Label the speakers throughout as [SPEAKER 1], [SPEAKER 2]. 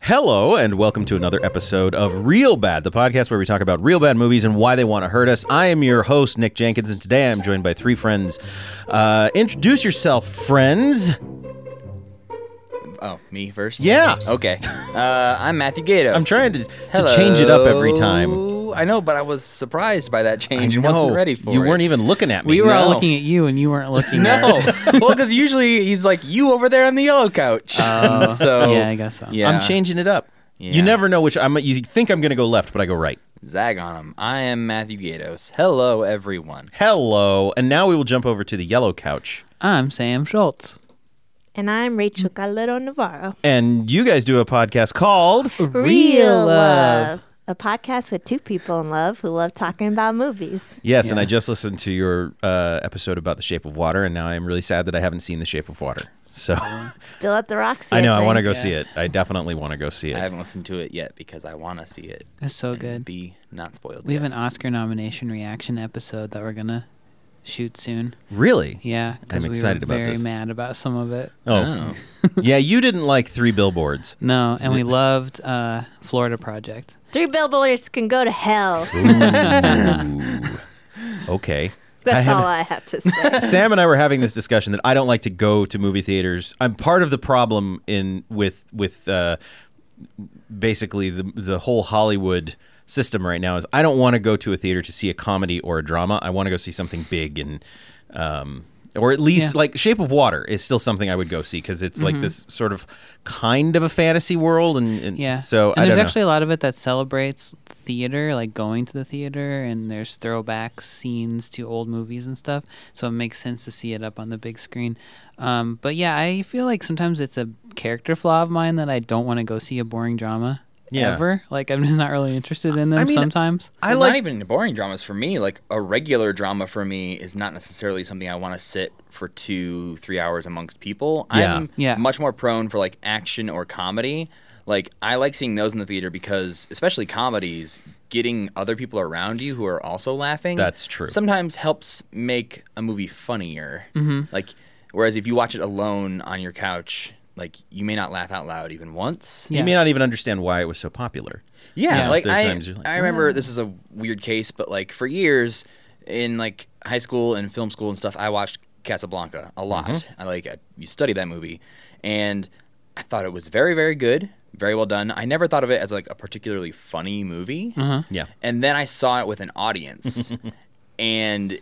[SPEAKER 1] Hello, and welcome to another episode of Real Bad, the podcast where we talk about real bad movies and why they want to hurt us. I am your host, Nick Jenkins, and today I'm joined by three friends. Uh, introduce yourself, friends.
[SPEAKER 2] Oh, me first?
[SPEAKER 1] Yeah.
[SPEAKER 2] Okay. Uh, I'm Matthew Gatos.
[SPEAKER 1] I'm trying to, to change it up every time.
[SPEAKER 2] Hello. I know, but I was surprised by that change and
[SPEAKER 1] No,
[SPEAKER 2] wasn't ready for
[SPEAKER 1] You
[SPEAKER 2] it.
[SPEAKER 1] weren't even looking at me.
[SPEAKER 3] We were all
[SPEAKER 2] No.
[SPEAKER 3] looking at you, and you weren't looking.
[SPEAKER 2] No. well, because usually he's like, you over there on the yellow couch. so,
[SPEAKER 3] yeah, I guess so.
[SPEAKER 2] Yeah.
[SPEAKER 1] Uh, I'm changing it up.
[SPEAKER 2] Yeah.
[SPEAKER 1] You never know which I'm. You think I'm going to go left, but I go right.
[SPEAKER 2] Zag on him. I am Matthew Gatos. Hello, everyone.
[SPEAKER 1] Hello, and now we will jump over to the yellow couch.
[SPEAKER 3] I'm Sam Schultz.
[SPEAKER 4] And I'm Rachel
[SPEAKER 1] Mm.
[SPEAKER 4] Calero Navarro.
[SPEAKER 1] And you guys do a podcast called
[SPEAKER 4] A podcast with two people in love who love talking about movies.
[SPEAKER 1] Yes, and I just listened to your uh, episode about The Shape of Water, and now I'm really sad that I haven't seen The Shape of Water. So
[SPEAKER 4] Still at the Roxy.
[SPEAKER 1] I know I want to
[SPEAKER 4] think.
[SPEAKER 1] go see it. I definitely want to go see
[SPEAKER 2] I
[SPEAKER 1] it.
[SPEAKER 2] haven't listened to it yet because I want to see it.
[SPEAKER 3] That's so
[SPEAKER 2] and
[SPEAKER 3] good.
[SPEAKER 2] Be not spoiled.
[SPEAKER 3] We
[SPEAKER 2] yet.
[SPEAKER 3] have an Oscar nomination reaction episode that we're gonna shoot soon.
[SPEAKER 1] Really?
[SPEAKER 3] Yeah, because
[SPEAKER 1] I'm
[SPEAKER 3] we
[SPEAKER 1] excited
[SPEAKER 3] were
[SPEAKER 1] about
[SPEAKER 3] very
[SPEAKER 1] this.
[SPEAKER 3] mad about some of it.
[SPEAKER 1] Oh, yeah. You didn't like Three Billboards.
[SPEAKER 3] No, and we loved uh, Florida Project.
[SPEAKER 4] Three billboards can go to hell.
[SPEAKER 1] Okay.
[SPEAKER 4] That's
[SPEAKER 1] I
[SPEAKER 4] all I have to say.
[SPEAKER 1] Sam and I were having this discussion that I don't like to go to movie theaters. I'm part of the problem in with with uh, basically the the whole Hollywood system right now is I don't want to go to a theater to see a comedy or a drama. I want to go see something big and um, or at least
[SPEAKER 3] Yeah. Mm-hmm.
[SPEAKER 1] like Shape of Water is still something I would go see because it's like this sort of kind of a fantasy world and, and
[SPEAKER 3] Yeah.
[SPEAKER 1] So
[SPEAKER 3] and
[SPEAKER 1] I
[SPEAKER 3] there's
[SPEAKER 1] don't
[SPEAKER 3] actually a lot of it that celebrates theater, like going to the theater, and there's throwback scenes to old movies and stuff. So it makes sense to see it up on the big screen. Um, but yeah, I feel like sometimes it's a character flaw of mine that I don't want to go see a boring drama.
[SPEAKER 1] Yeah.
[SPEAKER 3] Ever like I'm just not really interested in them
[SPEAKER 1] mean,
[SPEAKER 3] sometimes.
[SPEAKER 1] know. I
[SPEAKER 2] Well,
[SPEAKER 1] like
[SPEAKER 2] not even the boring dramas for me. Like a regular drama for me is not necessarily something I want to sit for two, three hours amongst people.
[SPEAKER 1] Yeah.
[SPEAKER 2] I'm
[SPEAKER 3] Yeah.
[SPEAKER 2] much more prone for like action or comedy. Like I like seeing those in the theater because, especially comedies, getting other people around you who are also laughing.
[SPEAKER 1] That's true.
[SPEAKER 2] Sometimes helps make a movie funnier. Like, whereas if you watch it alone on your couch, like you may not laugh out loud even once.
[SPEAKER 1] you may not even understand why it was so popular.
[SPEAKER 2] Yeah,
[SPEAKER 3] Yeah.
[SPEAKER 2] like
[SPEAKER 1] There are
[SPEAKER 2] I,
[SPEAKER 1] times you're like,
[SPEAKER 2] I remember this is a weird case, but like for years in like high school and film school and stuff, I watched Casablanca a lot.
[SPEAKER 1] Mm-hmm.
[SPEAKER 2] I like I, you studied that movie, and I thought it was very very good, very well done. I never thought of it as like a particularly funny movie,
[SPEAKER 1] Yeah.
[SPEAKER 2] and then I saw it with an audience, and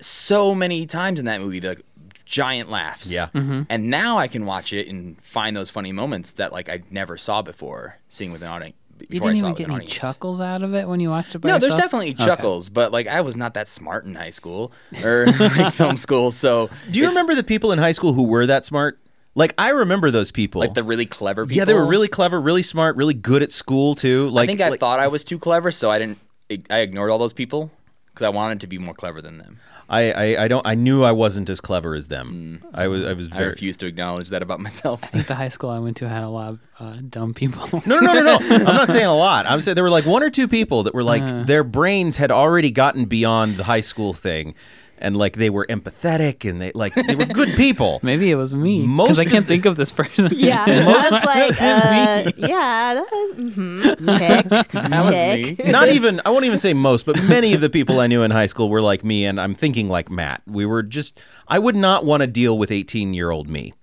[SPEAKER 2] so many times in that movie, the giant laughs.
[SPEAKER 1] Yeah.
[SPEAKER 3] Mm-hmm.
[SPEAKER 2] And now I can watch it and find those funny moments that like I never saw before, seeing with an audience.
[SPEAKER 3] You
[SPEAKER 2] Before
[SPEAKER 3] didn't
[SPEAKER 2] I saw
[SPEAKER 3] even
[SPEAKER 2] it with
[SPEAKER 3] get
[SPEAKER 2] an
[SPEAKER 3] any
[SPEAKER 2] audience.
[SPEAKER 3] chuckles out of it when you watched it. By
[SPEAKER 2] No, there's
[SPEAKER 3] yourself?
[SPEAKER 2] definitely
[SPEAKER 3] Okay.
[SPEAKER 2] chuckles, but like I was not that smart in high school or like, film school, so
[SPEAKER 1] Do you remember the people in high school who were that smart? Like I remember those people.
[SPEAKER 2] like the really clever people.
[SPEAKER 1] Yeah, they were really clever, really smart, really good at school too.
[SPEAKER 2] I
[SPEAKER 1] Like
[SPEAKER 2] think I
[SPEAKER 1] like-
[SPEAKER 2] thought I was too clever, so I didn't. I ignored all those people because I wanted to be more clever than them.
[SPEAKER 1] I, I, I don't I knew I wasn't as clever as them. I was I was
[SPEAKER 2] Mm. I
[SPEAKER 1] very
[SPEAKER 2] refuse to acknowledge that about myself.
[SPEAKER 3] I think the high school I went to had a lot of uh, dumb people.
[SPEAKER 1] No, no, no, no, no. I'm not saying a lot. I'm saying there were like one or two people that were like
[SPEAKER 2] Uh.
[SPEAKER 1] their brains had already gotten beyond the high school thing and like they were empathetic and they like they were good people.
[SPEAKER 3] Maybe it was me because
[SPEAKER 1] Most
[SPEAKER 3] I
[SPEAKER 1] of
[SPEAKER 3] can't
[SPEAKER 1] the-
[SPEAKER 3] think of this person.
[SPEAKER 4] Yeah, I was like, uh, yeah, that, mhm, check, check.
[SPEAKER 1] Not even I won't even say most, but many of the people I knew in high school were like me and I'm thinking like Matt. We were just I would not want to deal with 18-year-old me.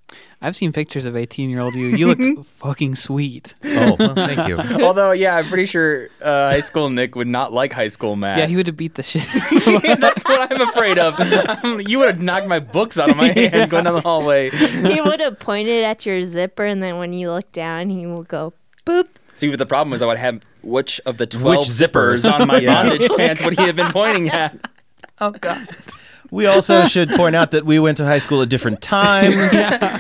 [SPEAKER 3] I've seen pictures of 18 year old you. You looked fucking sweet.
[SPEAKER 1] Oh, well, thank you.
[SPEAKER 2] Although, yeah, I'm pretty sure uh, high school Nick would not like high school math.
[SPEAKER 3] Yeah, he would have beat the shit.
[SPEAKER 2] That's what I'm afraid of. Um, you would have knocked my books out of my hand going down the hallway.
[SPEAKER 4] He would have pointed at your zipper, and then when you look down, he will go, boop.
[SPEAKER 2] See, but the problem was I would have which of the twelve
[SPEAKER 1] Which zippers?
[SPEAKER 2] zippers on my
[SPEAKER 1] Yeah.
[SPEAKER 2] bondage pants would he have been pointing at?
[SPEAKER 3] oh god.
[SPEAKER 1] We also should point out that we went to high school at different times.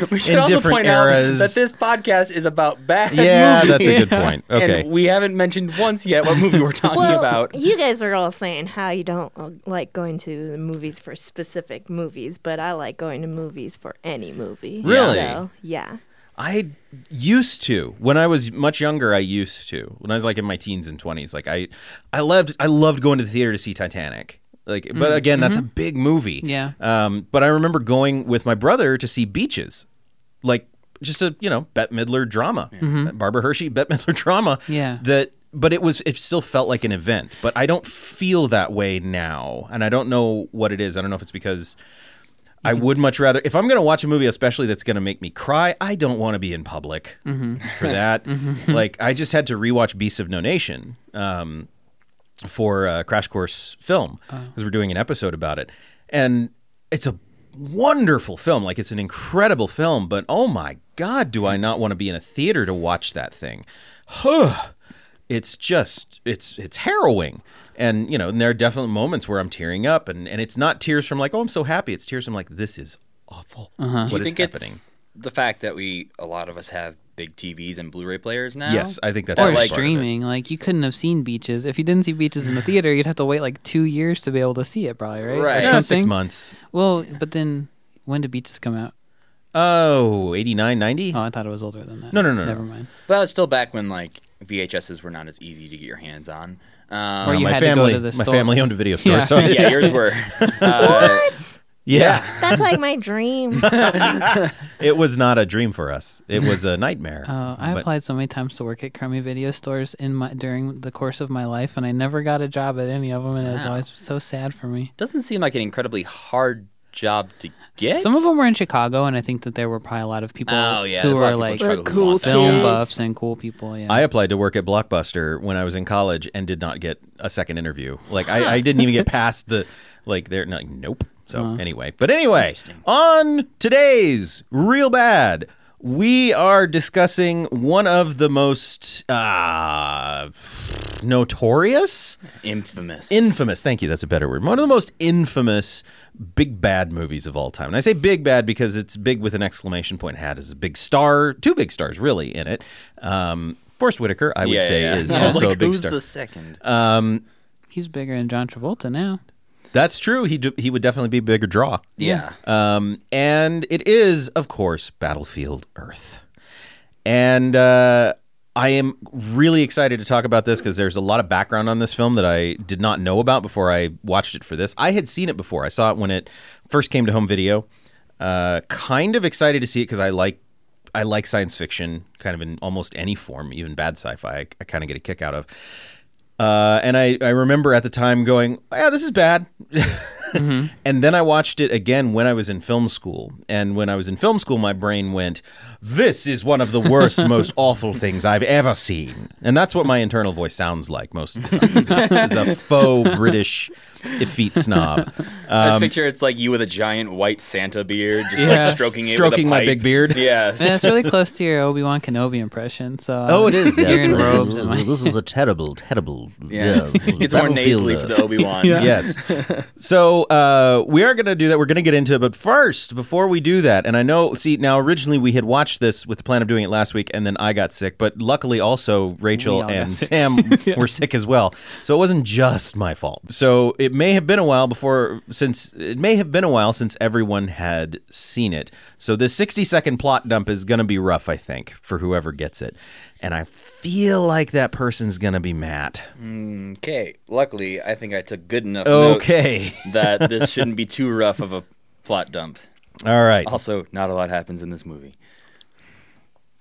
[SPEAKER 2] We should
[SPEAKER 1] In
[SPEAKER 2] also
[SPEAKER 1] different
[SPEAKER 2] point
[SPEAKER 1] eras.
[SPEAKER 2] out that this podcast is about bad
[SPEAKER 1] Yeah,
[SPEAKER 2] movies.
[SPEAKER 1] that's a good point. Okay.
[SPEAKER 2] And we haven't mentioned once yet what movie we're talking
[SPEAKER 4] Well,
[SPEAKER 2] about.
[SPEAKER 4] you guys are all saying how you don't uh, like going to the movies for specific movies, but I like going to movies for any movie.
[SPEAKER 1] Really?
[SPEAKER 4] So, yeah.
[SPEAKER 1] I used to when I was much younger. I used to when I was like in my teens and twenties. Like I, I loved I loved going to the theater to see Titanic. Like, but again, that's a big movie.
[SPEAKER 3] Yeah.
[SPEAKER 1] Um, but I remember going with my brother to see Beaches, like just a you know Bette Midler drama, Barbara Hershey Bette Midler drama.
[SPEAKER 3] Yeah.
[SPEAKER 1] That, but it was it still felt like an event. But I don't feel that way now, and I don't know what it is. I don't know if it's because. I would much rather if I'm going to watch a movie, especially that's going to make me cry. I don't want to be in public for that. Like I just had to rewatch Beasts of No Nation um, for uh, Crash Course Film
[SPEAKER 3] Oh.
[SPEAKER 1] because we're doing an episode about it, and it's a wonderful film. Like it's an incredible film, but oh my god, do I not want to be in a theater to watch that thing? it's just it's it's harrowing and you know and there are definitely moments where i'm tearing up and and it's not tears from like oh i'm so happy it's tears from like this is awful
[SPEAKER 3] Uh-huh.
[SPEAKER 1] What is
[SPEAKER 2] Do you think
[SPEAKER 1] happening
[SPEAKER 2] it's the fact that we a lot of us have big TVs and Blu-ray players now?
[SPEAKER 1] yes i think that's
[SPEAKER 3] Or
[SPEAKER 1] a big part of it.
[SPEAKER 3] streaming. Like you couldn't have seen beaches. If you didn't see beaches in the theater, you'd have to wait like two years to be able to see it, probably, right? Or
[SPEAKER 2] Right.
[SPEAKER 1] yeah, six
[SPEAKER 3] something.
[SPEAKER 1] months
[SPEAKER 3] Well, but then when did beaches come out?
[SPEAKER 1] oh 89 90
[SPEAKER 3] Oh, I thought it was older than that.
[SPEAKER 1] No, no, no,
[SPEAKER 3] Never
[SPEAKER 1] no.
[SPEAKER 3] mind.
[SPEAKER 2] But it's still back when like VHSs were not as easy to get your hands on. Um,
[SPEAKER 3] Or you
[SPEAKER 1] Uh, my
[SPEAKER 3] had to go
[SPEAKER 1] family
[SPEAKER 3] to the
[SPEAKER 1] my
[SPEAKER 3] store.
[SPEAKER 1] family owned a video store
[SPEAKER 3] Yeah.
[SPEAKER 1] so
[SPEAKER 2] yeah, yours were. Uh,
[SPEAKER 4] What?
[SPEAKER 1] yeah.
[SPEAKER 4] That's like my dream.
[SPEAKER 1] it was not a dream for us it was a nightmare
[SPEAKER 3] Uh, I
[SPEAKER 1] But-
[SPEAKER 3] applied so many times to work at crummy video stores in my during the course of my life, and I never got a job at any of them, and it was always so sad for me.
[SPEAKER 2] doesn't seem like an incredibly hard job to get.
[SPEAKER 3] Some of them were in Chicago, and I think that there were probably a lot of people
[SPEAKER 2] Oh, yeah,
[SPEAKER 3] who
[SPEAKER 2] there's a lot
[SPEAKER 3] were
[SPEAKER 2] of people in
[SPEAKER 3] like
[SPEAKER 2] Chicago
[SPEAKER 4] who Cool want that.
[SPEAKER 3] film
[SPEAKER 4] kids.
[SPEAKER 3] buffs and cool people. Yeah,
[SPEAKER 1] I applied to work at Blockbuster when I was in college and did not get a second interview. Like I, I didn't even get past the like they're like nope. So
[SPEAKER 3] Uh-huh.
[SPEAKER 1] anyway, but anyway, on today's real bad, we are discussing one of the most uh, notorious,
[SPEAKER 2] infamous.
[SPEAKER 1] infamous. Thank you. That's a better word. One of the most infamous big bad movies of all time. And I say big bad because it's big with an exclamation point. Had is a big star, two big stars really in it. Um, Forrest Whitaker, I would
[SPEAKER 2] Yeah,
[SPEAKER 1] say,
[SPEAKER 2] yeah, Uh, yeah.
[SPEAKER 1] is
[SPEAKER 2] I was
[SPEAKER 1] also
[SPEAKER 2] like,
[SPEAKER 1] a big
[SPEAKER 2] who's
[SPEAKER 1] star.
[SPEAKER 2] the second?
[SPEAKER 3] he's bigger than John Travolta now.
[SPEAKER 1] That's true. He d- he would definitely be a bigger draw.
[SPEAKER 2] yeah.
[SPEAKER 1] Um, and it is, of course, Battlefield Earth. And uh, I am really excited to talk about this because there's a lot of background on this film that I did not know about before I watched it for this. I had seen it before. I saw it when it first came to home video. Uh, kind of excited to see it because I like I like science fiction, kind of in almost any form, even bad sci-fi. I, I kind of get a kick out of. Uh, and I, I remember at the time going, yeah, this is bad. And then I watched it again when I was in film school. And when I was in film school, my brain went, This is one of the worst, most awful things I've ever seen. And that's what my internal voice sounds like most of the time. is a- is a faux British effete snob.
[SPEAKER 2] I
[SPEAKER 1] Um,
[SPEAKER 2] just picture it's like you with a giant white Santa beard, just
[SPEAKER 3] Yeah.
[SPEAKER 2] like stroking it.
[SPEAKER 1] Stroking
[SPEAKER 2] with a
[SPEAKER 1] my
[SPEAKER 2] pipe.
[SPEAKER 1] big beard.
[SPEAKER 2] Yes.
[SPEAKER 3] And it's really close to your Obi Wan Kenobi impression. So uh,
[SPEAKER 1] Oh, it is,
[SPEAKER 3] You're
[SPEAKER 1] yes.
[SPEAKER 3] in robes and like,
[SPEAKER 5] this is a terrible, terrible.
[SPEAKER 2] yeah. It's, it's more nasally for the Obi Wan.
[SPEAKER 1] yes. So uh, we are going to do that. We're going to get into it. But first, before we do that, and I know, see, now originally we had watched this with the plan of doing it last week, and then I got sick. But luckily, also,
[SPEAKER 3] We
[SPEAKER 1] Rachel
[SPEAKER 3] all
[SPEAKER 1] and
[SPEAKER 3] got sick.
[SPEAKER 1] Sam were sick as well. So it wasn't just my fault. So it may have been a while before, since it may have been a while since everyone had seen it. So this 60 second plot dump is going to be rough, I think, for whoever gets it. And I feel like that person's going to be Matt.
[SPEAKER 2] Okay. Luckily, I think I took good enough
[SPEAKER 1] Okay.
[SPEAKER 2] notes that this shouldn't be too rough of a plot dump.
[SPEAKER 1] All right.
[SPEAKER 2] Also, not a lot happens in this movie.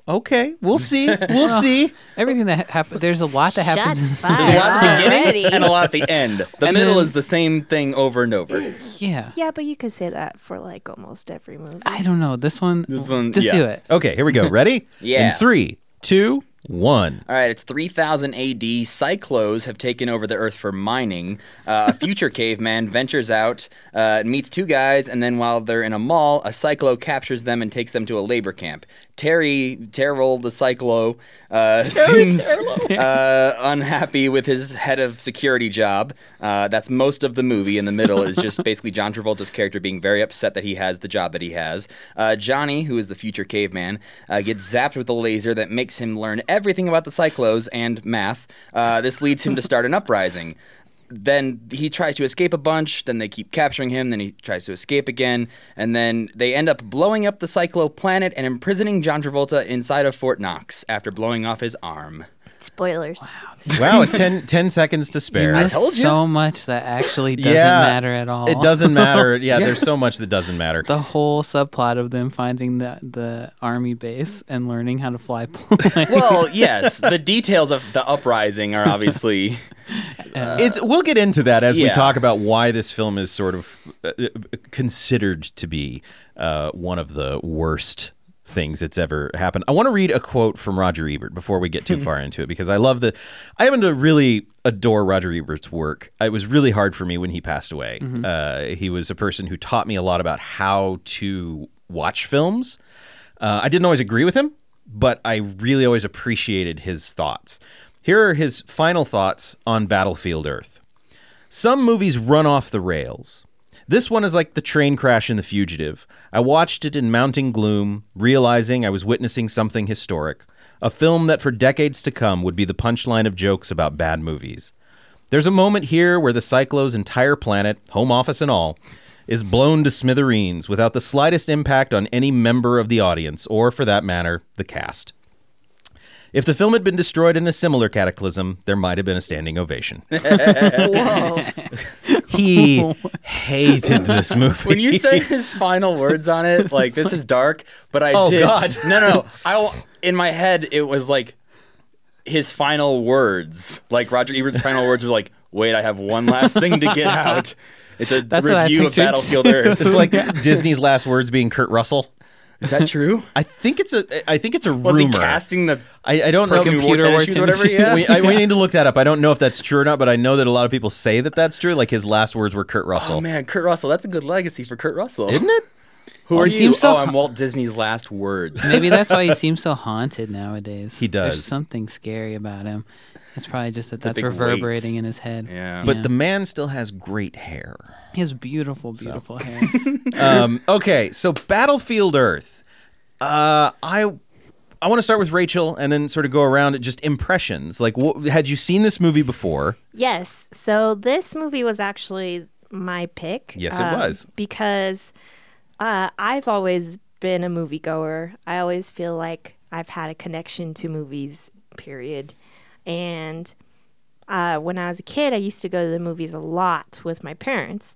[SPEAKER 1] Okay, we'll see. We'll see.
[SPEAKER 3] everything that ha- happens. There's a lot that happens.
[SPEAKER 4] Shots
[SPEAKER 3] in-
[SPEAKER 2] There's a lot at the
[SPEAKER 4] fired
[SPEAKER 2] beginning and a
[SPEAKER 4] already.
[SPEAKER 2] lot at the end. The
[SPEAKER 3] And
[SPEAKER 2] middle
[SPEAKER 3] then-
[SPEAKER 2] is the same thing over and over.
[SPEAKER 3] yeah.
[SPEAKER 4] Yeah, but you could say that for like almost every movie.
[SPEAKER 3] I don't know this one.
[SPEAKER 2] This one-
[SPEAKER 3] just
[SPEAKER 2] yeah.
[SPEAKER 3] do it.
[SPEAKER 1] Okay, here we go. Ready?
[SPEAKER 2] Yeah.
[SPEAKER 1] In three, two, one.
[SPEAKER 2] All right, it's 3000 AD. Cyclos have taken over the Earth for mining. Uh, a future caveman ventures out uh, and meets two guys, and then while they're in a mall, a cyclo captures them and takes them to a labor camp. Terry, Terrell the cyclo, uh, seems uh, unhappy with his head of security job. Uh, that's most of the movie. In the middle is just basically John Travolta's character being very upset that he has the job that he has. Uh, Johnny, who is the future caveman, uh, gets zapped with a laser that makes him learn everything about the cyclos and math. Uh, this leads him to start an uprising. Then he tries to escape a bunch. Then they keep capturing him. Then he tries to escape again. And then they end up blowing up the Cyclo planet and imprisoning John Travolta inside of Fort Knox after blowing off his arm.
[SPEAKER 5] Spoilers.
[SPEAKER 1] Wow, 10, 10 seconds to spare.
[SPEAKER 3] You missed
[SPEAKER 2] told you.
[SPEAKER 3] so much that actually doesn't
[SPEAKER 1] Yeah.
[SPEAKER 3] matter at all.
[SPEAKER 1] It doesn't matter. Yeah, there's so much that doesn't matter.
[SPEAKER 3] The whole subplot of them finding the the army base and learning how to fly planes.
[SPEAKER 2] Well, yes, the details of the uprising are obviously
[SPEAKER 1] it's we'll get into that as we
[SPEAKER 2] yeah.
[SPEAKER 1] talk about why this film is sort of uh, uh, considered to be uh, one of the worst things that's ever happened. I want to read a quote from Roger Ebert before we get too far into it because I love the I happen to really adore Roger Ebert's work. It was really hard for me when he passed away. Uh, he was a person who taught me a lot about how to watch films. Uh, I didn't always agree with him, but I really always appreciated his thoughts. Here are his final thoughts on Battlefield Earth. Some movies run off the rails. This one is like the train crash in The Fugitive. I watched it in mounting gloom, realizing I was witnessing something historic, a film that for decades to come would be the punchline of jokes about bad movies. There's a moment here where the Cyclo's entire planet, home office and all, is blown to smithereens without the slightest impact on any member of the audience, or for that matter, the cast. If the film had been destroyed in a similar cataclysm, there might have been a standing ovation.
[SPEAKER 5] Whoa.
[SPEAKER 1] He hated this movie.
[SPEAKER 2] when you say his final words on it, like this is dark, but I
[SPEAKER 1] Oh,
[SPEAKER 2] did.
[SPEAKER 1] God.
[SPEAKER 2] No, no, no. I w- in my head it was like his final words, like Roger Ebert's final words were like, "Wait, I have one last thing to get out." It's a
[SPEAKER 3] That's what I
[SPEAKER 2] review of
[SPEAKER 3] pictured,
[SPEAKER 2] Battlefield
[SPEAKER 3] too.
[SPEAKER 2] Earth.
[SPEAKER 1] it's like Disney's last words being Kurt Russell.
[SPEAKER 2] Is that true?
[SPEAKER 1] I think it's a. I think it's a
[SPEAKER 2] Was
[SPEAKER 1] rumor.
[SPEAKER 2] he casting the
[SPEAKER 1] I, I don't know.
[SPEAKER 2] person who wore
[SPEAKER 3] computer
[SPEAKER 2] tennis
[SPEAKER 3] wore
[SPEAKER 2] shoes or
[SPEAKER 3] tennis
[SPEAKER 2] whatever?
[SPEAKER 1] We,
[SPEAKER 2] Yeah.
[SPEAKER 1] I, we need to look that up. I don't know if that's true or not, but I know that a lot of people say that that's true. Like his last words were Kurt Russell.
[SPEAKER 2] Oh man, Kurt Russell. That's a good legacy for Kurt Russell,
[SPEAKER 1] Isn't it?
[SPEAKER 2] Who are
[SPEAKER 3] He
[SPEAKER 2] you?
[SPEAKER 3] seems so
[SPEAKER 2] oh, I'm
[SPEAKER 3] hu-
[SPEAKER 2] Walt Disney's last words.
[SPEAKER 3] Maybe that's why he seems so haunted nowadays.
[SPEAKER 1] He does.
[SPEAKER 3] There's something scary about him. It's probably just that that's
[SPEAKER 2] big weight.
[SPEAKER 3] reverberating in his head.
[SPEAKER 2] Yeah.
[SPEAKER 1] But the man still has great hair.
[SPEAKER 3] he has beautiful, beautiful hair.
[SPEAKER 1] Um, okay, so Battlefield Earth. Uh, I I want to start with Rachel and then sort of go around at just impressions. Like, wh- had you seen this movie before?
[SPEAKER 5] Yes. So this movie was actually my pick.
[SPEAKER 1] Yes, it
[SPEAKER 5] um,
[SPEAKER 1] was.
[SPEAKER 5] Because uh, I've always been a moviegoer. I always feel like I've had a connection to movies, period. And uh, when I was a kid, I used to go to the movies a lot with my parents.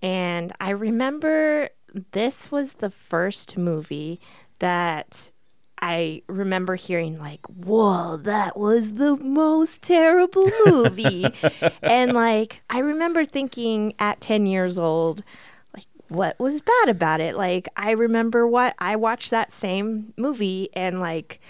[SPEAKER 5] And I remember this was the first movie that I remember hearing, like, whoa, that was the most terrible movie. and, like, I remember thinking at 10 years old, like, what was bad about it? Like, I remember what I watched that same movie and, like,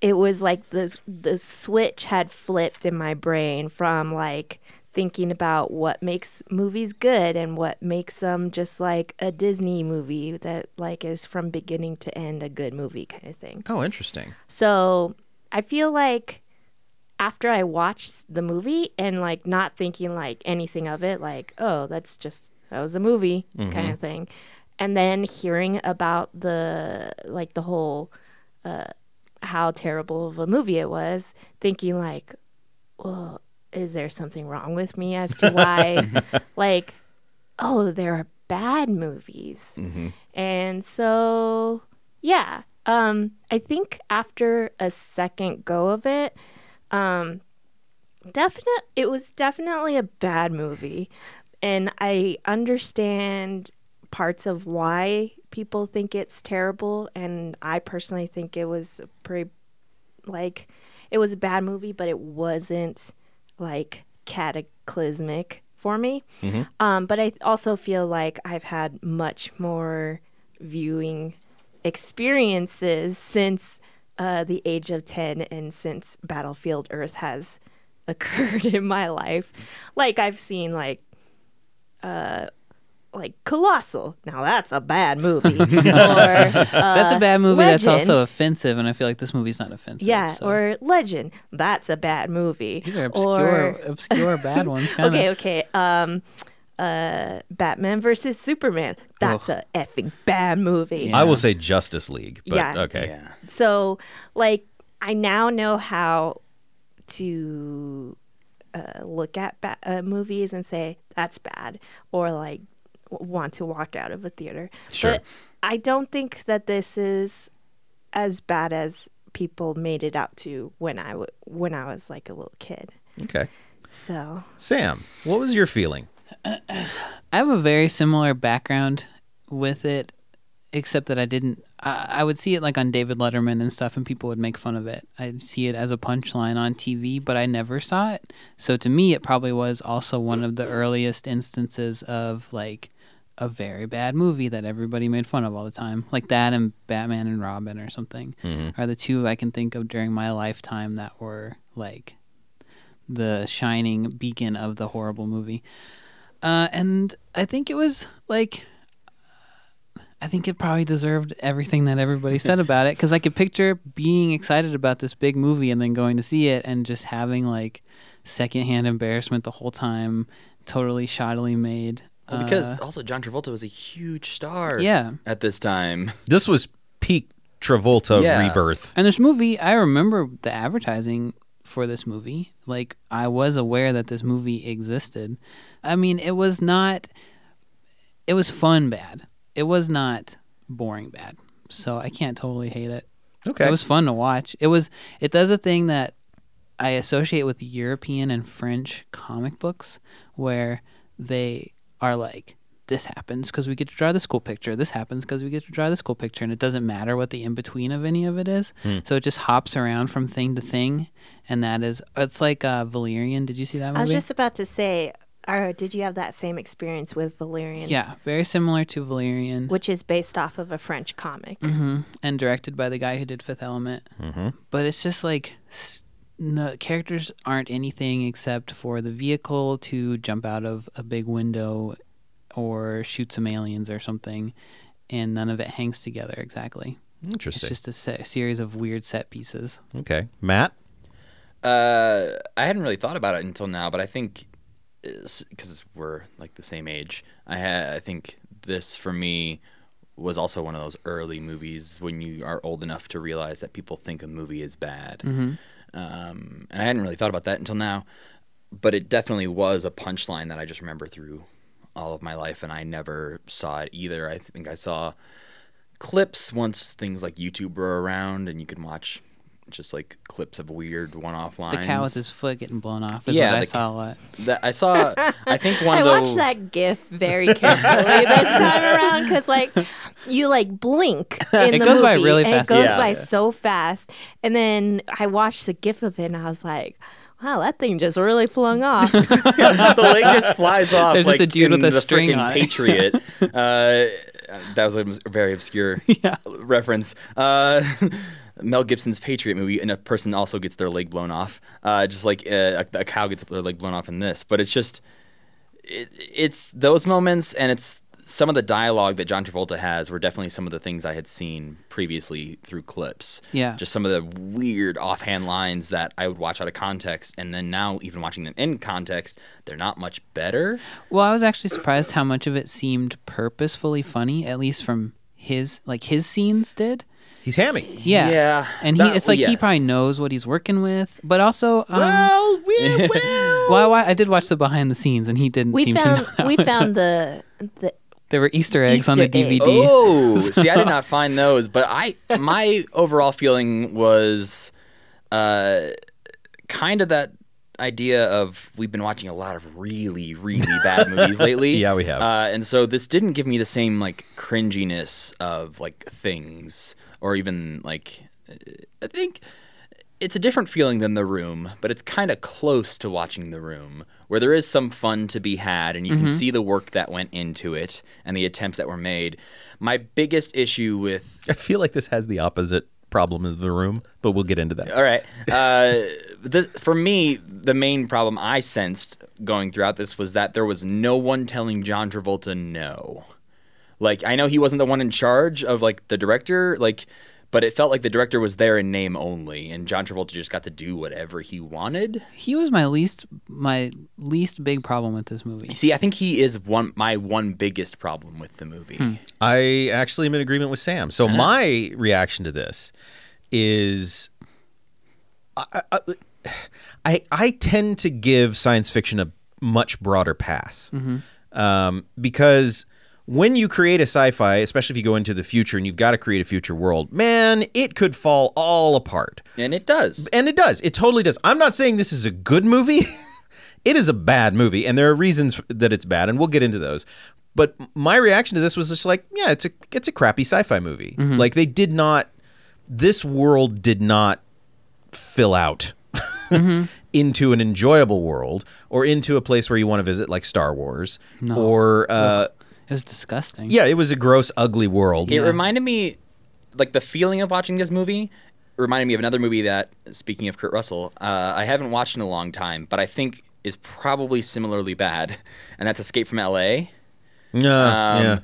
[SPEAKER 5] it was like the the switch had flipped in my brain from like thinking about what makes movies good and what makes them just like a Disney movie that like is from beginning to end a good movie kind of thing.
[SPEAKER 1] Oh, interesting.
[SPEAKER 5] So I feel like after I watched the movie and like not thinking like anything of it, like, oh, that's just that was a movie kind of thing. And then hearing about the like the whole uh how terrible of a movie it was, thinking like, well, is there something wrong with me as to why like oh, there are bad movies. And so, yeah, um, I think after a second go of it, um, definite it was definitely a bad movie, and I understand parts of why people think it's terrible, and I personally think it was a pretty like it was a bad movie, but it wasn't like cataclysmic for me. Um, but I also feel like I've had much more viewing experiences since uh, the age of 10 and since Battlefield Earth has occurred in my life. Like, I've seen, like, uh, like Colossal. Now that's a bad movie. or, uh,
[SPEAKER 3] that's a bad movie. That's
[SPEAKER 5] Legend.
[SPEAKER 3] also offensive, and I feel like this movie's not offensive.
[SPEAKER 5] yeah,
[SPEAKER 3] so.
[SPEAKER 5] or Legend. That's a bad movie.
[SPEAKER 3] these are
[SPEAKER 5] Or-
[SPEAKER 3] obscure, obscure bad ones. Kind
[SPEAKER 5] okay,
[SPEAKER 3] of.
[SPEAKER 5] okay. Um, uh, Batman versus Superman. That's a effing bad movie.
[SPEAKER 1] I will say Justice League. But,
[SPEAKER 5] Yeah.
[SPEAKER 1] Okay.
[SPEAKER 2] yeah.
[SPEAKER 5] So, like, I now know how to uh, look at ba- uh, movies and say that's bad, or like w- want to walk out of a theater.
[SPEAKER 1] Sure.
[SPEAKER 5] But I don't think that this is as bad as
[SPEAKER 4] people made it out to when I w- when I was like a little kid.
[SPEAKER 1] Okay.
[SPEAKER 4] So
[SPEAKER 1] Sam, what was your feeling?
[SPEAKER 3] I have a very similar background with it, except that I didn't. I, I would see it like on David Letterman and stuff, and people would make fun of it. I'd see it as a punchline on TV, but I never saw it. So to me, it probably was also one of the earliest instances of like a very bad movie that everybody made fun of all the time, like that and Batman and Robin or something, are the two I can think of during my lifetime that were like the shining beacon of the horrible movie. Uh, and I think it was like, I think it probably deserved everything that everybody said about it because I could picture being excited about this big movie and then going to see it and just having like secondhand embarrassment the whole time, totally shoddily made.
[SPEAKER 2] Well, because also John Travolta was a huge star.
[SPEAKER 3] Yeah.
[SPEAKER 2] At this time.
[SPEAKER 1] This was peak Travolta
[SPEAKER 2] Yeah.
[SPEAKER 1] rebirth.
[SPEAKER 3] And this movie, I remember the advertising for this movie. Like, I was aware that this movie existed. I mean, it was not, it was fun bad. It was not boring bad. So I can't totally hate it.
[SPEAKER 1] Okay.
[SPEAKER 3] It was fun to watch. It was, it does a thing that I associate with European and French comic books where they are like, this happens because we get to draw the school picture. This happens because we get to draw the school picture. And it doesn't matter what the in between of any of it is. So it just hops around from thing to thing. And that is, it's like uh, Valerian. Did you see that movie?
[SPEAKER 4] I was just about to say, or did you have that same experience with Valerian?
[SPEAKER 3] yeah, very similar to Valerian
[SPEAKER 4] Which is based off of a French comic.
[SPEAKER 3] Mm-hmm. and directed by the guy who did Fifth Element.
[SPEAKER 2] Mm-hmm.
[SPEAKER 3] But it's just like s- the characters aren't anything except for the vehicle to jump out of a big window or shoot some aliens or something. And none of it hangs together exactly. It's
[SPEAKER 1] Interesting.
[SPEAKER 3] just a se- series of weird set pieces.
[SPEAKER 1] okay. Matt?
[SPEAKER 2] Uh, I hadn't really thought about it until now, but I think because we're like the same age, I ha- I think this for me was also one of those early movies when you are old enough to realize that people think a movie is bad.
[SPEAKER 3] Mm-hmm.
[SPEAKER 2] Um, and I hadn't really thought about that until now, but it definitely was a punchline that I just remember through all of my life, and I never saw it either. I think I saw clips once things like YouTube were around, and you could watch just like clips of weird one-off lines.
[SPEAKER 3] The cow with his foot getting blown off is
[SPEAKER 2] Yeah,
[SPEAKER 3] what I
[SPEAKER 2] the
[SPEAKER 3] saw a lot.
[SPEAKER 2] That I saw. I think one
[SPEAKER 4] I
[SPEAKER 2] of the.
[SPEAKER 4] watched that GIF very carefully this time around because, like, you like blink in
[SPEAKER 3] It
[SPEAKER 4] the
[SPEAKER 3] goes by
[SPEAKER 4] movie,
[SPEAKER 3] really
[SPEAKER 4] and
[SPEAKER 3] fast.
[SPEAKER 4] It goes
[SPEAKER 1] Yeah.
[SPEAKER 4] by so fast, and then I watched the GIF of it, and I was like, "Wow, that thing just really flung off."
[SPEAKER 2] the leg just flies off.
[SPEAKER 3] There's
[SPEAKER 2] like
[SPEAKER 3] just a dude
[SPEAKER 2] in
[SPEAKER 3] with a
[SPEAKER 2] the
[SPEAKER 3] string
[SPEAKER 2] frickin'
[SPEAKER 3] on it.
[SPEAKER 2] Patriot. uh, that was a very obscure reference. Uh, Mel Gibson's Patriot movie, and a person also gets their leg blown off, uh, just like uh, a, a cow gets their leg blown off in this. But it's just, it, it's those moments, and it's some of the dialogue that John Travolta has were definitely some of the things I had seen previously through clips.
[SPEAKER 3] Yeah.
[SPEAKER 2] just some of the weird offhand lines that I would watch out of context, and then now even watching them in context, they're not much better.
[SPEAKER 3] Well, I was actually surprised how much of it seemed purposefully funny, at least from his like his scenes did.
[SPEAKER 1] He's hammy.
[SPEAKER 3] Yeah.
[SPEAKER 2] Yeah,
[SPEAKER 3] And
[SPEAKER 2] that-
[SPEAKER 3] he it's like he
[SPEAKER 2] yes.
[SPEAKER 3] probably knows what he's working with, but also um
[SPEAKER 1] well, we, well.
[SPEAKER 3] well, I, wa- I did watch the behind the scenes and he didn't
[SPEAKER 4] we
[SPEAKER 3] seem to
[SPEAKER 4] found
[SPEAKER 3] know. that
[SPEAKER 4] we
[SPEAKER 3] much.
[SPEAKER 4] found the the
[SPEAKER 3] there were Easter eggs on the
[SPEAKER 4] Easter egg.
[SPEAKER 3] DVD.
[SPEAKER 2] Oh, see, I did not find those, but I my overall feeling was uh, kind of that idea of we've been watching a lot of really really bad movies lately.
[SPEAKER 1] Yeah, we have.
[SPEAKER 2] Uh, and so this didn't give me the same like cringiness of like things or even like uh, I think it's a different feeling than the room, but it's kind of close to watching the room, where there is some fun to be had, and you
[SPEAKER 1] Mm-hmm.
[SPEAKER 2] can see the work that went into it and the attempts that were made. My biggest issue with
[SPEAKER 1] I feel like this has the opposite problem as the room, but we'll get into that.
[SPEAKER 2] all right. Uh, this, for me, the main problem I sensed going throughout this was that there was no one telling John Travolta no. Like I know he wasn't the one in charge of like the director, like, but it felt like the director was there in name only, and John Travolta just got to do whatever he wanted.
[SPEAKER 3] He was my least my least big problem with this movie.
[SPEAKER 2] See, I think he is one my one biggest problem with the movie.
[SPEAKER 1] I actually am in agreement with Sam. So my reaction to this is, I, I, I, I tend to give science fiction a much broader pass um, because when you create a sci-fi, especially if you go into the future and you've got to create a future world, man, it could fall all apart.
[SPEAKER 2] and it does.
[SPEAKER 1] And it does. It totally does. I'm not saying this is a good movie. it is a bad movie, and there are reasons that it's bad, and we'll get into those. But my reaction to this was just like, yeah, it's a it's a crappy sci-fi movie.
[SPEAKER 2] Mm-hmm.
[SPEAKER 1] Like they did not this world did not fill out
[SPEAKER 2] Mm-hmm.
[SPEAKER 1] into an enjoyable world or into a place where you want to visit like Star Wars or uh,
[SPEAKER 3] It was disgusting.
[SPEAKER 1] yeah, it was a gross ugly world.
[SPEAKER 2] It reminded me, like the feeling of watching this movie, reminded me of another movie that, speaking of Kurt Russell, uh, I haven't watched in a long time, but I think is probably similarly bad, and that's Escape from L.A.
[SPEAKER 1] Yeah,
[SPEAKER 2] Um,
[SPEAKER 1] yeah.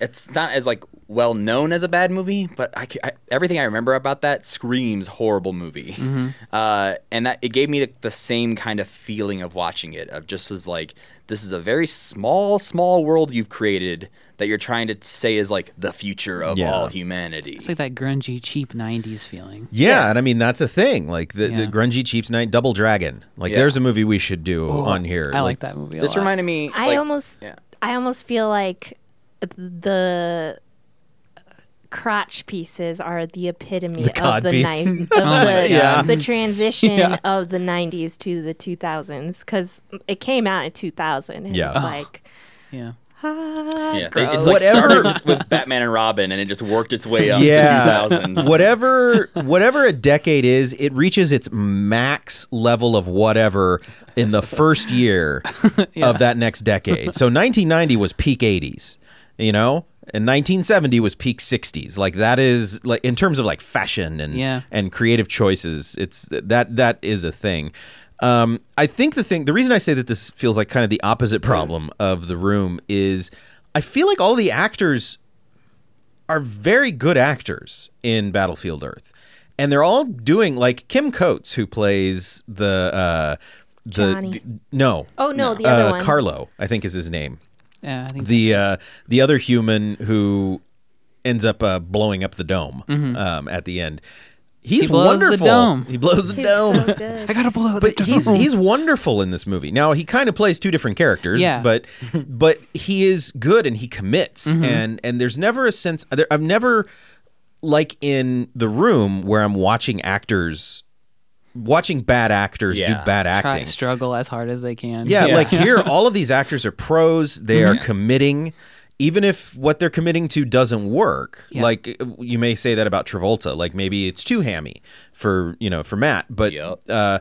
[SPEAKER 2] It's not as like well known as a bad movie, but I, c- I- everything I remember about that screams horrible movie. Uh, and that it gave me the, the same kind of feeling of watching it of just as like this is a very small small world you've created that you're trying to say is like the future of
[SPEAKER 1] Yeah.
[SPEAKER 2] all humanity.
[SPEAKER 3] It's like that grungy, cheap '90s feeling.
[SPEAKER 1] Yeah, and I mean that's a thing. Like the, the
[SPEAKER 3] Yeah.
[SPEAKER 1] grungy cheap night, Double Dragon. Like
[SPEAKER 2] Yeah.
[SPEAKER 1] there's a movie we should do
[SPEAKER 3] Oh,
[SPEAKER 1] on here.
[SPEAKER 3] I like that movie. A
[SPEAKER 2] this
[SPEAKER 3] lot.
[SPEAKER 2] reminded me
[SPEAKER 4] I
[SPEAKER 2] like,
[SPEAKER 4] almost,
[SPEAKER 2] yeah.
[SPEAKER 4] I almost feel like the crotch pieces are the epitome
[SPEAKER 1] cod
[SPEAKER 4] of the
[SPEAKER 1] piece.
[SPEAKER 4] nine, of
[SPEAKER 3] my
[SPEAKER 4] the,
[SPEAKER 1] God.
[SPEAKER 4] the transition
[SPEAKER 3] Yeah.
[SPEAKER 4] of the '90s to the 2000s because it came out in 2000. And
[SPEAKER 1] Yeah.
[SPEAKER 4] it's like
[SPEAKER 3] Yeah.
[SPEAKER 4] ah,
[SPEAKER 2] Yeah, they- it's like
[SPEAKER 1] Gross. Whatever-
[SPEAKER 2] started with Batman and Robin, and it just worked its way up
[SPEAKER 1] yeah,
[SPEAKER 2] to 2000.
[SPEAKER 1] whatever whatever a decade is, it reaches its max level of whatever in the first year of that next decade. So 1990 was peak 80s, you know, and 1970 was peak 60s. Like that is like in terms of like fashion and
[SPEAKER 3] Yeah.
[SPEAKER 1] and creative choices. It's that that is a thing. Um, I think the thing, the reason I say that this feels like kind of the opposite problem of the room is, I feel like all the actors are very good actors in Battlefield Earth, and they're all doing like Kim Coates, who plays the uh, the
[SPEAKER 4] Johnny.
[SPEAKER 1] no,
[SPEAKER 4] oh no, the
[SPEAKER 1] uh,
[SPEAKER 4] other one.
[SPEAKER 1] Carlo, I think is his name
[SPEAKER 3] Yeah. I think
[SPEAKER 1] the uh, the other human who ends up uh, blowing up the dome um, at the end. He's
[SPEAKER 3] Mm-hmm. He blows the
[SPEAKER 1] wonderful.
[SPEAKER 3] dome.
[SPEAKER 1] He blows the
[SPEAKER 4] He's
[SPEAKER 1] dome.
[SPEAKER 4] so good.
[SPEAKER 3] I gotta blow.
[SPEAKER 1] But he's he's wonderful in this movie. Now he kind of plays two different characters,
[SPEAKER 3] Yeah.
[SPEAKER 1] but but he is good and he commits
[SPEAKER 3] Mm-hmm.
[SPEAKER 1] and and there's never a sense there, I've never like in the room where I'm watching actors watching bad actors do
[SPEAKER 2] Yeah.
[SPEAKER 1] bad
[SPEAKER 3] try,
[SPEAKER 1] acting.
[SPEAKER 3] struggle as hard as they can.
[SPEAKER 1] Yeah,
[SPEAKER 2] Yeah.
[SPEAKER 1] like here, all of these actors are pros. They are committing, even if what they're committing to doesn't work.
[SPEAKER 3] Yeah.
[SPEAKER 1] Like uh, you may say that about Travolta. Like maybe it's too hammy for you know for Matt, but
[SPEAKER 2] Yep.
[SPEAKER 1] uh,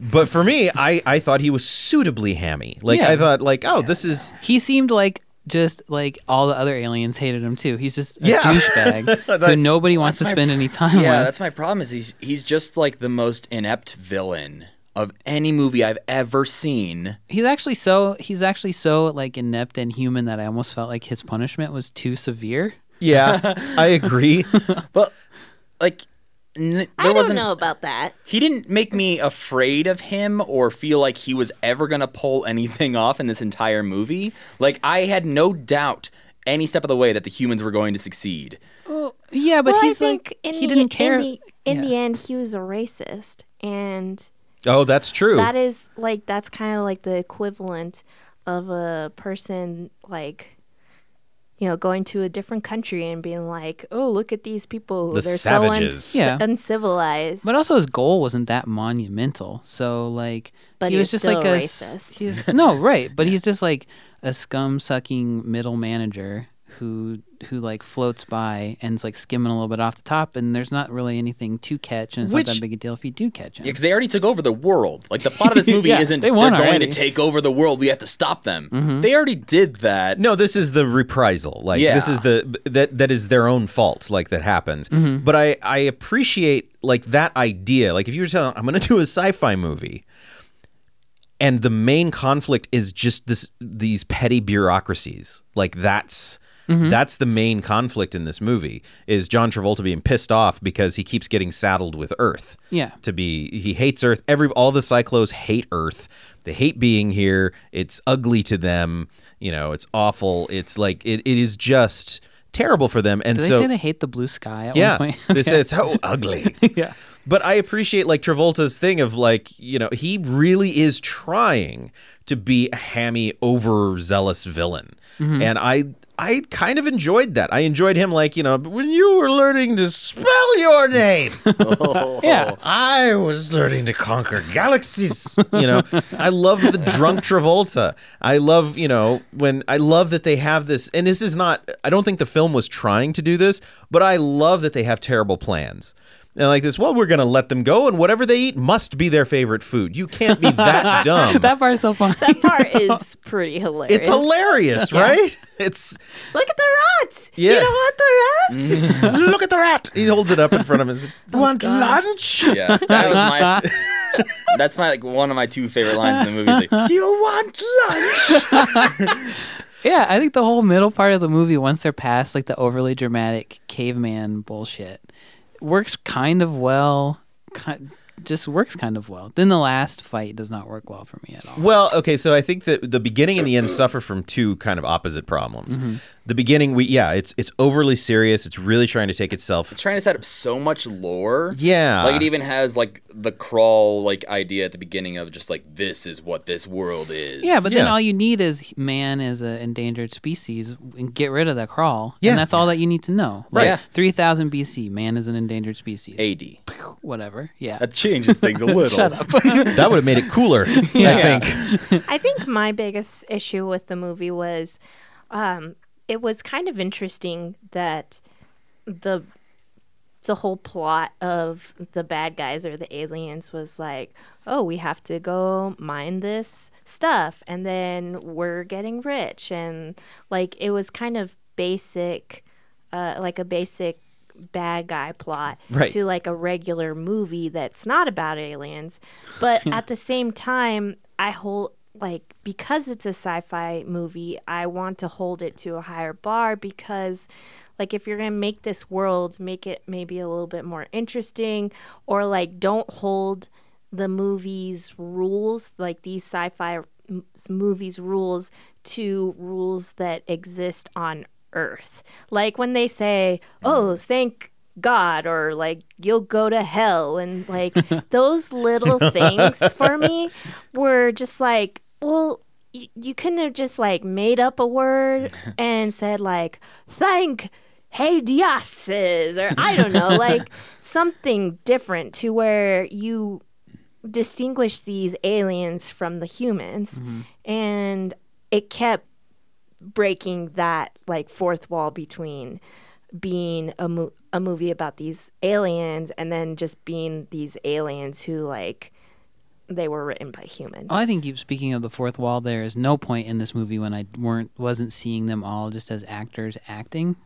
[SPEAKER 1] but for me, I I thought he was suitably hammy. Like
[SPEAKER 3] Yeah.
[SPEAKER 1] I thought like oh this is
[SPEAKER 3] He seemed like just like all the other aliens hated him too. He's just a
[SPEAKER 1] Yeah.
[SPEAKER 3] douchebag who nobody wants to
[SPEAKER 2] my
[SPEAKER 3] spend any time
[SPEAKER 2] Yeah,
[SPEAKER 3] with.
[SPEAKER 2] that's my problem. Is he's he's just like the most inept villain of any movie I've ever seen.
[SPEAKER 3] He's actually so he's actually so like inept and human that I almost felt like his punishment was too severe.
[SPEAKER 1] yeah I agree.
[SPEAKER 2] But like, n- there
[SPEAKER 4] I don't
[SPEAKER 2] wasn't.
[SPEAKER 4] know about that.
[SPEAKER 2] He didn't make me afraid of him or feel like he was ever gonna pull anything off in this entire movie. Like I had no doubt any step of the way that the humans were going to succeed.
[SPEAKER 3] Well, yeah, but
[SPEAKER 4] well,
[SPEAKER 3] he's
[SPEAKER 4] I
[SPEAKER 3] like
[SPEAKER 4] think in
[SPEAKER 3] he
[SPEAKER 4] the,
[SPEAKER 3] didn't care.
[SPEAKER 4] In, the, in
[SPEAKER 3] Yeah.
[SPEAKER 4] the end, he was a racist, and
[SPEAKER 1] Oh, that's true.
[SPEAKER 4] that is like that's kind of like the equivalent of a person like you know going to a different country and being like oh look at these people
[SPEAKER 1] The
[SPEAKER 4] they're
[SPEAKER 1] savages.
[SPEAKER 4] so
[SPEAKER 3] Yeah.
[SPEAKER 4] un- uncivilized
[SPEAKER 3] But also his goal wasn't that monumental. So like
[SPEAKER 4] But
[SPEAKER 3] he
[SPEAKER 4] he
[SPEAKER 3] was just
[SPEAKER 4] was still
[SPEAKER 3] like a s-
[SPEAKER 4] racist.
[SPEAKER 3] he was- no, right, but he's just like a scum sucking middle manager who who like floats by and's like skimming a little bit off the top and there's not really anything to catch and it's
[SPEAKER 1] Which-
[SPEAKER 3] not that big a deal if you do catch him.
[SPEAKER 2] Yeah, because they already took over the world. Like the plot of this movie
[SPEAKER 3] Yeah,
[SPEAKER 2] isn't
[SPEAKER 3] they
[SPEAKER 2] they are
[SPEAKER 3] won
[SPEAKER 2] going
[SPEAKER 3] already. Mm-hmm.
[SPEAKER 2] to take over the world. We have to stop them. They already did that.
[SPEAKER 1] No, this is the reprisal. Like
[SPEAKER 2] Yeah. Mm-hmm.
[SPEAKER 1] this is the that that is their own fault. Like that happens. But I I appreciate like that idea. Like if you were telling I'm going to do a sci-fi movie, and the main conflict is just this these petty bureaucracies. Like that's.
[SPEAKER 2] Mm-hmm.
[SPEAKER 1] That's the main conflict in this movie is John Travolta being pissed off because he keeps getting saddled with Earth
[SPEAKER 3] Yeah.
[SPEAKER 1] to be he hates earth every all the cyclos hate earth they hate being here it's ugly to them you know it's awful it's like it, it is just terrible for them and
[SPEAKER 3] Did
[SPEAKER 1] so
[SPEAKER 3] they say they hate the blue sky at
[SPEAKER 1] yeah
[SPEAKER 3] one point?
[SPEAKER 1] they say it's so ugly
[SPEAKER 3] yeah.
[SPEAKER 1] but i appreciate like travolta's thing of like you know he really is
[SPEAKER 3] Mm-hmm.
[SPEAKER 1] trying to be a hammy overzealous villain and i I kind of enjoyed that. I enjoyed him like, you know, when you were learning to spell your name,
[SPEAKER 3] Yeah.
[SPEAKER 1] I was learning to conquer galaxies. You know, I love the drunk Travolta. I love, you know, when I love that they have this, and this is not, I don't think the film was trying to do this, but I love that they have terrible plans. And like this, well, we're going to let them go, and whatever they eat must be their favorite food. You can't be that dumb.
[SPEAKER 3] that part's so funny.
[SPEAKER 5] That part is pretty hilarious.
[SPEAKER 1] it's hilarious, right? It's
[SPEAKER 5] Look at the rats.
[SPEAKER 1] Yeah. Mm-hmm.
[SPEAKER 5] You don't want the rats?
[SPEAKER 1] look at the rat. He holds it up in front of him. Want lunch?
[SPEAKER 2] Yeah, that was my. That's my like one of my two favorite lines in the movie. It's like, do you want lunch?
[SPEAKER 3] Yeah, I think the whole middle part of the movie, once they're past like the overly dramatic caveman bullshit, works kind of well. Ki just works kind of well. Then the last fight does not work well for me at all.
[SPEAKER 1] Well, okay, so I think that the beginning and the end suffer from two kind of opposite problems. The beginning, we yeah, it's it's overly serious. It's really trying to take itself.
[SPEAKER 2] It's trying to set up so much lore.
[SPEAKER 1] Yeah.
[SPEAKER 2] like it even has like the crawl like idea at the beginning of just like this is what this world is.
[SPEAKER 3] Yeah, but then
[SPEAKER 1] Yeah.
[SPEAKER 3] all you need is man is an endangered species and get rid of the crawl.
[SPEAKER 1] Yeah.
[SPEAKER 3] And that's all that you need to know.
[SPEAKER 1] Right.
[SPEAKER 3] Like, 3000 BC, man is an endangered species.
[SPEAKER 2] AD
[SPEAKER 3] Whatever. Yeah.
[SPEAKER 2] that changes things a little.
[SPEAKER 3] Shut up.
[SPEAKER 1] That would have made it cooler, I think.
[SPEAKER 5] I think my biggest issue with the movie was um, it was kind of interesting that the the whole plot of the bad guys or the aliens was like, oh, we have to go mine this stuff and then we're getting rich and like it was kind of basic uh, like a basic bad guy plot
[SPEAKER 1] Right.
[SPEAKER 5] to like a regular movie that's not about aliens. But at the same time, I hold like because it's a sci-fi movie, I want to hold it to a higher bar because like if you're going to make this world, make it maybe a little bit more interesting or like don't hold the movie's rules, like these sci-fi m- movies rules to rules that exist on earth. Like when they say, "Oh, thank God," or like "You'll go to hell," and like those little things for me were just like, well, y- you couldn't have just like made up a word and said like "thank." Hey Dioses, or I don't know, like something different to where you distinguish these aliens from the humans and it kept breaking that like fourth wall between being a, mo- a movie about these aliens and then just being these aliens who like they were written by humans
[SPEAKER 3] Oh, I think you speaking of the fourth wall, there is no point in this movie when I weren't wasn't seeing them all just as actors acting.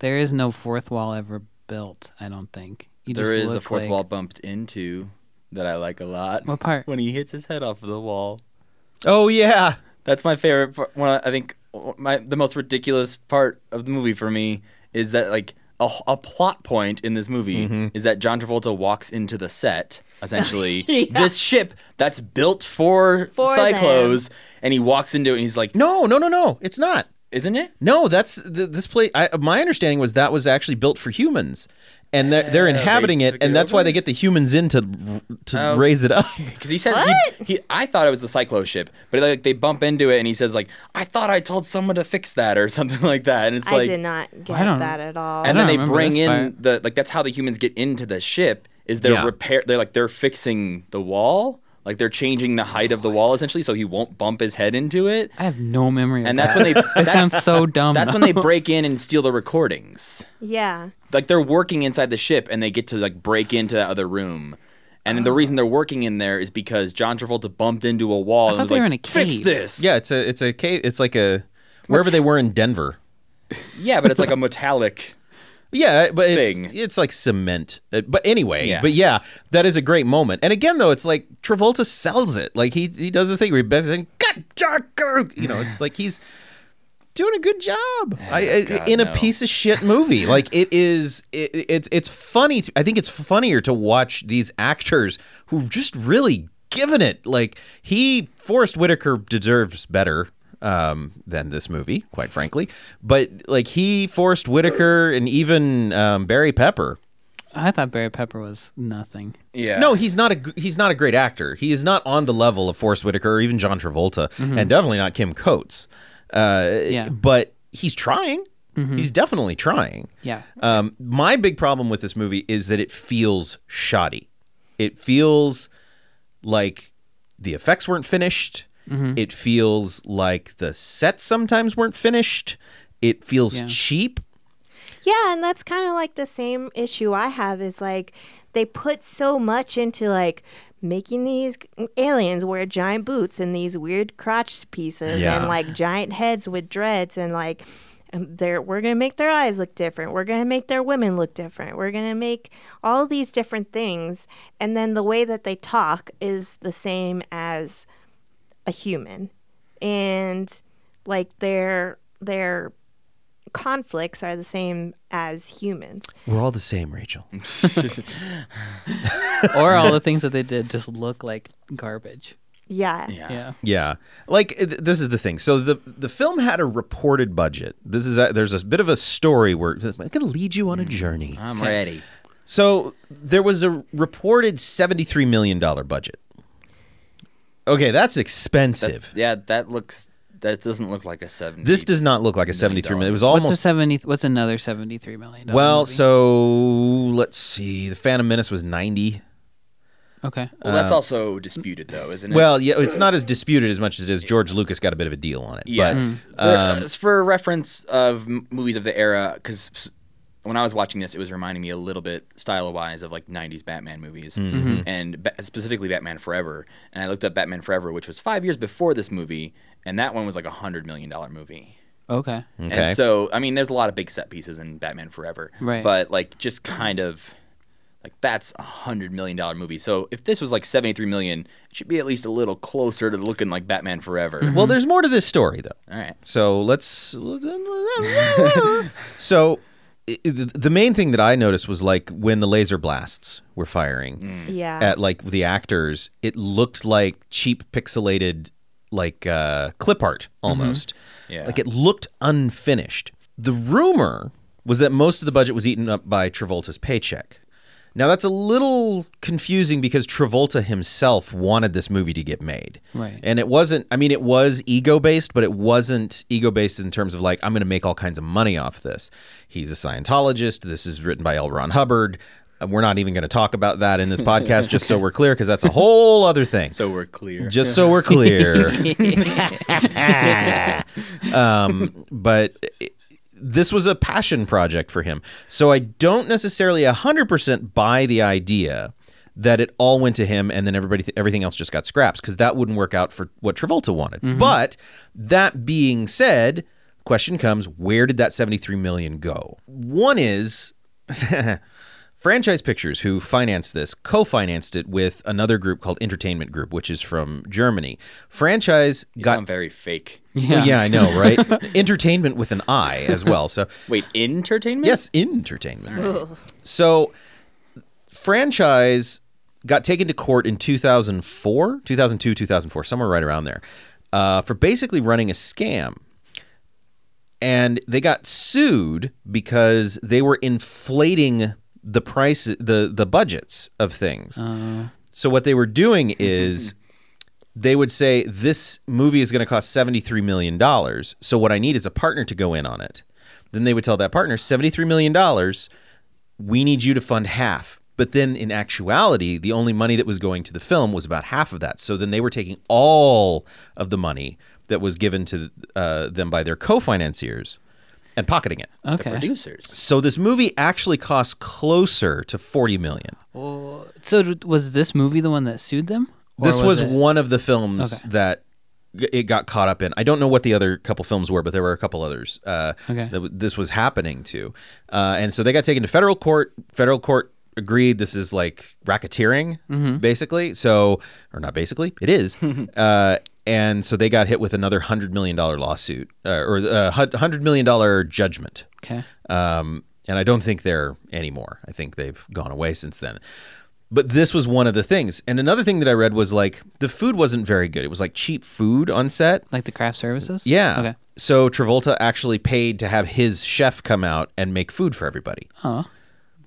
[SPEAKER 3] There is no fourth wall ever built. I don't think you
[SPEAKER 2] There
[SPEAKER 3] just
[SPEAKER 2] is a
[SPEAKER 3] look
[SPEAKER 2] fourth
[SPEAKER 3] like-
[SPEAKER 2] wall bumped into that I like a lot.
[SPEAKER 3] What part?
[SPEAKER 2] When he hits his head off of the wall.
[SPEAKER 1] Oh yeah.
[SPEAKER 2] That's my favorite part. One, I think my the most ridiculous part of the movie for me is that like a, a plot point in this movie
[SPEAKER 5] Mm-hmm.
[SPEAKER 2] is that John Travolta walks into the set essentially this ship that's built for,
[SPEAKER 5] For
[SPEAKER 2] cyclos and he walks into it and he's like
[SPEAKER 1] No, no, no, no. It's not.
[SPEAKER 2] isn't it
[SPEAKER 1] No, that's th- this place. I, my understanding was that was actually built for humans, and they're, they're inhabiting it,
[SPEAKER 2] took
[SPEAKER 1] and
[SPEAKER 2] it
[SPEAKER 1] that's why
[SPEAKER 2] over?
[SPEAKER 1] they get the humans in to to raise it up.
[SPEAKER 2] because he says he, he I thought it was the cyclo ship but like they bump into it and he says like I thought I told someone to fix that or something like that and it's
[SPEAKER 5] I
[SPEAKER 2] like
[SPEAKER 5] did not get
[SPEAKER 3] I don't-
[SPEAKER 5] that at all
[SPEAKER 2] and
[SPEAKER 3] I
[SPEAKER 2] then
[SPEAKER 3] don't
[SPEAKER 2] they
[SPEAKER 3] remember
[SPEAKER 2] bring
[SPEAKER 3] this
[SPEAKER 2] in the like that's how the humans get into the ship is they're
[SPEAKER 1] Yeah.
[SPEAKER 2] repair they're like they're fixing the wall like they're changing the height of the wall essentially so he won't bump his head into it
[SPEAKER 3] I have no memory. of
[SPEAKER 2] and that's
[SPEAKER 3] that.
[SPEAKER 2] when they
[SPEAKER 3] That
[SPEAKER 2] that's,
[SPEAKER 3] sounds so dumb.
[SPEAKER 2] that's when
[SPEAKER 3] though.
[SPEAKER 2] they break in and steal the recordings
[SPEAKER 5] yeah
[SPEAKER 2] like they're working inside the ship and they get to like break into that other room and
[SPEAKER 3] Ah.
[SPEAKER 2] then the reason they're working in there is because John Travolta bumped into a wall
[SPEAKER 3] I
[SPEAKER 2] and
[SPEAKER 3] thought
[SPEAKER 2] was
[SPEAKER 3] they
[SPEAKER 2] like
[SPEAKER 3] were in a
[SPEAKER 2] fix
[SPEAKER 3] cave."
[SPEAKER 2] this
[SPEAKER 1] Yeah, it's a it's a cave. It's like a wherever they were in Denver.
[SPEAKER 2] yeah but it's like a metallic
[SPEAKER 1] Yeah, but it's
[SPEAKER 2] thing.
[SPEAKER 1] it's like cement. Uh, But anyway,
[SPEAKER 2] Yeah.
[SPEAKER 1] but yeah, that is a great moment. And again, though, it's like Travolta sells it. Like he he does this thing where he best saying, "God, God, God," you know, it's like he's doing a good job I, I,
[SPEAKER 2] God,
[SPEAKER 1] in a
[SPEAKER 2] no.
[SPEAKER 1] piece of shit movie. like it is, it, it's it's funny. To, I think it's funnier to watch these actors who just really given it. Like he, Forrest Whitaker deserves better um, than this movie, quite frankly. But like he, Forrest Whitaker, and even um, Barry Pepper.
[SPEAKER 3] I thought Barry Pepper was nothing.
[SPEAKER 2] yeah
[SPEAKER 1] No, he's not a g- he's not a great actor. He is not on the
[SPEAKER 2] Mm-hmm.
[SPEAKER 1] level of Forrest Whitaker or even John Travolta, and definitely not Kim Coates. Uh,
[SPEAKER 3] Yeah.
[SPEAKER 1] but he's trying. He's definitely trying.
[SPEAKER 3] Yeah.
[SPEAKER 1] Um, my big problem with this movie is that it feels shoddy. It feels like the effects weren't finished. It feels like the sets sometimes weren't finished. It feels
[SPEAKER 3] Yeah.
[SPEAKER 1] cheap.
[SPEAKER 5] Yeah, and that's kind of like the same issue I have is like they put so much into like making these aliens wear giant boots and these weird crotch pieces
[SPEAKER 1] Yeah.
[SPEAKER 5] and like giant heads with dreads and like um, they're, we're gonna make their eyes look different. We're gonna make their women look different. We're gonna make all these different things, and then the way that they talk is the same as a human, and like their their conflicts are the same as humans.
[SPEAKER 1] We're all the same, Rachel.
[SPEAKER 3] or all the things that they did just look like garbage.
[SPEAKER 5] Yeah.
[SPEAKER 2] Yeah.
[SPEAKER 3] Yeah.
[SPEAKER 1] Yeah, like th- this is the thing. So the the film had a reported budget. This is a, there's a bit of a story where I'm going to lead you on a journey.
[SPEAKER 2] I'm ready.
[SPEAKER 1] So there was a reported seventy three million dollar budget. Okay, that's expensive.
[SPEAKER 2] That's, yeah, that looks. That doesn't look like a seven.
[SPEAKER 1] this does not look like a seventy three million. It was almost
[SPEAKER 3] what's a seventy? What's another seventy-three million? dollar
[SPEAKER 1] well.
[SPEAKER 3] movie?
[SPEAKER 1] So let's see. The Phantom Menace was ninety.
[SPEAKER 3] okay.
[SPEAKER 2] Well, that's also disputed, though, isn't it?
[SPEAKER 1] uh, Well, yeah, it's not as disputed as much as it is. George Lucas got a bit of a deal on it.
[SPEAKER 2] Yeah.
[SPEAKER 1] but um,
[SPEAKER 2] For- uh, for reference of m- movies of the era, because when I was watching this, it was reminding me a little bit style wise of like 90s Batman movies,
[SPEAKER 1] Mm-hmm.
[SPEAKER 2] and ba- specifically Batman Forever. And I looked up Batman Forever, which was five years before this movie, and that one was like a $100 million movie.
[SPEAKER 3] Okay.
[SPEAKER 1] Okay.
[SPEAKER 2] And so, I mean, there's a lot of big set pieces in Batman Forever.
[SPEAKER 3] Right.
[SPEAKER 2] But, like, just kind of. Like that's a hundred million dollar movie. So if this was like seventy three million, it should be at least a little closer to looking like Batman Forever.
[SPEAKER 3] Mm-hmm.
[SPEAKER 1] well, there's more to this story though.
[SPEAKER 2] All right.
[SPEAKER 1] So let's. so i- i- the main thing that I noticed was like when the laser blasts were firing
[SPEAKER 3] Mm.
[SPEAKER 4] Yeah.
[SPEAKER 1] at like the actors, it looked like cheap pixelated like uh, clip art almost.
[SPEAKER 2] Yeah.
[SPEAKER 1] Like it looked unfinished. The rumor was that most of the budget was eaten up by Travolta's paycheck. Now that's a little confusing because Travolta himself wanted this movie to get made.
[SPEAKER 3] Right.
[SPEAKER 1] And it wasn't I mean it was ego based, but it wasn't ego based in terms of like I'm going to make all kinds of money off this. He's a Scientologist. This is written by L. Ron Hubbard. Uh, We're not even going to talk about that in this podcast just so we're clear because that's a whole other thing.
[SPEAKER 2] So we're clear.
[SPEAKER 1] just so we're clear. um, but it- this was a passion project for him. So I don't necessarily 100% buy the idea that it all went to him and then everybody everything else just got scraps because that wouldn't work out for what Travolta wanted. But that being said, question comes where did that 73 million go? One is Franchise Pictures, who financed this, co financed it with another group called Entertainment Group, which is from Germany. Franchise
[SPEAKER 2] You
[SPEAKER 1] got
[SPEAKER 2] sound very fake.
[SPEAKER 1] well, yeah, I know, right? entertainment with an I as well. So,
[SPEAKER 2] Wait, entertainment?
[SPEAKER 1] yes, entertainment. So, franchise got taken to court in 2004, 2002, 2004, somewhere right around there, uh, for basically running a scam. And they got sued because they were inflating the price, the the budgets of things. So what they were doing is they would say this movie is going to cost 73 million dollars. So what I need is a partner to go in on it. Then they would tell that partner 73 million dollars, we need you to fund half. But then in actuality, the only money that was going to the film was about half of that. So then they were taking all of the money that was given to uh, them by their co-financiers and pocketing it.
[SPEAKER 3] Okay.
[SPEAKER 2] Producers.
[SPEAKER 1] So this movie actually costs closer to 40 million.
[SPEAKER 3] So d- was this movie the one that sued them? Or
[SPEAKER 1] this was,
[SPEAKER 3] it-
[SPEAKER 1] one of the films
[SPEAKER 3] Okay.
[SPEAKER 1] that g- it got caught up in. I don't know what the other couple films were, but there were a couple others uh,
[SPEAKER 3] Okay.
[SPEAKER 1] that w- this was happening to. Uh, and so they got taken to federal court. Federal court agreed this is like racketeering,
[SPEAKER 3] Mm-hmm.
[SPEAKER 1] basically. So, or not basically, it is. uh, and so they got hit with another $100 million lawsuit uh, or uh, hu- $100 million judgment.
[SPEAKER 3] Okay.
[SPEAKER 1] Um, and I don't think they're anymore. I think they've gone away since then. But this was one of the things. And another thing that I read was like the food wasn't very good. It was like cheap food on set.
[SPEAKER 3] Like the craft services?
[SPEAKER 1] Yeah.
[SPEAKER 3] Okay.
[SPEAKER 1] So Travolta actually paid to have his chef come out and make food for everybody.
[SPEAKER 3] Oh.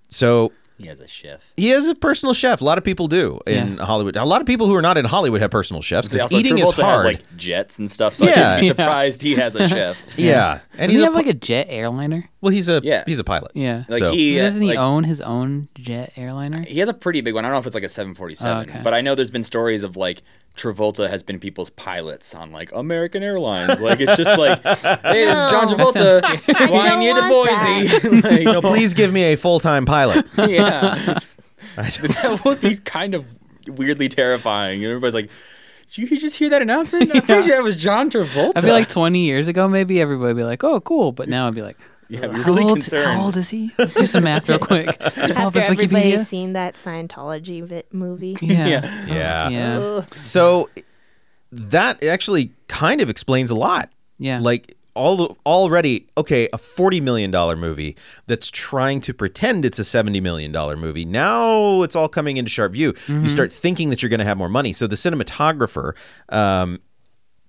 [SPEAKER 1] So
[SPEAKER 2] He has a chef.
[SPEAKER 1] He is a personal chef. A lot of people do in
[SPEAKER 3] Yeah.
[SPEAKER 1] Hollywood. A lot of people who are not in Hollywood have personal chefs because
[SPEAKER 2] Also,
[SPEAKER 1] eating
[SPEAKER 2] Travolta
[SPEAKER 1] is hard.
[SPEAKER 2] Has, like jets and stuff, so I
[SPEAKER 1] Yeah.
[SPEAKER 2] shouldn't be
[SPEAKER 1] Yeah.
[SPEAKER 2] surprised he has a chef.
[SPEAKER 1] yeah, and
[SPEAKER 3] Doesn't he
[SPEAKER 1] he's a,
[SPEAKER 3] have
[SPEAKER 1] pi-
[SPEAKER 3] like a jet airliner?
[SPEAKER 1] well, he's a
[SPEAKER 2] Yeah.
[SPEAKER 1] he's a pilot.
[SPEAKER 3] Yeah.
[SPEAKER 2] Like
[SPEAKER 1] So-
[SPEAKER 2] he
[SPEAKER 3] Doesn't he
[SPEAKER 2] like,
[SPEAKER 3] own his own jet airliner?
[SPEAKER 2] He has a pretty big one. I don't know if it's like a 747,
[SPEAKER 3] Oh, okay.
[SPEAKER 2] but I know there's been stories of like Travolta has been people's pilots on like American Airlines. Like it's just like, hey, this is John
[SPEAKER 4] No.
[SPEAKER 2] Travolta
[SPEAKER 3] sounds
[SPEAKER 2] flying
[SPEAKER 4] don't
[SPEAKER 2] you to
[SPEAKER 4] want that.
[SPEAKER 2] Boise.
[SPEAKER 1] No, please give me a full time pilot.
[SPEAKER 2] like, yeah,
[SPEAKER 1] I don't-
[SPEAKER 2] that would be kind of weirdly terrifying. And everybody's like, did you just hear that announcement? I'm pretty sure that was John Travolta.
[SPEAKER 3] I feel like 20 years ago, maybe everybody would be like, oh, cool. But now I'd be like,
[SPEAKER 2] yeah, I'm
[SPEAKER 3] how,
[SPEAKER 2] really
[SPEAKER 3] old,
[SPEAKER 2] concerned.
[SPEAKER 3] how old is he? Let's do some math real quick. Pull up
[SPEAKER 5] After
[SPEAKER 3] his
[SPEAKER 5] everybody's
[SPEAKER 3] Wikipedia.
[SPEAKER 5] seen that Scientology vi- movie.
[SPEAKER 3] Yeah.
[SPEAKER 2] Yeah.
[SPEAKER 1] yeah.
[SPEAKER 3] Yeah.
[SPEAKER 1] So that actually kind of explains a lot.
[SPEAKER 3] Yeah.
[SPEAKER 1] Like all the- already okay, a 40 million dollar movie that's trying to pretend it's a 70 million dollar movie. Now it's all coming into sharp view. You start thinking that you're going to have more money. So the cinematographer um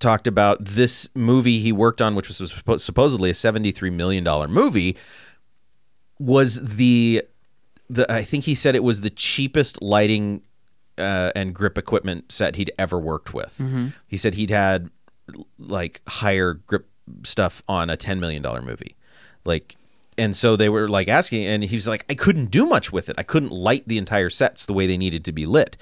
[SPEAKER 1] talked about this movie he worked on which was suppo- supposedly a 73 million dollar movie was the the I think he said it was the cheapest lighting uh, and grip equipment set he'd ever worked with. He said he'd had l- like higher grip stuff on a ten million dollar movie, like. And so they were like asking, and he was like, I couldn't do much with it. I couldn't light the entire sets the way they needed to be lit.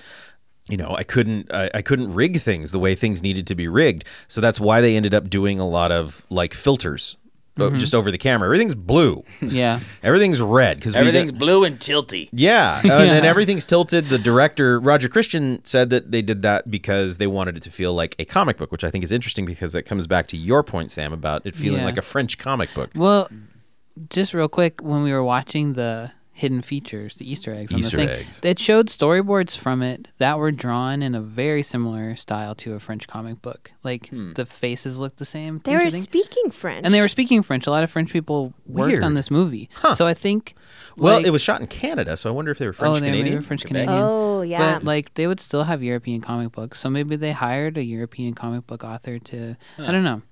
[SPEAKER 1] You know, I couldn't, I, I couldn't rig things the way things needed to be rigged. So that's why they ended up doing a lot of like filters uh, just over the camera. Everything's blue.
[SPEAKER 3] Yeah.
[SPEAKER 1] Everything's red because
[SPEAKER 2] Everything's blue and tilty.
[SPEAKER 1] yeah, and then everything's tilted. The director Roger Christian said that they did that because they wanted it to feel like a comic book, which I think is interesting because that comes back to your point, Sam, about it feeling
[SPEAKER 3] Yeah.
[SPEAKER 1] like a French comic book.
[SPEAKER 3] Well, just real quick, when we were watching the hidden features, the Easter eggs
[SPEAKER 1] Easter
[SPEAKER 3] on the thing,
[SPEAKER 1] eggs.
[SPEAKER 3] it showed storyboards from it that were drawn in a very similar style to a French comic book. Like
[SPEAKER 1] Hmm.
[SPEAKER 3] the faces looked the same.
[SPEAKER 5] They
[SPEAKER 3] don't you
[SPEAKER 5] were
[SPEAKER 3] think?
[SPEAKER 5] speaking French.
[SPEAKER 3] and they were speaking French. A lot of French people worked
[SPEAKER 1] Weird.
[SPEAKER 3] on this movie, so I think.
[SPEAKER 1] Well,
[SPEAKER 3] like-
[SPEAKER 1] it was shot in Canada, so I wonder if they were
[SPEAKER 3] oh,
[SPEAKER 1] French
[SPEAKER 3] they maybe
[SPEAKER 1] Canadian.
[SPEAKER 3] were French
[SPEAKER 2] Quebec.
[SPEAKER 3] Canadian.
[SPEAKER 5] Oh yeah.
[SPEAKER 3] But like they would still have European comic books, so maybe they hired a European comic book author to. I don't know.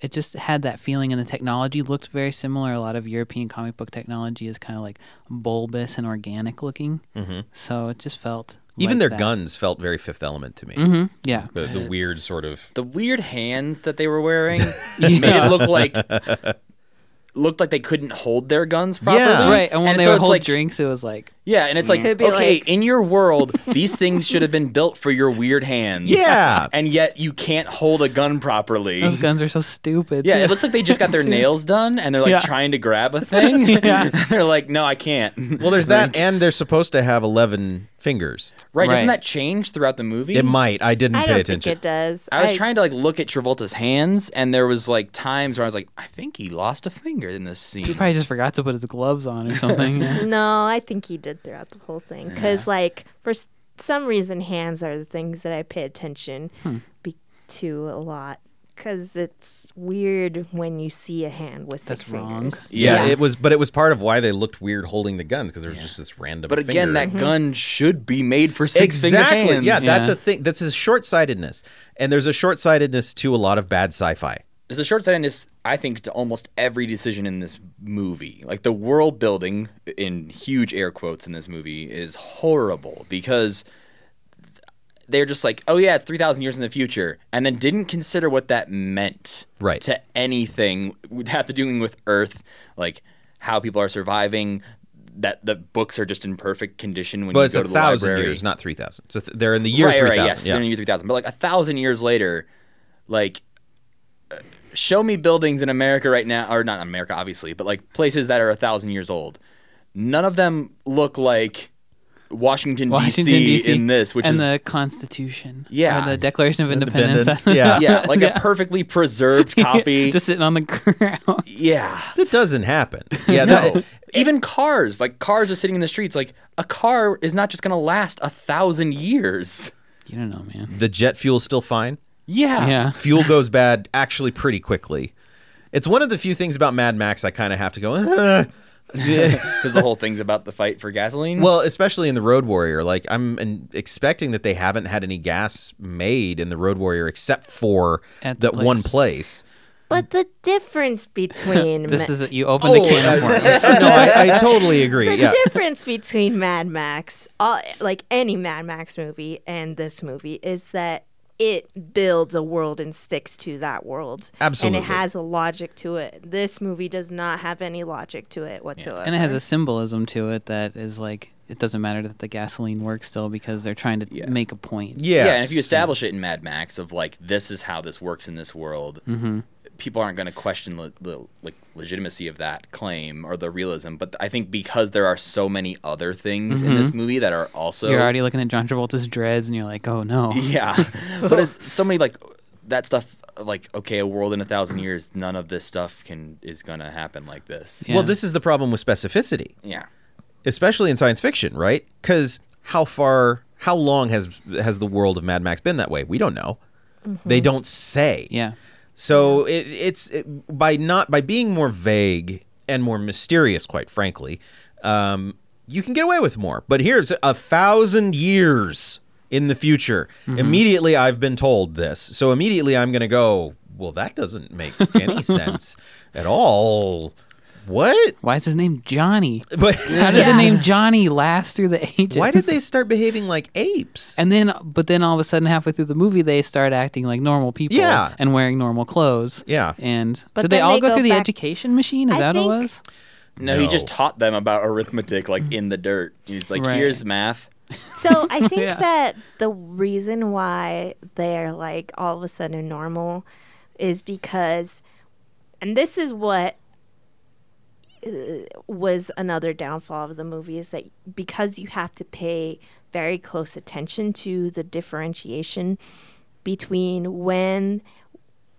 [SPEAKER 3] It just had that feeling, and the technology looked very similar. A lot of European comic book technology is kind of like bulbous and organic looking, mm-hmm. so it just felt
[SPEAKER 1] Even
[SPEAKER 3] like
[SPEAKER 1] their
[SPEAKER 3] that.
[SPEAKER 1] guns felt very Fifth Element to me.
[SPEAKER 3] hmm Yeah,
[SPEAKER 1] The, the weird sort of.
[SPEAKER 2] the weird hands that they were wearing made it look like looked like they couldn't hold their guns properly.
[SPEAKER 1] Yeah. Mm-hmm.
[SPEAKER 3] right. And when they
[SPEAKER 2] so
[SPEAKER 3] would
[SPEAKER 2] it's
[SPEAKER 3] hold
[SPEAKER 2] like-
[SPEAKER 3] drinks, it was like
[SPEAKER 2] yeah, and it's like
[SPEAKER 4] It'd be
[SPEAKER 2] okay,
[SPEAKER 4] like-
[SPEAKER 2] in your world, these things should have been built for your weird hands.
[SPEAKER 1] Yeah.
[SPEAKER 2] and yet you can't hold a gun properly.
[SPEAKER 3] those guns are so stupid.
[SPEAKER 2] Yeah,
[SPEAKER 3] too.
[SPEAKER 2] it looks like they just got their nails done and they're like
[SPEAKER 3] Yeah.
[SPEAKER 2] trying to grab a thing. yeah. they're like, no, I can't.
[SPEAKER 1] Well, there's that, and they're supposed to have eleven fingers.
[SPEAKER 2] Right, Doesn't
[SPEAKER 3] Right.
[SPEAKER 2] that change throughout the movie?
[SPEAKER 3] Mm.
[SPEAKER 1] It might. I didn't
[SPEAKER 5] I
[SPEAKER 1] pay
[SPEAKER 5] don't
[SPEAKER 1] attention.
[SPEAKER 5] think it does.
[SPEAKER 2] I was trying to like look at Travolta's hands, and there was like times where I was like, I think he lost a finger in this scene.
[SPEAKER 3] he probably just forgot to put his gloves on or something. yeah.
[SPEAKER 5] No, I think he did throughout the whole thing. Because, like, for s- some reason, hands are the things that I pay attention
[SPEAKER 3] Hmm.
[SPEAKER 5] be- to a lot. Because it's weird when you see a hand with six
[SPEAKER 3] That's wrong.
[SPEAKER 5] fingers.
[SPEAKER 1] yeah,
[SPEAKER 5] Yeah.
[SPEAKER 1] it was, but it was part of why they looked weird holding the guns because there was just this random.
[SPEAKER 2] But again,
[SPEAKER 1] finger. Mm-hmm.
[SPEAKER 2] that gun should be made for six
[SPEAKER 1] exactly.
[SPEAKER 2] finger hands.
[SPEAKER 1] Yeah, that's
[SPEAKER 3] Yeah.
[SPEAKER 1] a thing. That's a short sightedness, and there's a short sightedness to a lot of bad sci-fi.
[SPEAKER 2] There's a short sightedness, I think, to almost every decision in this movie. Like the world building, in huge air quotes in this movie, is horrible because they're just like, oh yeah, it's three thousand years in the future, and then didn't consider what that meant
[SPEAKER 1] Right.
[SPEAKER 2] to anything would have to doing with Earth, like how people are surviving. That the books are just in perfect condition when
[SPEAKER 1] But
[SPEAKER 2] you
[SPEAKER 1] it's
[SPEAKER 2] go
[SPEAKER 1] a
[SPEAKER 2] to the
[SPEAKER 1] thousand
[SPEAKER 2] library.
[SPEAKER 1] years, not three thousand. So th- they're in the year three thousand.
[SPEAKER 2] yes,
[SPEAKER 1] yeah.
[SPEAKER 2] they're in the year 3000. But like a thousand years later, like, uh, show me buildings in America right now, or not America, obviously, but like places that are a thousand years old. None of them look like Washington,
[SPEAKER 3] Washington
[SPEAKER 2] D.C.
[SPEAKER 3] D.C.
[SPEAKER 2] in this, which
[SPEAKER 3] and
[SPEAKER 2] is
[SPEAKER 3] the Constitution,
[SPEAKER 2] Yeah.
[SPEAKER 3] or the Declaration of Independence,
[SPEAKER 1] yeah.
[SPEAKER 2] yeah, like a perfectly preserved copy.
[SPEAKER 3] just sitting on the ground.
[SPEAKER 2] yeah.
[SPEAKER 1] That doesn't happen. Yeah,
[SPEAKER 2] No.
[SPEAKER 1] that,
[SPEAKER 2] Even cars, like cars are sitting in the streets. Like a car is not just going to last a thousand years.
[SPEAKER 3] You don't know, man.
[SPEAKER 1] the jet fuel's still fine. Ah.
[SPEAKER 3] Yeah.
[SPEAKER 1] Fuel goes bad actually pretty quickly. It's one of the few things about Mad Max I kind of have to go. "Uh."
[SPEAKER 2] Because the whole thing's about the fight for gasoline.
[SPEAKER 1] Well, especially in the Road Warrior, like I'm in, expecting that they haven't had any gas made in the Road Warrior except for
[SPEAKER 3] At the
[SPEAKER 1] that one
[SPEAKER 3] place.
[SPEAKER 1] place.
[SPEAKER 5] But the difference between
[SPEAKER 3] This
[SPEAKER 5] Ma-
[SPEAKER 3] is you open the can of worms.
[SPEAKER 1] Oh, no, I, I totally agree.
[SPEAKER 5] the
[SPEAKER 1] Yeah.
[SPEAKER 5] difference between Mad Max, all, like any Mad Max movie, and this movie is that it builds a world and sticks to that world.
[SPEAKER 1] Absolutely.
[SPEAKER 5] And it has a logic to it. This movie does not have any logic to it whatsoever.
[SPEAKER 3] And it has a symbolism to it that is like it doesn't matter that the gasoline works still because they're trying to make a point.
[SPEAKER 1] Yes.
[SPEAKER 2] Yeah, and if you establish it in Mad Max of like this is how this works in this world,
[SPEAKER 3] Mm-hmm.
[SPEAKER 2] people aren't going to question the, the like legitimacy of that claim or the realism. But I think because there are so many other things in this movie that are also
[SPEAKER 3] Mm-hmm. You're already looking at John Travolta's dreads and you're like, oh no.
[SPEAKER 2] yeah, but it's so many like that stuff like okay, a world in a thousand years, none of this stuff can is going to happen like this.
[SPEAKER 3] Yeah.
[SPEAKER 1] Well, this is the problem with specificity,
[SPEAKER 2] yeah.
[SPEAKER 1] especially in science fiction, right? Because how far, how long has has the world of Mad Max been that way? We don't know. They don't say.
[SPEAKER 3] Yeah.
[SPEAKER 1] So it, it's it, by not by being more vague and more mysterious, quite frankly, um, you can get away with more. But here's a thousand years in the future.
[SPEAKER 3] Mm-hmm.
[SPEAKER 1] Immediately, I've been told this, so immediately I'm going to go. Well, that doesn't make any sense at all. What?
[SPEAKER 3] Why is his name Johnny?
[SPEAKER 1] But
[SPEAKER 3] How did the name Johnny last through the ages?
[SPEAKER 1] why did they start behaving like apes?
[SPEAKER 3] And then, but then all of a sudden, halfway through the movie, they start acting like normal people
[SPEAKER 1] Yeah.
[SPEAKER 3] and wearing normal clothes.
[SPEAKER 1] Yeah.
[SPEAKER 3] And
[SPEAKER 5] But
[SPEAKER 3] did they
[SPEAKER 5] then
[SPEAKER 3] all
[SPEAKER 5] they
[SPEAKER 3] go,
[SPEAKER 5] go
[SPEAKER 3] through the
[SPEAKER 5] back-
[SPEAKER 3] education machine? Is
[SPEAKER 5] I
[SPEAKER 3] that
[SPEAKER 5] think-
[SPEAKER 3] what it was?
[SPEAKER 2] No, he just
[SPEAKER 1] No.
[SPEAKER 2] taught them about arithmetic like in the dirt. He's like,
[SPEAKER 3] Mm. Right.
[SPEAKER 2] here's math.
[SPEAKER 5] So I think
[SPEAKER 3] Yeah.
[SPEAKER 5] that the reason why they're like all of a sudden normal is because, and this is what uh, was another downfall of the movie is that because you have to pay very close attention to the differentiation between when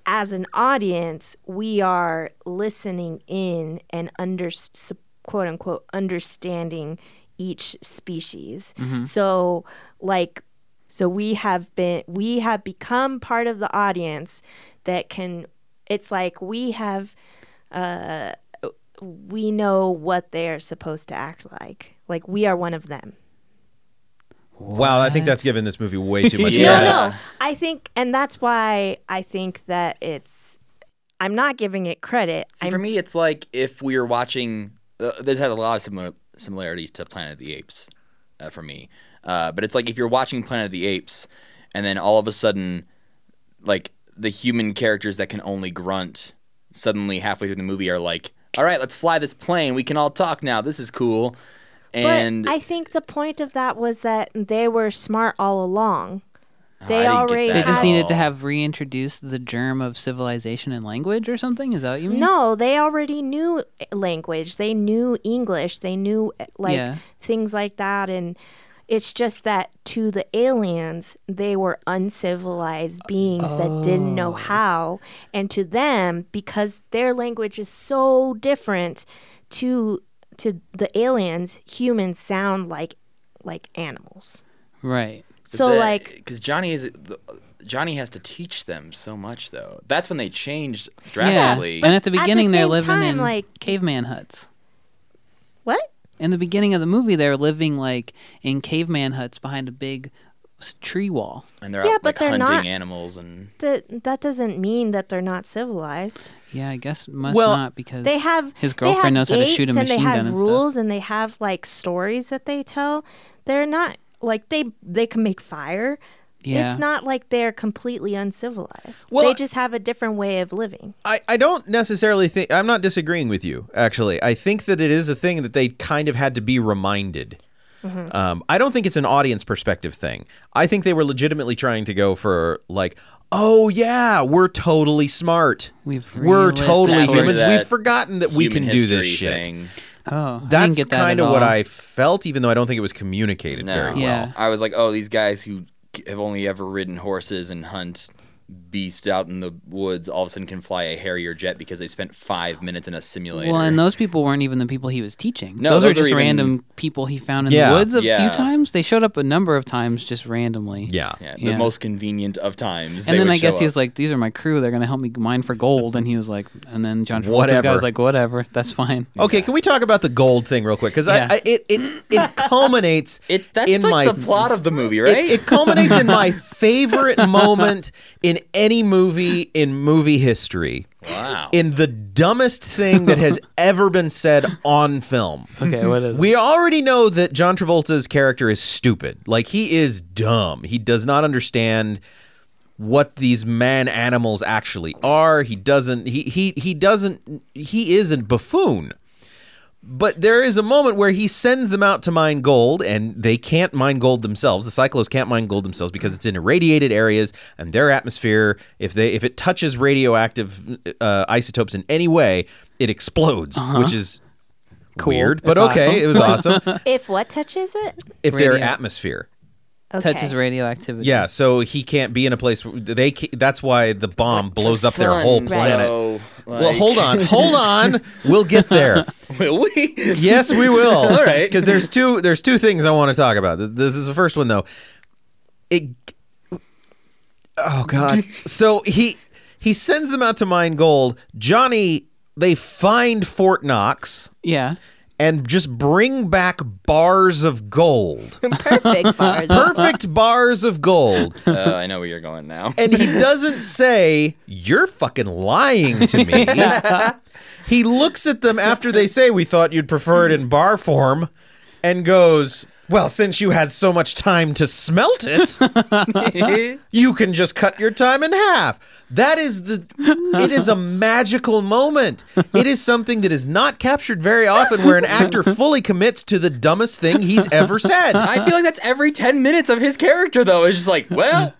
[SPEAKER 5] as an audience, we are listening in and under su- quote unquote understanding each species.
[SPEAKER 2] Mm-hmm.
[SPEAKER 5] So like so we have been we have become part of the audience that can it's like we have uh we know what they are supposed to act like. Like we are one of them.
[SPEAKER 1] Wow, I think that's giving this movie way too much.
[SPEAKER 2] Yeah.
[SPEAKER 5] No, no. I think, and that's why I think that it's. I'm not giving it credit.
[SPEAKER 2] See,
[SPEAKER 5] I'm
[SPEAKER 2] for me, it's like if we were watching. Uh, this has a lot of similar similarities to Planet of the Apes, uh, for me. Uh, but it's like if you're watching Planet of the Apes, and then all of a sudden, like the human characters that can only grunt, suddenly halfway through the movie are like, "All right, let's fly this plane. We can all talk now. This is cool." And
[SPEAKER 5] but I think the point of that was that they were smart all along. They
[SPEAKER 2] I didn't get
[SPEAKER 5] already
[SPEAKER 2] that
[SPEAKER 3] They
[SPEAKER 2] at
[SPEAKER 3] just
[SPEAKER 5] had-
[SPEAKER 3] needed to
[SPEAKER 2] all.
[SPEAKER 3] have reintroduced the germ of civilization and language or something? Is that what you mean?
[SPEAKER 5] No, they already knew language. They knew English. They knew eh, like
[SPEAKER 3] Yeah.
[SPEAKER 5] things like that and it's just that to the aliens, they were uncivilized beings that didn't
[SPEAKER 3] Oh.
[SPEAKER 5] know how. And to them, because their language is so different to to the aliens, humans sound like like animals.
[SPEAKER 3] Right.
[SPEAKER 5] So like
[SPEAKER 2] because Johnny is. The, Johnny has to teach them so much, though. That's when they changed
[SPEAKER 3] Yeah.
[SPEAKER 2] drastically.
[SPEAKER 3] And at the
[SPEAKER 5] at the
[SPEAKER 3] beginning, they're
[SPEAKER 5] same
[SPEAKER 3] living
[SPEAKER 5] time,
[SPEAKER 3] in
[SPEAKER 5] like-
[SPEAKER 3] caveman huts.
[SPEAKER 5] what?
[SPEAKER 3] In the beginning of the movie, they're living like in caveman huts behind a big s- tree wall.
[SPEAKER 2] and they're
[SPEAKER 5] Yeah,
[SPEAKER 2] out
[SPEAKER 5] but
[SPEAKER 2] like
[SPEAKER 5] they're
[SPEAKER 2] hunting
[SPEAKER 5] not-
[SPEAKER 2] animals and
[SPEAKER 5] that that doesn't mean that they're not civilized.
[SPEAKER 3] Yeah, I guess must
[SPEAKER 1] Well,
[SPEAKER 3] not because
[SPEAKER 5] They have
[SPEAKER 3] his
[SPEAKER 5] they have
[SPEAKER 3] girlfriend knows how to shoot
[SPEAKER 5] gates
[SPEAKER 3] a machine
[SPEAKER 5] and they have
[SPEAKER 3] gun and
[SPEAKER 5] rules and they have like stories that they tell. They're not like they they can make fire.
[SPEAKER 3] Yeah.
[SPEAKER 5] It's not like they're completely uncivilized.
[SPEAKER 1] Well,
[SPEAKER 5] they just have a different way of living.
[SPEAKER 1] I, I don't necessarily think I'm not disagreeing with you actually. I think that it is a thing that they kind of had to be reminded. Um, I don't think it's an audience perspective thing. I think they were legitimately trying to go for like, oh yeah, we're totally smart.
[SPEAKER 3] We've
[SPEAKER 1] we're
[SPEAKER 3] realistic-
[SPEAKER 1] totally
[SPEAKER 3] Totally
[SPEAKER 1] humans.
[SPEAKER 2] that
[SPEAKER 1] We've forgotten that we
[SPEAKER 2] human
[SPEAKER 1] can do this
[SPEAKER 2] history
[SPEAKER 1] shit.
[SPEAKER 2] thing.
[SPEAKER 3] stuff. Oh,
[SPEAKER 1] That's kind
[SPEAKER 3] kind
[SPEAKER 1] of what I felt, even though I don't think it was communicated
[SPEAKER 2] No,
[SPEAKER 1] very well.
[SPEAKER 3] Yeah.
[SPEAKER 2] I was like, oh, these guys who have only ever ridden horses and hunt beasts out in the woods all of a sudden can fly a Harrier jet because they spent five minutes in a simulator.
[SPEAKER 3] Well, and those people weren't even the people he was teaching.
[SPEAKER 2] No,
[SPEAKER 3] those, were
[SPEAKER 2] those are
[SPEAKER 3] just
[SPEAKER 2] even-
[SPEAKER 3] random people he found in
[SPEAKER 1] Yeah.
[SPEAKER 3] the woods a
[SPEAKER 2] Yeah.
[SPEAKER 3] few times. They showed up a number of times just randomly.
[SPEAKER 1] Yeah.
[SPEAKER 2] yeah, the
[SPEAKER 3] yeah.
[SPEAKER 2] most convenient of times.
[SPEAKER 3] And
[SPEAKER 2] they
[SPEAKER 3] then
[SPEAKER 2] would
[SPEAKER 3] I guess
[SPEAKER 2] show
[SPEAKER 3] he was
[SPEAKER 2] up.
[SPEAKER 3] like, "These are my crew. They're gonna help me mine for gold." And he was like, "And then John Travolta's guy
[SPEAKER 1] Whatever. Oh,
[SPEAKER 3] was like, whatever, that's fine."
[SPEAKER 1] Okay, can we talk about the gold thing real quick? Because
[SPEAKER 3] Yeah.
[SPEAKER 1] I, I it it, it culminates
[SPEAKER 2] it's that's
[SPEAKER 1] in
[SPEAKER 2] like
[SPEAKER 1] my
[SPEAKER 2] the plot of the movie, right?
[SPEAKER 1] It, it culminates in my favorite moment in any movie in movie history,
[SPEAKER 2] Wow.
[SPEAKER 1] in the dumbest thing that has ever been said on film.
[SPEAKER 3] Okay, what is
[SPEAKER 1] We already know that John Travolta's character is stupid. Like he is dumb. He does not understand what these man animals actually are. He doesn't he he he doesn't he is a buffoon. But there is a moment where he sends them out to mine gold, and they can't mine gold themselves. The cyclos can't mine gold themselves because it's in irradiated areas, and their atmosphere, if they if it touches radioactive uh, isotopes in any way, it explodes, which is
[SPEAKER 3] Uh-huh. Cool.
[SPEAKER 1] weird, but
[SPEAKER 3] It's
[SPEAKER 1] okay,
[SPEAKER 3] awesome.
[SPEAKER 1] it was awesome.
[SPEAKER 5] If what touches it?
[SPEAKER 1] if their
[SPEAKER 3] Radio.
[SPEAKER 1] atmosphere,
[SPEAKER 5] Okay.
[SPEAKER 3] touches radioactivity?
[SPEAKER 1] yeah, so he can't be in a place. Where they ca that's why the bomb blows up their whole planet.
[SPEAKER 2] Oh
[SPEAKER 1] Well, hold on, hold on. We'll get there.
[SPEAKER 2] Will we?
[SPEAKER 1] Yes, we will.
[SPEAKER 2] All right.
[SPEAKER 1] Because there's two there's two things I want to talk about. Th- This is the first one though. It. Oh God. so he he sends them out to mine gold. Johnny. They find Fort Knox
[SPEAKER 3] Yeah.
[SPEAKER 1] and just bring back bars of gold.
[SPEAKER 5] Perfect bars.
[SPEAKER 1] Perfect bars of gold.
[SPEAKER 2] Oh, I know where you're going now.
[SPEAKER 1] And he doesn't say, You're fucking lying to me. He looks at them after they say, We thought you'd prefer it in bar form, and goes, Well, since you had so much time to smelt it, you can just cut your time in half. That is the, it is a magical moment. It is something that is not captured very often where an actor fully commits to the dumbest thing he's ever said.
[SPEAKER 2] I feel like that's every 10 minutes of his character, though. It's just like, well,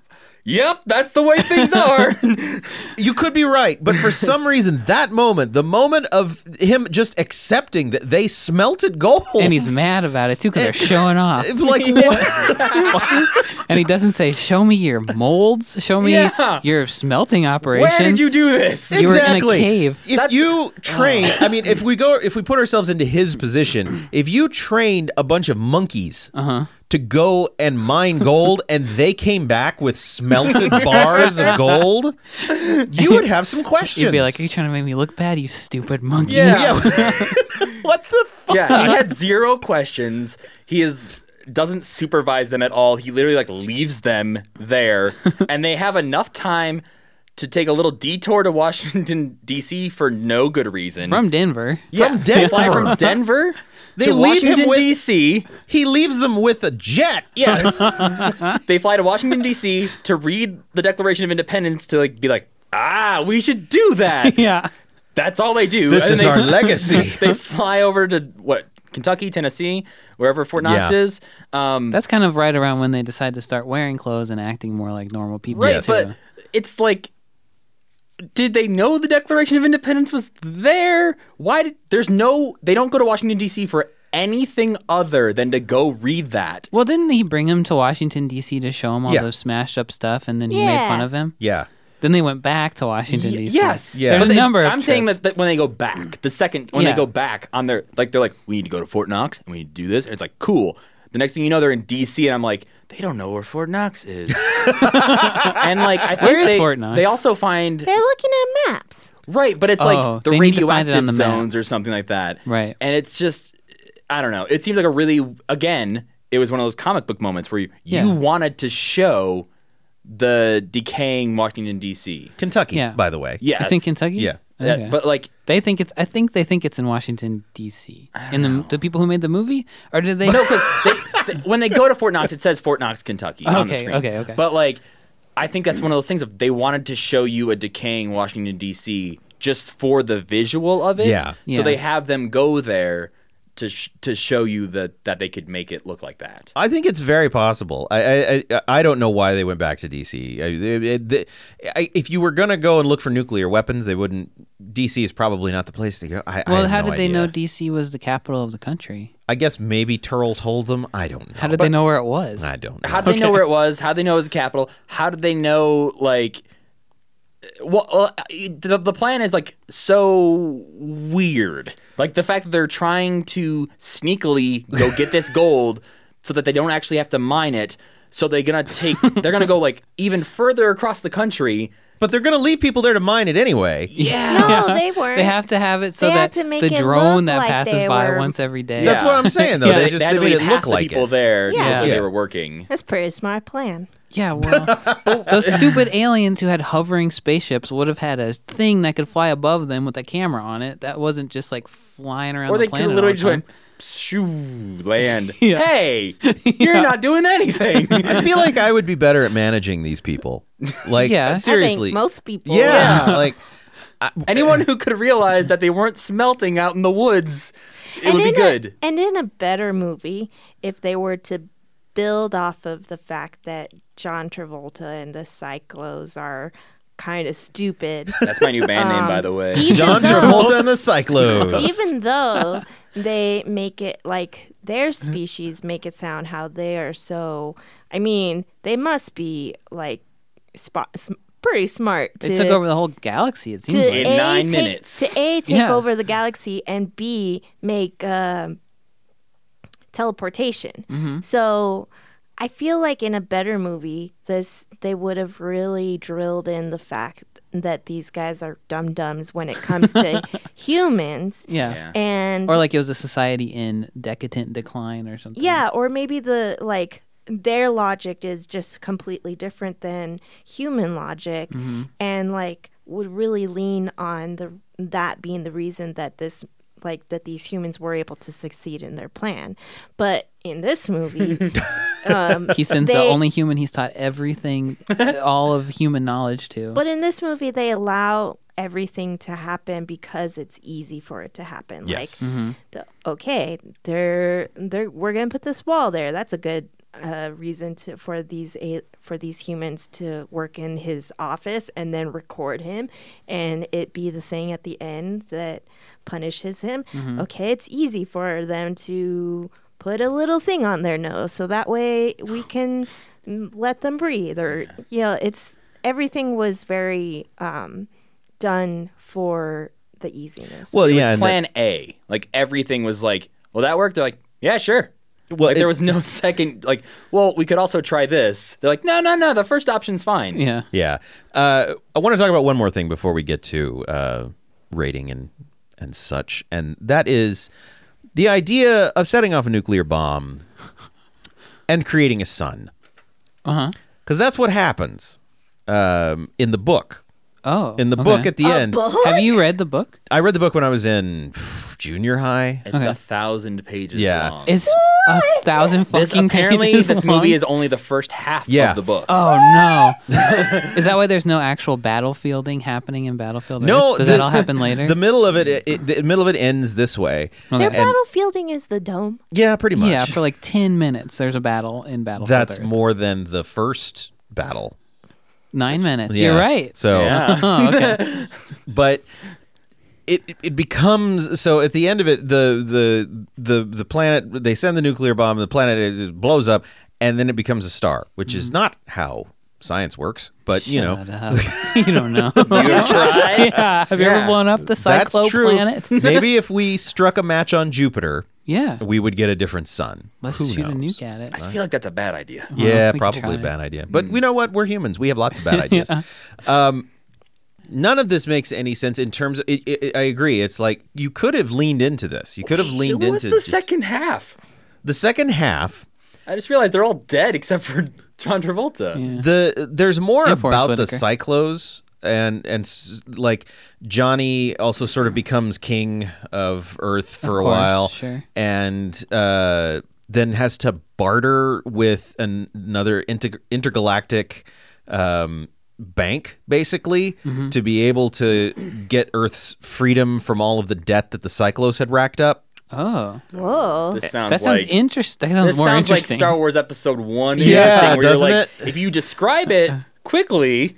[SPEAKER 2] yep, that's the way things are.
[SPEAKER 1] You could be right, but for some reason, that moment, the moment of him just accepting that they smelted gold.
[SPEAKER 3] And he's mad about it too because they're showing off.
[SPEAKER 1] Like, what?
[SPEAKER 3] And he doesn't say, "Show me your molds. Show me
[SPEAKER 2] Yeah.
[SPEAKER 3] your smelting operation."
[SPEAKER 2] Where did you do this?
[SPEAKER 3] You were in a
[SPEAKER 1] exactly.
[SPEAKER 3] cave.
[SPEAKER 1] If you train, I mean, if we go, if we put ourselves into his position, if you trained a bunch of monkeys
[SPEAKER 3] Uh-huh.
[SPEAKER 1] to go and mine gold and they came back with smelted bars of gold, you would have some questions.
[SPEAKER 3] You'd be like, "Are you trying to make me look bad, you stupid monkey?"
[SPEAKER 1] yeah. what the fuck?
[SPEAKER 2] Yeah, he had zero questions. He is doesn't supervise them at all. He literally like leaves them there, and they have enough time to take a little detour to Washington D.C. for no good reason.
[SPEAKER 3] From Denver.
[SPEAKER 2] yeah,
[SPEAKER 1] From
[SPEAKER 2] they fly
[SPEAKER 1] Denver.
[SPEAKER 2] from Denver
[SPEAKER 1] They
[SPEAKER 2] to
[SPEAKER 1] leave him
[SPEAKER 2] Washington
[SPEAKER 1] with-
[SPEAKER 2] D.C.
[SPEAKER 1] He leaves them with a jet.
[SPEAKER 2] Yes, they fly to Washington D.C. to read the Declaration of Independence to like be like, ah, we should do that.
[SPEAKER 3] Yeah.
[SPEAKER 2] That's all they do.
[SPEAKER 1] This
[SPEAKER 2] And
[SPEAKER 1] is
[SPEAKER 2] they-
[SPEAKER 1] our legacy.
[SPEAKER 2] they fly over to what Kentucky, Tennessee, wherever Fort Knox
[SPEAKER 1] Yeah.
[SPEAKER 2] is. Um,
[SPEAKER 3] That's kind of right around when they decide to start wearing clothes and acting more like normal people.
[SPEAKER 2] right,
[SPEAKER 1] Yes.
[SPEAKER 2] but it's like, did they know the Declaration of Independence was there? Why did there's no? They don't go to Washington D.C. for anything other than to go read that.
[SPEAKER 3] Well, didn't he bring him to Washington D.C. to show him all
[SPEAKER 1] Yeah.
[SPEAKER 3] those smashed up stuff, and then he made
[SPEAKER 5] Yeah.
[SPEAKER 3] fun of him?
[SPEAKER 1] Yeah.
[SPEAKER 3] Then they went back to Washington
[SPEAKER 2] Y-
[SPEAKER 3] D.C.
[SPEAKER 2] yes,
[SPEAKER 1] Yeah.
[SPEAKER 3] There's
[SPEAKER 2] But
[SPEAKER 3] a
[SPEAKER 2] they-
[SPEAKER 3] number. Of
[SPEAKER 2] I'm saying
[SPEAKER 3] trips.
[SPEAKER 2] that, that when they go back, the second when
[SPEAKER 3] Yeah.
[SPEAKER 2] they go back on their like they're like, we need to go to Fort Knox and we need to do this. And it's like cool. The next thing you know, they're in D.C. and I'm like, they don't know where Fort Knox is. and like, I think
[SPEAKER 3] Where is
[SPEAKER 2] they,
[SPEAKER 3] Fort Knox?
[SPEAKER 2] They also find
[SPEAKER 5] They're looking at maps.
[SPEAKER 2] right, but it's
[SPEAKER 3] Oh,
[SPEAKER 2] like the
[SPEAKER 3] they need to find it
[SPEAKER 2] radioactive
[SPEAKER 3] on the map.
[SPEAKER 2] zones or something like that.
[SPEAKER 3] Right.
[SPEAKER 2] And it's just, I don't know. It seems like a really again, it was one of those comic book moments where you,
[SPEAKER 3] Yeah.
[SPEAKER 2] you wanted to show the decaying Washington D.C.
[SPEAKER 1] Kentucky,
[SPEAKER 3] Yeah.
[SPEAKER 1] by the way.
[SPEAKER 2] Yes.
[SPEAKER 3] It's in Kentucky.
[SPEAKER 1] Yeah.
[SPEAKER 2] Yeah,
[SPEAKER 3] Okay.
[SPEAKER 2] But like,
[SPEAKER 3] They think it's. I think they think it's in Washington D.C. And the the people who made the movie, or did they?
[SPEAKER 2] No, because they, they, when they go to Fort Knox, it says Fort Knox, Kentucky. on the
[SPEAKER 3] Okay,
[SPEAKER 2] screen.
[SPEAKER 3] okay, okay.
[SPEAKER 2] But like, I think that's one of those things of they wanted to show you a decaying Washington D.C. just for the visual of it.
[SPEAKER 1] Yeah.
[SPEAKER 2] So
[SPEAKER 3] Yeah.
[SPEAKER 2] they have them go there to sh- to show you that that they could make it look like that.
[SPEAKER 1] I think it's very possible. I I, I I don't know why they went back to DC. I, it- it- the- I- if you were gonna go and look for nuclear weapons, they wouldn't. DC is probably not the place to go. I, I
[SPEAKER 3] Well,
[SPEAKER 1] have
[SPEAKER 3] how
[SPEAKER 1] no
[SPEAKER 3] did they know
[SPEAKER 1] idea.
[SPEAKER 3] D.C. was the capital of the country?
[SPEAKER 1] I guess maybe Turl told them. I don't know.
[SPEAKER 3] How did they know where it was?
[SPEAKER 1] I don't. Know.
[SPEAKER 2] How did they know where it was? How did they know it was the capital? How did they know like? Well, uh, the, the plan is like so weird. Like the fact that they're trying to sneakily go get this gold so that they don't actually have to mine it. So they're gonna take. They're gonna go like even further across the country.
[SPEAKER 1] But they're gonna leave people there to mine it anyway.
[SPEAKER 2] Yeah.
[SPEAKER 5] No, they weren't.
[SPEAKER 3] They have to have it so
[SPEAKER 5] They
[SPEAKER 3] that
[SPEAKER 5] had to make
[SPEAKER 3] the
[SPEAKER 5] it
[SPEAKER 3] drone
[SPEAKER 5] look
[SPEAKER 3] that
[SPEAKER 5] like
[SPEAKER 3] passes
[SPEAKER 5] they
[SPEAKER 3] by
[SPEAKER 5] were-
[SPEAKER 3] once every day.
[SPEAKER 1] That's what I'm saying though.
[SPEAKER 3] Yeah,
[SPEAKER 1] Oh, they
[SPEAKER 3] they
[SPEAKER 1] just
[SPEAKER 2] had
[SPEAKER 1] they
[SPEAKER 2] to
[SPEAKER 1] made
[SPEAKER 2] leave
[SPEAKER 1] it
[SPEAKER 2] half
[SPEAKER 1] look
[SPEAKER 2] the
[SPEAKER 1] like
[SPEAKER 2] people
[SPEAKER 1] it.
[SPEAKER 2] there. to look
[SPEAKER 5] Yeah.
[SPEAKER 2] like
[SPEAKER 1] Yeah.
[SPEAKER 2] they were working.
[SPEAKER 5] That's pretty smart plan.
[SPEAKER 3] Yeah, well, those stupid aliens who had hovering spaceships would have had a thing that could fly above them with a camera on it. That wasn't just like flying around
[SPEAKER 2] or
[SPEAKER 3] the
[SPEAKER 2] they could
[SPEAKER 3] planet. all
[SPEAKER 2] literally
[SPEAKER 3] the
[SPEAKER 2] just went
[SPEAKER 3] time.
[SPEAKER 2] shoo land.
[SPEAKER 3] Yeah.
[SPEAKER 2] Hey, you're not doing anything.
[SPEAKER 1] I feel like I would be better at managing these people. Like
[SPEAKER 3] Yeah. I think
[SPEAKER 1] seriously,
[SPEAKER 5] I think most people.
[SPEAKER 1] yeah, like
[SPEAKER 2] Anyone who could realize that they weren't smelting out in the woods, it
[SPEAKER 5] And
[SPEAKER 2] would be
[SPEAKER 5] in
[SPEAKER 2] good.
[SPEAKER 5] A, and in a better movie, if they were to build off of the fact that John Travolta and the Cyclos are kind of stupid,
[SPEAKER 2] That's my new band name, by the way.
[SPEAKER 1] John Travolta and the Cyclos.
[SPEAKER 5] even though they make it like their species make it sound how they are so. I mean, they must be like spot, sm- pretty smart. To,
[SPEAKER 3] They took over the whole galaxy. It seems
[SPEAKER 5] to
[SPEAKER 3] like
[SPEAKER 2] In
[SPEAKER 5] A,
[SPEAKER 2] nine
[SPEAKER 5] take-
[SPEAKER 2] minutes.
[SPEAKER 5] To A, take
[SPEAKER 3] Yeah.
[SPEAKER 5] over the galaxy, and B, make um, teleportation.
[SPEAKER 2] Mm-hmm.
[SPEAKER 5] So I feel like in a better movie, this they would have really drilled in the fact that these guys are dum dums when it comes to humans.
[SPEAKER 3] yeah.
[SPEAKER 2] Yeah.
[SPEAKER 5] And
[SPEAKER 3] or like it was a society in decadent decline or something.
[SPEAKER 5] yeah, or maybe the like their logic is just completely different than human logic and like would really lean on the that being the reason that this like that these humans were able to succeed in their plan. But in this movie, um,
[SPEAKER 3] he sends the
[SPEAKER 5] They-
[SPEAKER 3] only human he's taught everything, all of human knowledge to.
[SPEAKER 5] but in this movie they allow everything to happen because it's easy for it to happen.
[SPEAKER 1] yes,
[SPEAKER 5] Like
[SPEAKER 3] Mm-hmm.
[SPEAKER 5] the, okay, they're they're we're gonna put this wall there. That's a good uh, reason to for these a, for these humans to work in his office and then record him, and it be the thing at the end that punishes him. Okay, it's easy for them to put a little thing on their nose, so that way we can mm, let them breathe. Or you know, it's everything was very um, done for the easiness.
[SPEAKER 1] well,
[SPEAKER 2] it
[SPEAKER 1] yeah,
[SPEAKER 2] was
[SPEAKER 1] and the-
[SPEAKER 2] plan A. Like everything was like, will that work? They're like, yeah, sure.
[SPEAKER 1] Well,
[SPEAKER 2] Well, like,
[SPEAKER 1] it-
[SPEAKER 2] there was no second. Like, well, we could also try this. They're like, no, no, no. The first option's fine.
[SPEAKER 3] yeah.
[SPEAKER 1] Yeah. Uh, I want to talk about one more thing before we get to uh, rating and and such, and that is the idea of setting off a nuclear bomb and creating a sun,
[SPEAKER 3] Uh huh.
[SPEAKER 1] because that's what happens um, in the book.
[SPEAKER 3] Oh.
[SPEAKER 1] In the
[SPEAKER 3] okay.
[SPEAKER 1] book at the end,
[SPEAKER 3] Have you read the book?
[SPEAKER 1] I read the book when I was in junior high.
[SPEAKER 2] It's a thousand pages
[SPEAKER 1] Yeah.
[SPEAKER 2] long.
[SPEAKER 3] It's a thousand
[SPEAKER 2] this
[SPEAKER 3] fucking
[SPEAKER 2] apparently
[SPEAKER 3] pages
[SPEAKER 2] this
[SPEAKER 3] long.
[SPEAKER 2] movie is only the first half
[SPEAKER 1] Yeah.
[SPEAKER 2] of the book.
[SPEAKER 3] Oh no! is that why there's no actual battlefielding happening in Battlefield?
[SPEAKER 1] No,
[SPEAKER 3] Earth? does
[SPEAKER 1] the-
[SPEAKER 3] that all happen later?
[SPEAKER 1] The middle of it, it, it- the middle of it ends this way.
[SPEAKER 5] Their
[SPEAKER 1] And-
[SPEAKER 5] battlefielding is the dome.
[SPEAKER 1] yeah, pretty much.
[SPEAKER 3] yeah, for like ten minutes, there's a battle in Battlefield.
[SPEAKER 1] that's
[SPEAKER 3] Earth.
[SPEAKER 1] more than the first battle.
[SPEAKER 3] nine minutes.
[SPEAKER 1] Yeah.
[SPEAKER 3] You're right.
[SPEAKER 1] So
[SPEAKER 2] Yeah.
[SPEAKER 3] oh, okay.
[SPEAKER 1] but it it becomes so at the end of it the the the the planet they send the nuclear bomb the planet it just blows up and then it becomes a star which
[SPEAKER 3] Mm-hmm.
[SPEAKER 1] is not how science works but you know
[SPEAKER 3] Shut up. you don't know.
[SPEAKER 2] You ever tried?
[SPEAKER 3] yeah, have you
[SPEAKER 2] Yeah.
[SPEAKER 3] ever blown up the
[SPEAKER 1] that's
[SPEAKER 3] Cyclo
[SPEAKER 1] true
[SPEAKER 3] planet?
[SPEAKER 1] maybe if we struck a match on Jupiter
[SPEAKER 3] Yeah.
[SPEAKER 1] we would get a different sun
[SPEAKER 3] Let's
[SPEAKER 1] Who
[SPEAKER 3] shoot a
[SPEAKER 1] knows?
[SPEAKER 3] nuke at it.
[SPEAKER 2] I feel like that's a bad idea.
[SPEAKER 1] yeah
[SPEAKER 3] we could
[SPEAKER 1] probably
[SPEAKER 3] try. Hmm.
[SPEAKER 1] a bad idea but you know what we're humans we have lots of bad ideas um None of this makes any sense in terms. Of, it, it, I agree. It's like you could have leaned into this. You could have leaned
[SPEAKER 2] It was
[SPEAKER 1] into
[SPEAKER 2] the
[SPEAKER 1] just-
[SPEAKER 2] second half.
[SPEAKER 1] The second half,
[SPEAKER 2] I just realized they're all dead except for John Travolta.
[SPEAKER 1] the there's more
[SPEAKER 3] And Forrest
[SPEAKER 1] about the
[SPEAKER 3] Whitaker.
[SPEAKER 1] cyclos and and s- like Johnny also sort of becomes king of Earth for a
[SPEAKER 3] course,
[SPEAKER 1] while,
[SPEAKER 3] sure.
[SPEAKER 1] and uh, then has to barter with an, another inter- intergalactic um, bank basically
[SPEAKER 3] Mm-hmm.
[SPEAKER 1] to be able to get Earth's freedom from all of the debt that the cyclos had racked up.
[SPEAKER 3] Oh,
[SPEAKER 5] Whoa.
[SPEAKER 2] This sounds
[SPEAKER 3] that sounds
[SPEAKER 2] like
[SPEAKER 3] interesting. That sounds
[SPEAKER 2] This
[SPEAKER 3] more
[SPEAKER 2] sounds like
[SPEAKER 3] interesting.
[SPEAKER 2] Star Wars Episode One.
[SPEAKER 1] Yeah,
[SPEAKER 2] interesting, where you're
[SPEAKER 1] doesn't
[SPEAKER 2] like, If you describe it quickly,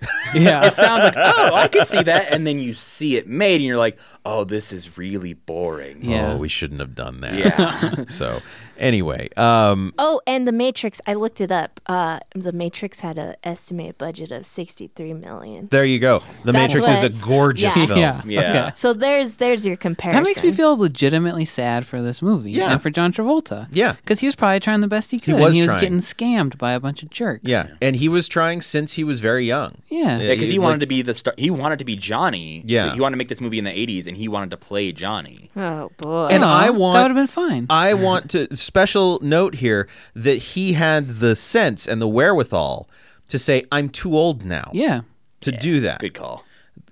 [SPEAKER 3] Yeah.
[SPEAKER 2] it sounds like, oh, I can see that, and then you see it made, and you're like, oh, this is really boring.
[SPEAKER 3] Yeah.
[SPEAKER 1] Oh, we shouldn't have done that.
[SPEAKER 2] Yeah.
[SPEAKER 1] so anyway, um,
[SPEAKER 5] Oh, and the Matrix. I looked it up. Uh, the Matrix had an estimated budget of sixty-three million.
[SPEAKER 1] there you go. The
[SPEAKER 5] That's
[SPEAKER 1] Matrix is a
[SPEAKER 5] what-
[SPEAKER 1] gorgeous
[SPEAKER 5] Yeah.
[SPEAKER 1] film.
[SPEAKER 3] yeah.
[SPEAKER 2] Yeah.
[SPEAKER 3] okay.
[SPEAKER 5] So there's there's your comparison.
[SPEAKER 3] That makes me feel legitimately sad for this movie
[SPEAKER 1] Yeah.
[SPEAKER 3] and for John Travolta.
[SPEAKER 1] Yeah.
[SPEAKER 3] Because he was probably trying the best he could. and
[SPEAKER 1] was
[SPEAKER 3] he was
[SPEAKER 1] trying.
[SPEAKER 3] getting scammed by a bunch of jerks.
[SPEAKER 1] Yeah, and he was trying since he was very young. Yeah.
[SPEAKER 3] Yeah.
[SPEAKER 2] Yeah, because he
[SPEAKER 1] Like-
[SPEAKER 2] wanted to be the star. He wanted to be Johnny.
[SPEAKER 1] Yeah.
[SPEAKER 2] Like, he wanted to make this movie in the '80s, and he wanted to play Johnny.
[SPEAKER 5] Oh boy.
[SPEAKER 1] And
[SPEAKER 3] Aw,
[SPEAKER 1] I
[SPEAKER 3] That
[SPEAKER 1] want-
[SPEAKER 3] would have been fine.
[SPEAKER 1] I want to special note here that he had the sense and the wherewithal to say I'm too old now
[SPEAKER 3] Yeah.
[SPEAKER 1] to do that.
[SPEAKER 2] Good call.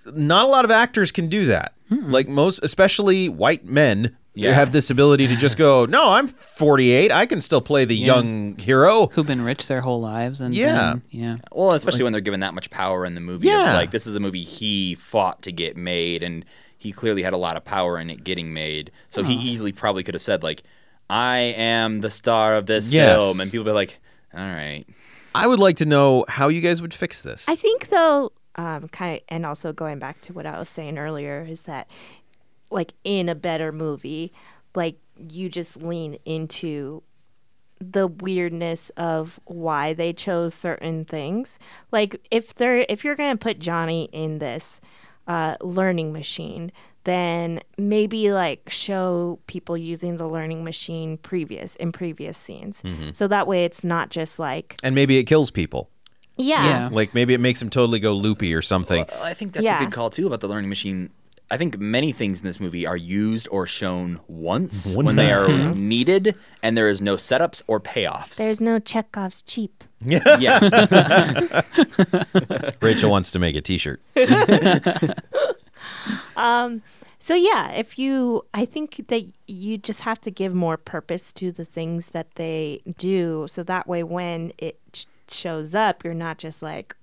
[SPEAKER 1] Not a lot of actors can do that.
[SPEAKER 3] Hmm.
[SPEAKER 1] Like most, especially white men,
[SPEAKER 2] Yeah.
[SPEAKER 1] have this ability to just go, "No, I'm 48. I can still play the young hero."
[SPEAKER 3] Who've been rich their whole lives and
[SPEAKER 1] Yeah.
[SPEAKER 3] then- yeah.
[SPEAKER 2] Well, especially when they're given that much power in the movie. of,
[SPEAKER 1] Yeah.
[SPEAKER 2] like this is a movie he fought to get made, and he clearly had a lot of power in it getting made. So he easily probably could have said like, "I am the star of this
[SPEAKER 1] Yes.
[SPEAKER 2] film," and people would be like, "All right."
[SPEAKER 1] I would like to know how you guys would fix this.
[SPEAKER 5] I think though, um, kind of, and also going back to what I was saying earlier is that, like in a better movie, like you just lean into the weirdness of why they chose certain things. Like if they're if you're gonna put Johnny in this uh, learning machine, then maybe like show people using the learning machine previous in previous scenes, so that way it's not just like
[SPEAKER 1] and maybe it kills people.
[SPEAKER 3] Yeah.
[SPEAKER 1] Like maybe it makes them totally go loopy or something.
[SPEAKER 2] Well, I think that's
[SPEAKER 5] Yeah.
[SPEAKER 2] a good call too about the learning machine. I think many things in this movie are used or shown once
[SPEAKER 1] One
[SPEAKER 2] when they are
[SPEAKER 1] time.
[SPEAKER 2] needed, and there is no setups or payoffs.
[SPEAKER 5] There's no Chekhov's cheap.
[SPEAKER 2] yeah,
[SPEAKER 1] Rachel wants to make a T-shirt.
[SPEAKER 5] So yeah, if you I think that you just have to give more purpose to the things that they do so that way when it sh- shows up you're not just like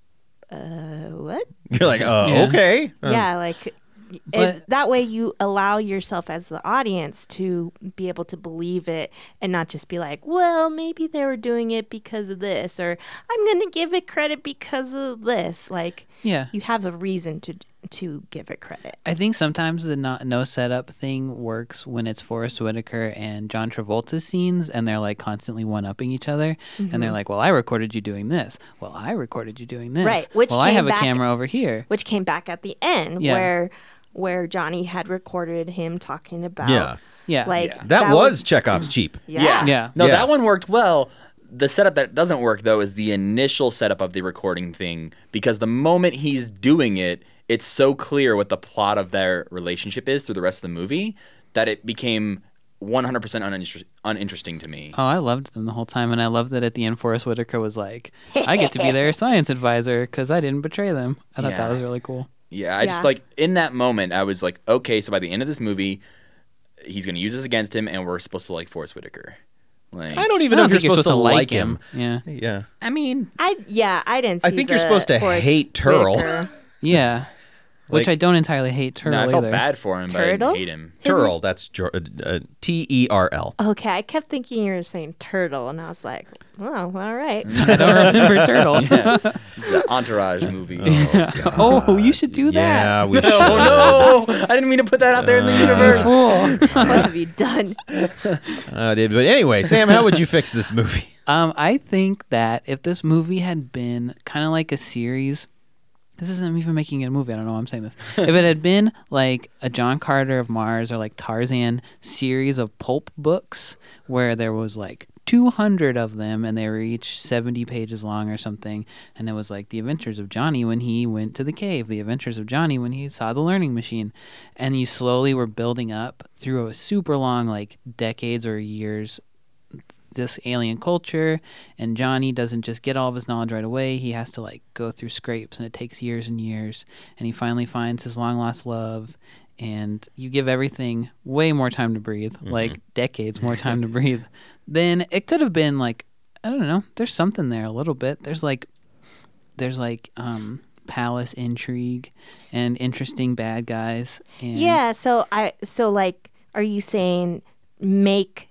[SPEAKER 5] uh what?
[SPEAKER 1] You're like, uh,
[SPEAKER 3] Yeah.
[SPEAKER 1] okay. Uh,
[SPEAKER 5] yeah, like y- it,
[SPEAKER 3] Oh. But-
[SPEAKER 5] that way you allow yourself as the audience to be able to believe it and not just be like, well, maybe they were doing it because of this or I'm going to give it credit because of this. Like
[SPEAKER 3] Yeah.
[SPEAKER 5] you have a reason to to give it credit.
[SPEAKER 3] I think sometimes the not, no setup thing works when it's Forrest Whitaker and John Travolta scenes, and they're like constantly one upping each other, and
[SPEAKER 1] Mm-hmm.
[SPEAKER 3] they're like, "Well, I recorded you doing this. Well, I recorded you doing this.
[SPEAKER 5] Right, which
[SPEAKER 3] well, I
[SPEAKER 5] came
[SPEAKER 3] have a
[SPEAKER 5] back-
[SPEAKER 3] camera over here.
[SPEAKER 5] which came back at the end
[SPEAKER 3] Yeah.
[SPEAKER 5] where where Johnny had recorded him talking about
[SPEAKER 1] Yeah.
[SPEAKER 3] Yeah,
[SPEAKER 5] like
[SPEAKER 1] That, was, Chekhov's cheap.
[SPEAKER 5] yeah.
[SPEAKER 3] Yeah.
[SPEAKER 2] No,
[SPEAKER 1] Yeah.
[SPEAKER 2] that one worked well. The setup that doesn't work though is the initial setup of the recording thing because the moment he's doing it, it's so clear what the plot of their relationship is through the rest of the movie that it became 100% uninter- uninteresting to me.
[SPEAKER 3] Oh, I loved them the whole time, and I loved that at the end, Forrest Whitaker was like, "I get to be their science advisor because I didn't betray them." I thought
[SPEAKER 2] Yeah.
[SPEAKER 3] that was really cool.
[SPEAKER 2] Yeah, I just
[SPEAKER 5] Yeah.
[SPEAKER 2] like in that moment, I was like, okay, so by the end of this movie, he's gonna use this against him, and we're supposed to like Forrest Whitaker. Like,
[SPEAKER 1] I don't even
[SPEAKER 3] I
[SPEAKER 1] know
[SPEAKER 3] don't
[SPEAKER 1] if you're
[SPEAKER 3] think
[SPEAKER 1] supposed to like him.
[SPEAKER 3] Yeah,
[SPEAKER 1] Yeah.
[SPEAKER 2] I mean,
[SPEAKER 5] I yeah, I didn't
[SPEAKER 1] I
[SPEAKER 5] see
[SPEAKER 1] think you're
[SPEAKER 5] the
[SPEAKER 1] supposed to
[SPEAKER 5] Forrest
[SPEAKER 1] hate Turl.
[SPEAKER 5] Whitaker.
[SPEAKER 3] yeah. Which
[SPEAKER 1] Like-
[SPEAKER 3] I don't entirely hate Turtle
[SPEAKER 2] no, I felt
[SPEAKER 3] either.
[SPEAKER 2] bad for him, but I
[SPEAKER 5] Turtle?
[SPEAKER 2] didn't hate him.
[SPEAKER 1] Turl. That's Jor- uh, uh, T E R L.
[SPEAKER 5] okay, I kept thinking you were saying turtle and I was like, "Well, all right."
[SPEAKER 3] I don't remember Turtle.
[SPEAKER 2] The Entourage movie.
[SPEAKER 3] oh, you should do that.
[SPEAKER 1] Yeah, we should.
[SPEAKER 2] oh no! I didn't mean to put that out there in the universe.
[SPEAKER 3] Cool.
[SPEAKER 5] what have you done?
[SPEAKER 1] Uh, did- but anyway, Sam, how would you fix this movie?
[SPEAKER 3] Um, I think that if this movie had been kind of like a series, this isn't even making it a movie. I don't know why I'm saying this. if it had been like a John Carter of Mars or like Tarzan series of pulp books where there was like 200 of them and they were each 70 pages long or something, and it was like The Adventures of Johnny when he went to the cave, The Adventures of Johnny when he saw the learning machine, and you slowly were building up through a super long, like decades or years this alien culture and Johnny doesn't just get all of his knowledge right away. He has to like go through scrapes and it takes years and years and he finally finds his long lost love and you give everything way more time to breathe,
[SPEAKER 1] Mm-hmm.
[SPEAKER 3] like decades more time to breathe. Then it could have been like I don't know, there's something there a little bit. There's like there's like um palace intrigue and interesting bad guys and
[SPEAKER 5] Yeah, so I so like are you saying make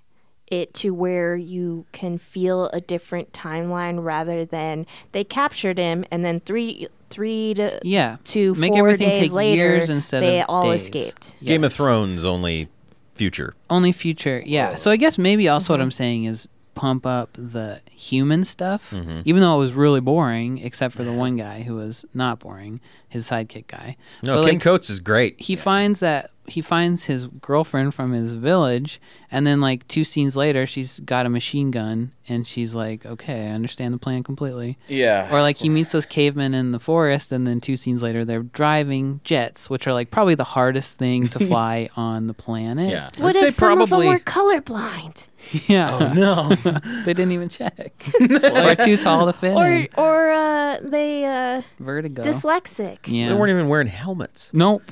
[SPEAKER 5] it to where you can feel a different timeline rather than they captured him and then 3 3 to
[SPEAKER 3] yeah
[SPEAKER 5] to
[SPEAKER 3] make
[SPEAKER 5] four
[SPEAKER 3] everything
[SPEAKER 5] days
[SPEAKER 3] take
[SPEAKER 5] later,
[SPEAKER 3] years instead
[SPEAKER 5] they
[SPEAKER 3] of
[SPEAKER 5] all
[SPEAKER 3] days.
[SPEAKER 5] escaped.
[SPEAKER 1] Game of Thrones only future.
[SPEAKER 3] Only future, yeah. So I guess maybe
[SPEAKER 1] Mm-hmm.
[SPEAKER 3] also what I'm saying is pump up the human stuff,
[SPEAKER 1] Mm-hmm.
[SPEAKER 3] even though it was really boring, except for the one guy who was not boring, his sidekick guy.
[SPEAKER 1] No,
[SPEAKER 3] But,
[SPEAKER 1] Ken
[SPEAKER 3] like,
[SPEAKER 1] Coates is great.
[SPEAKER 3] he finds that he finds his girlfriend from his village, and then like two scenes later, she's got a machine gun, and she's like, "Okay, I understand the plan completely."
[SPEAKER 2] Yeah.
[SPEAKER 3] Or like he meets those cavemen in the forest, and then two scenes later, they're driving jets, which are like probably the hardest thing to fly on the planet.
[SPEAKER 1] Yeah.
[SPEAKER 5] What
[SPEAKER 1] I'd say
[SPEAKER 5] if some of them
[SPEAKER 1] probably
[SPEAKER 5] were colorblind?
[SPEAKER 3] yeah.
[SPEAKER 1] Oh,
[SPEAKER 2] no.
[SPEAKER 3] They didn't even check. or too tall to fit.
[SPEAKER 5] Or
[SPEAKER 3] in.
[SPEAKER 5] or uh, they uh,
[SPEAKER 3] Vertigo.
[SPEAKER 5] dyslexic?
[SPEAKER 3] yeah.
[SPEAKER 1] they weren't even wearing helmets.
[SPEAKER 3] Nope.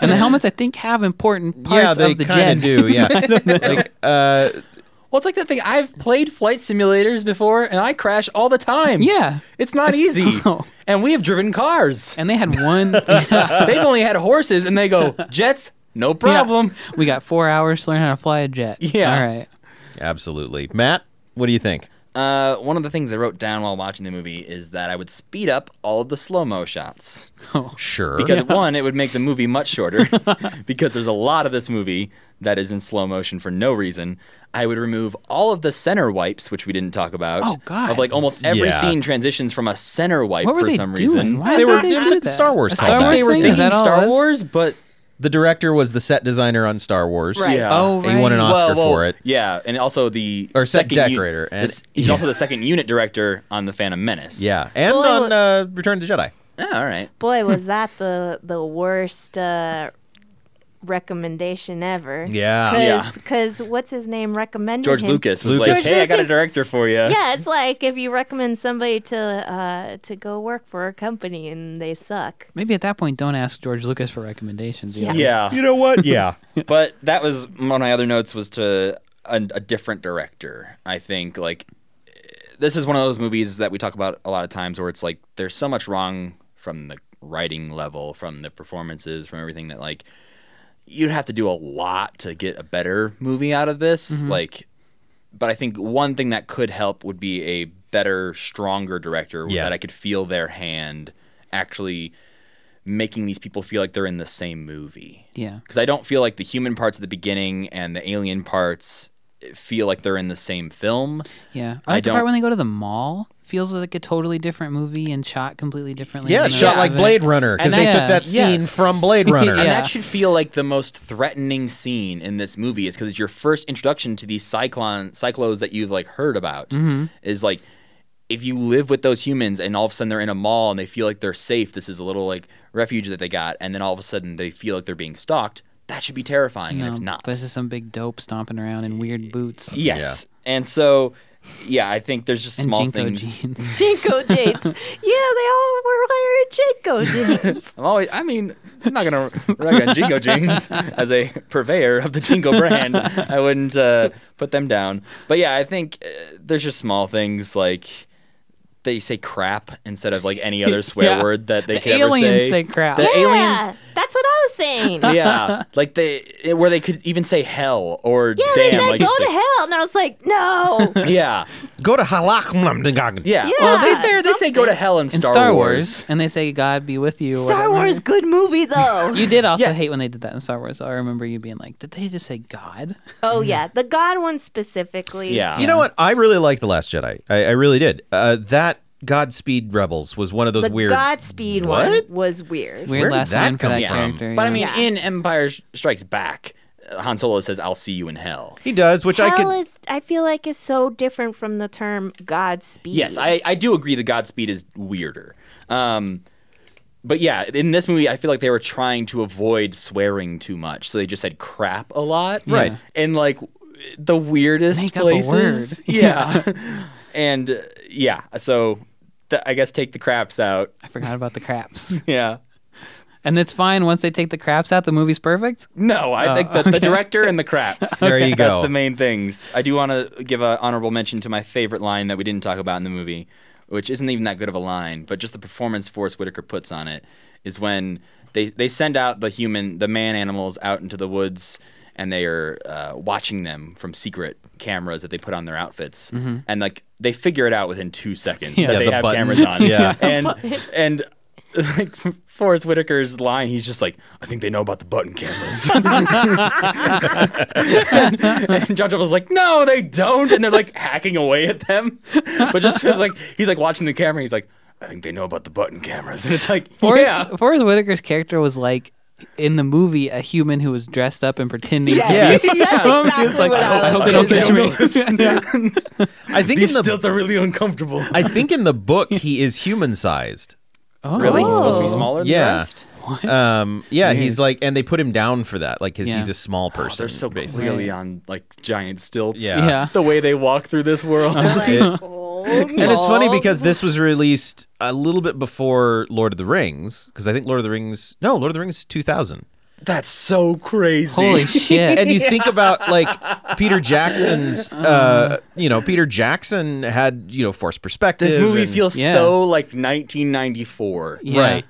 [SPEAKER 3] And the helmets, I think, have important
[SPEAKER 1] yeah,
[SPEAKER 3] parts
[SPEAKER 1] they
[SPEAKER 3] of the
[SPEAKER 1] kinda
[SPEAKER 3] jet.
[SPEAKER 1] do. Yeah, like uh,
[SPEAKER 2] Well, it's like that thing. I've played flight simulators before, and I crash all the time.
[SPEAKER 3] Yeah.
[SPEAKER 2] It's not easy.
[SPEAKER 3] No.
[SPEAKER 2] And we have driven cars.
[SPEAKER 3] And they had one.
[SPEAKER 2] They've only had horses, and they go jets. No problem.
[SPEAKER 3] we got four hours to learn how to fly a jet.
[SPEAKER 2] Yeah.
[SPEAKER 3] All right.
[SPEAKER 1] absolutely. Matt, what do you think?
[SPEAKER 2] Uh, one of the things I wrote down while watching the movie is that I would speed up all of the slow mo shots
[SPEAKER 1] Sure.
[SPEAKER 2] Oh,
[SPEAKER 3] Oh,
[SPEAKER 2] because one, it would make the movie much shorter because there's a lot of this movie that is in slow motion for no reason. I would remove all of the center wipes, which we didn't talk about.
[SPEAKER 3] Oh, God.
[SPEAKER 2] Of like almost every
[SPEAKER 1] Yeah.
[SPEAKER 2] scene transitions from a center wipe
[SPEAKER 3] What were
[SPEAKER 2] for
[SPEAKER 3] they
[SPEAKER 2] some
[SPEAKER 3] doing?
[SPEAKER 2] reason.
[SPEAKER 3] Why
[SPEAKER 1] They
[SPEAKER 3] did
[SPEAKER 1] were-
[SPEAKER 3] they
[SPEAKER 1] it was
[SPEAKER 3] do
[SPEAKER 1] like
[SPEAKER 3] that?
[SPEAKER 1] Star Wars
[SPEAKER 3] A
[SPEAKER 1] callback.
[SPEAKER 3] Star
[SPEAKER 1] I
[SPEAKER 3] Wars
[SPEAKER 2] They were
[SPEAKER 3] thing?
[SPEAKER 2] thinking
[SPEAKER 3] Is that all it
[SPEAKER 2] Star
[SPEAKER 3] was?
[SPEAKER 2] Wars, but
[SPEAKER 1] the director was the set designer on Star Wars.
[SPEAKER 5] Right.
[SPEAKER 2] yeah.
[SPEAKER 3] Oh,
[SPEAKER 1] He won an
[SPEAKER 3] right.
[SPEAKER 1] Oscar for it.
[SPEAKER 2] Yeah, and also the
[SPEAKER 1] Or set
[SPEAKER 2] second u-
[SPEAKER 1] decorator, and-
[SPEAKER 2] this- he's also the second unit director on the Phantom Menace.
[SPEAKER 1] Yeah, and
[SPEAKER 5] Well, I
[SPEAKER 1] on uh, Return of the Jedi.
[SPEAKER 2] Yeah, all right.
[SPEAKER 5] Boy, was that the the worst uh, recommendation ever?
[SPEAKER 1] Yeah.
[SPEAKER 2] Yeah.
[SPEAKER 5] Because what's his name recommended
[SPEAKER 2] George
[SPEAKER 5] him?
[SPEAKER 2] Lucas was
[SPEAKER 1] Lucas.
[SPEAKER 2] like, "Hey, I got a
[SPEAKER 5] George Lucas-
[SPEAKER 2] director for you."
[SPEAKER 5] Yeah, it's like if you recommend somebody to uh, to go work for a company and they suck.
[SPEAKER 3] Maybe at that point, don't ask George Lucas for recommendations.
[SPEAKER 5] Yeah.
[SPEAKER 2] Yeah,
[SPEAKER 1] know what? Yeah.
[SPEAKER 2] but that was one of my other notes was to a, a different director. I think like this is one of those movies that we talk about a lot of times where it's like there's so much wrong from the writing level, from the performances, from everything that like you'd have to do a lot to get a better movie out of this. Like, but I think one thing that could help would be a better, stronger director
[SPEAKER 1] Yeah.
[SPEAKER 2] that I could feel their hand actually making these people feel like they're in the same movie
[SPEAKER 3] Yeah.
[SPEAKER 2] because I don't feel like the human parts at the beginning and the alien parts feel like they're in the same film.
[SPEAKER 3] Yeah. I
[SPEAKER 2] I
[SPEAKER 3] like the part
[SPEAKER 2] don't-
[SPEAKER 3] when they go to the mall. Feels like a totally different movie and shot completely differently.
[SPEAKER 1] Yeah,
[SPEAKER 3] than
[SPEAKER 1] it's
[SPEAKER 3] the
[SPEAKER 1] shot
[SPEAKER 3] rest
[SPEAKER 1] like
[SPEAKER 3] of it.
[SPEAKER 1] Blade Runner because
[SPEAKER 2] And
[SPEAKER 1] they
[SPEAKER 3] that-
[SPEAKER 1] took that scene
[SPEAKER 3] yes.
[SPEAKER 1] from Blade Runner.
[SPEAKER 2] And
[SPEAKER 3] Yeah.
[SPEAKER 2] that should feel like the most threatening scene in this movie is because it's your first introduction to these cyclone cyclos that you've like heard about.
[SPEAKER 3] Mm-hmm.
[SPEAKER 2] Is like if you live with those humans and all of a sudden they're in a mall and they feel like they're safe, this is a little like refuge that they got, and then all of a sudden they feel like they're being stalked. That should be terrifying, and
[SPEAKER 3] No,
[SPEAKER 2] it's not.
[SPEAKER 3] Um, But it's just some big dope stomping around in weird boots.
[SPEAKER 2] yes, and so yeah, I think there's just
[SPEAKER 3] And
[SPEAKER 2] small
[SPEAKER 3] Jinko
[SPEAKER 2] things.
[SPEAKER 3] jeans.
[SPEAKER 5] Jinko jeans. yeah, they all were wearing Jinko jeans.
[SPEAKER 2] I'm always. I mean, I'm not gonna rag on Jingo Jeans as a purveyor of the Jingo brand. I wouldn't uh, put them down. But yeah, I think uh, there's just small things like they say crap instead of like any other swear
[SPEAKER 3] Yeah.
[SPEAKER 2] word that they
[SPEAKER 3] The
[SPEAKER 2] could ever
[SPEAKER 3] aliens
[SPEAKER 2] say.
[SPEAKER 3] say crap.
[SPEAKER 2] The
[SPEAKER 3] Yeah.
[SPEAKER 5] yeah,
[SPEAKER 2] aliens.
[SPEAKER 5] that's what I was saying.
[SPEAKER 2] Yeah, like they it- where they could even say hell or
[SPEAKER 5] Yeah,
[SPEAKER 2] damn.
[SPEAKER 5] they said
[SPEAKER 2] like
[SPEAKER 5] go
[SPEAKER 2] it's
[SPEAKER 5] to
[SPEAKER 2] like-
[SPEAKER 5] hell, and I was like, no.
[SPEAKER 2] Yeah,
[SPEAKER 1] Go to Halak.
[SPEAKER 2] yeah.
[SPEAKER 5] Yeah,
[SPEAKER 2] well, to be fair, they say go to
[SPEAKER 5] something.
[SPEAKER 2] hell in
[SPEAKER 3] In
[SPEAKER 2] Star, Wars.
[SPEAKER 3] and they say God be with you. or
[SPEAKER 5] Star
[SPEAKER 3] whatever.
[SPEAKER 5] Wars, good movie though.
[SPEAKER 3] You did also
[SPEAKER 2] Yes.
[SPEAKER 3] hate when they did that in Star Wars. I remember you being like, "Did they just say God?"
[SPEAKER 5] oh yeah, the God one specifically.
[SPEAKER 2] Yeah.
[SPEAKER 1] You know what? I really liked The Last Jedi. I, I really did. Uh, that Godspeed Rebels was one of those
[SPEAKER 5] the
[SPEAKER 1] weird.
[SPEAKER 5] Godspeed
[SPEAKER 1] What?
[SPEAKER 5] one was weird.
[SPEAKER 3] Weird
[SPEAKER 1] Where did
[SPEAKER 3] last
[SPEAKER 1] that
[SPEAKER 3] line for
[SPEAKER 1] come
[SPEAKER 3] that
[SPEAKER 1] from?
[SPEAKER 3] character.
[SPEAKER 2] But I
[SPEAKER 3] yeah.
[SPEAKER 2] mean,
[SPEAKER 5] Yeah.
[SPEAKER 2] in Empire Strikes Back, uh, Han Solo says, "I'll see you in hell."
[SPEAKER 1] he does, which I
[SPEAKER 5] Hell
[SPEAKER 1] could.
[SPEAKER 5] is, I feel like, is so different from the term Godspeed.
[SPEAKER 2] Yes, I, I do agree that Godspeed is weirder. Um, but yeah, in this movie, I feel like they were trying to avoid swearing too much, so they just said crap a lot,
[SPEAKER 1] Right.
[SPEAKER 2] And like the weirdest
[SPEAKER 3] Make up a
[SPEAKER 2] places,
[SPEAKER 3] word.
[SPEAKER 2] yeah. and uh, yeah, so th- I guess take the craps out,
[SPEAKER 3] I forgot about the craps,
[SPEAKER 2] yeah.
[SPEAKER 3] and it's fine once they take the craps out. The movie's perfect.
[SPEAKER 2] No, I think that the director and the craps.
[SPEAKER 1] Oh, There you go.
[SPEAKER 2] That's the main things. I do want to give an honorable mention to my favorite line that we didn't talk about in the movie, which isn't even that good of a line, but just the performance Forrest Whitaker puts on it is when they they send out the human, the man animals out into the woods, and they are uh, watching them from secret cameras that they put on their outfits, and like they figure it out within two seconds that
[SPEAKER 1] Mm-hmm. Yeah,
[SPEAKER 2] they
[SPEAKER 1] the
[SPEAKER 2] have
[SPEAKER 1] button.
[SPEAKER 2] cameras on,
[SPEAKER 1] Yeah.
[SPEAKER 2] and and. Like Forrest Whitaker's line, he's just like, "I think they know about the button cameras." And John Travolta's like, no, they don't. And they're like hacking away at them. But just it's like, he's like watching the camera. He's like, I think they know about the button cameras. And it's like,
[SPEAKER 3] Forrest,
[SPEAKER 2] yeah.
[SPEAKER 3] Forrest Whitaker's character was like in the movie a human who was dressed up and pretending to be
[SPEAKER 1] Yes.
[SPEAKER 4] That's exactly
[SPEAKER 3] It's like, "Oh,
[SPEAKER 4] what I,
[SPEAKER 3] I
[SPEAKER 4] was
[SPEAKER 3] hope they don't catch me.
[SPEAKER 1] I think in
[SPEAKER 2] These
[SPEAKER 1] the
[SPEAKER 2] stilts are really uncomfortable.
[SPEAKER 1] I think in the book he is human sized.
[SPEAKER 3] Oh.
[SPEAKER 2] really? He's supposed to
[SPEAKER 4] Oh.
[SPEAKER 2] be smaller than
[SPEAKER 1] Yeah.
[SPEAKER 2] the rest?
[SPEAKER 3] What?
[SPEAKER 1] Um, yeah, he's like, and they put him down for that, like, cause
[SPEAKER 3] Yeah.
[SPEAKER 1] he's a small
[SPEAKER 2] Oh,
[SPEAKER 1] person.
[SPEAKER 2] they're so
[SPEAKER 1] basically.
[SPEAKER 2] clearly on like giant stilts.
[SPEAKER 1] Yeah. Uh-huh.
[SPEAKER 3] Yeah.
[SPEAKER 2] The way they walk through this world.
[SPEAKER 1] It-
[SPEAKER 5] oh,
[SPEAKER 4] and
[SPEAKER 1] And it's funny because this was released a little bit before Lord of the Rings, because I think Lord of the Rings, no, Lord of the Rings is 2000.
[SPEAKER 2] That's so crazy.
[SPEAKER 3] Holy shit.
[SPEAKER 1] And you think about like Peter Jackson's, uh, you know, Peter Jackson had, you know, forced perspective.
[SPEAKER 2] This movie
[SPEAKER 1] and-
[SPEAKER 2] feels
[SPEAKER 3] Yeah.
[SPEAKER 2] so like 1994.
[SPEAKER 3] Yeah.
[SPEAKER 1] right.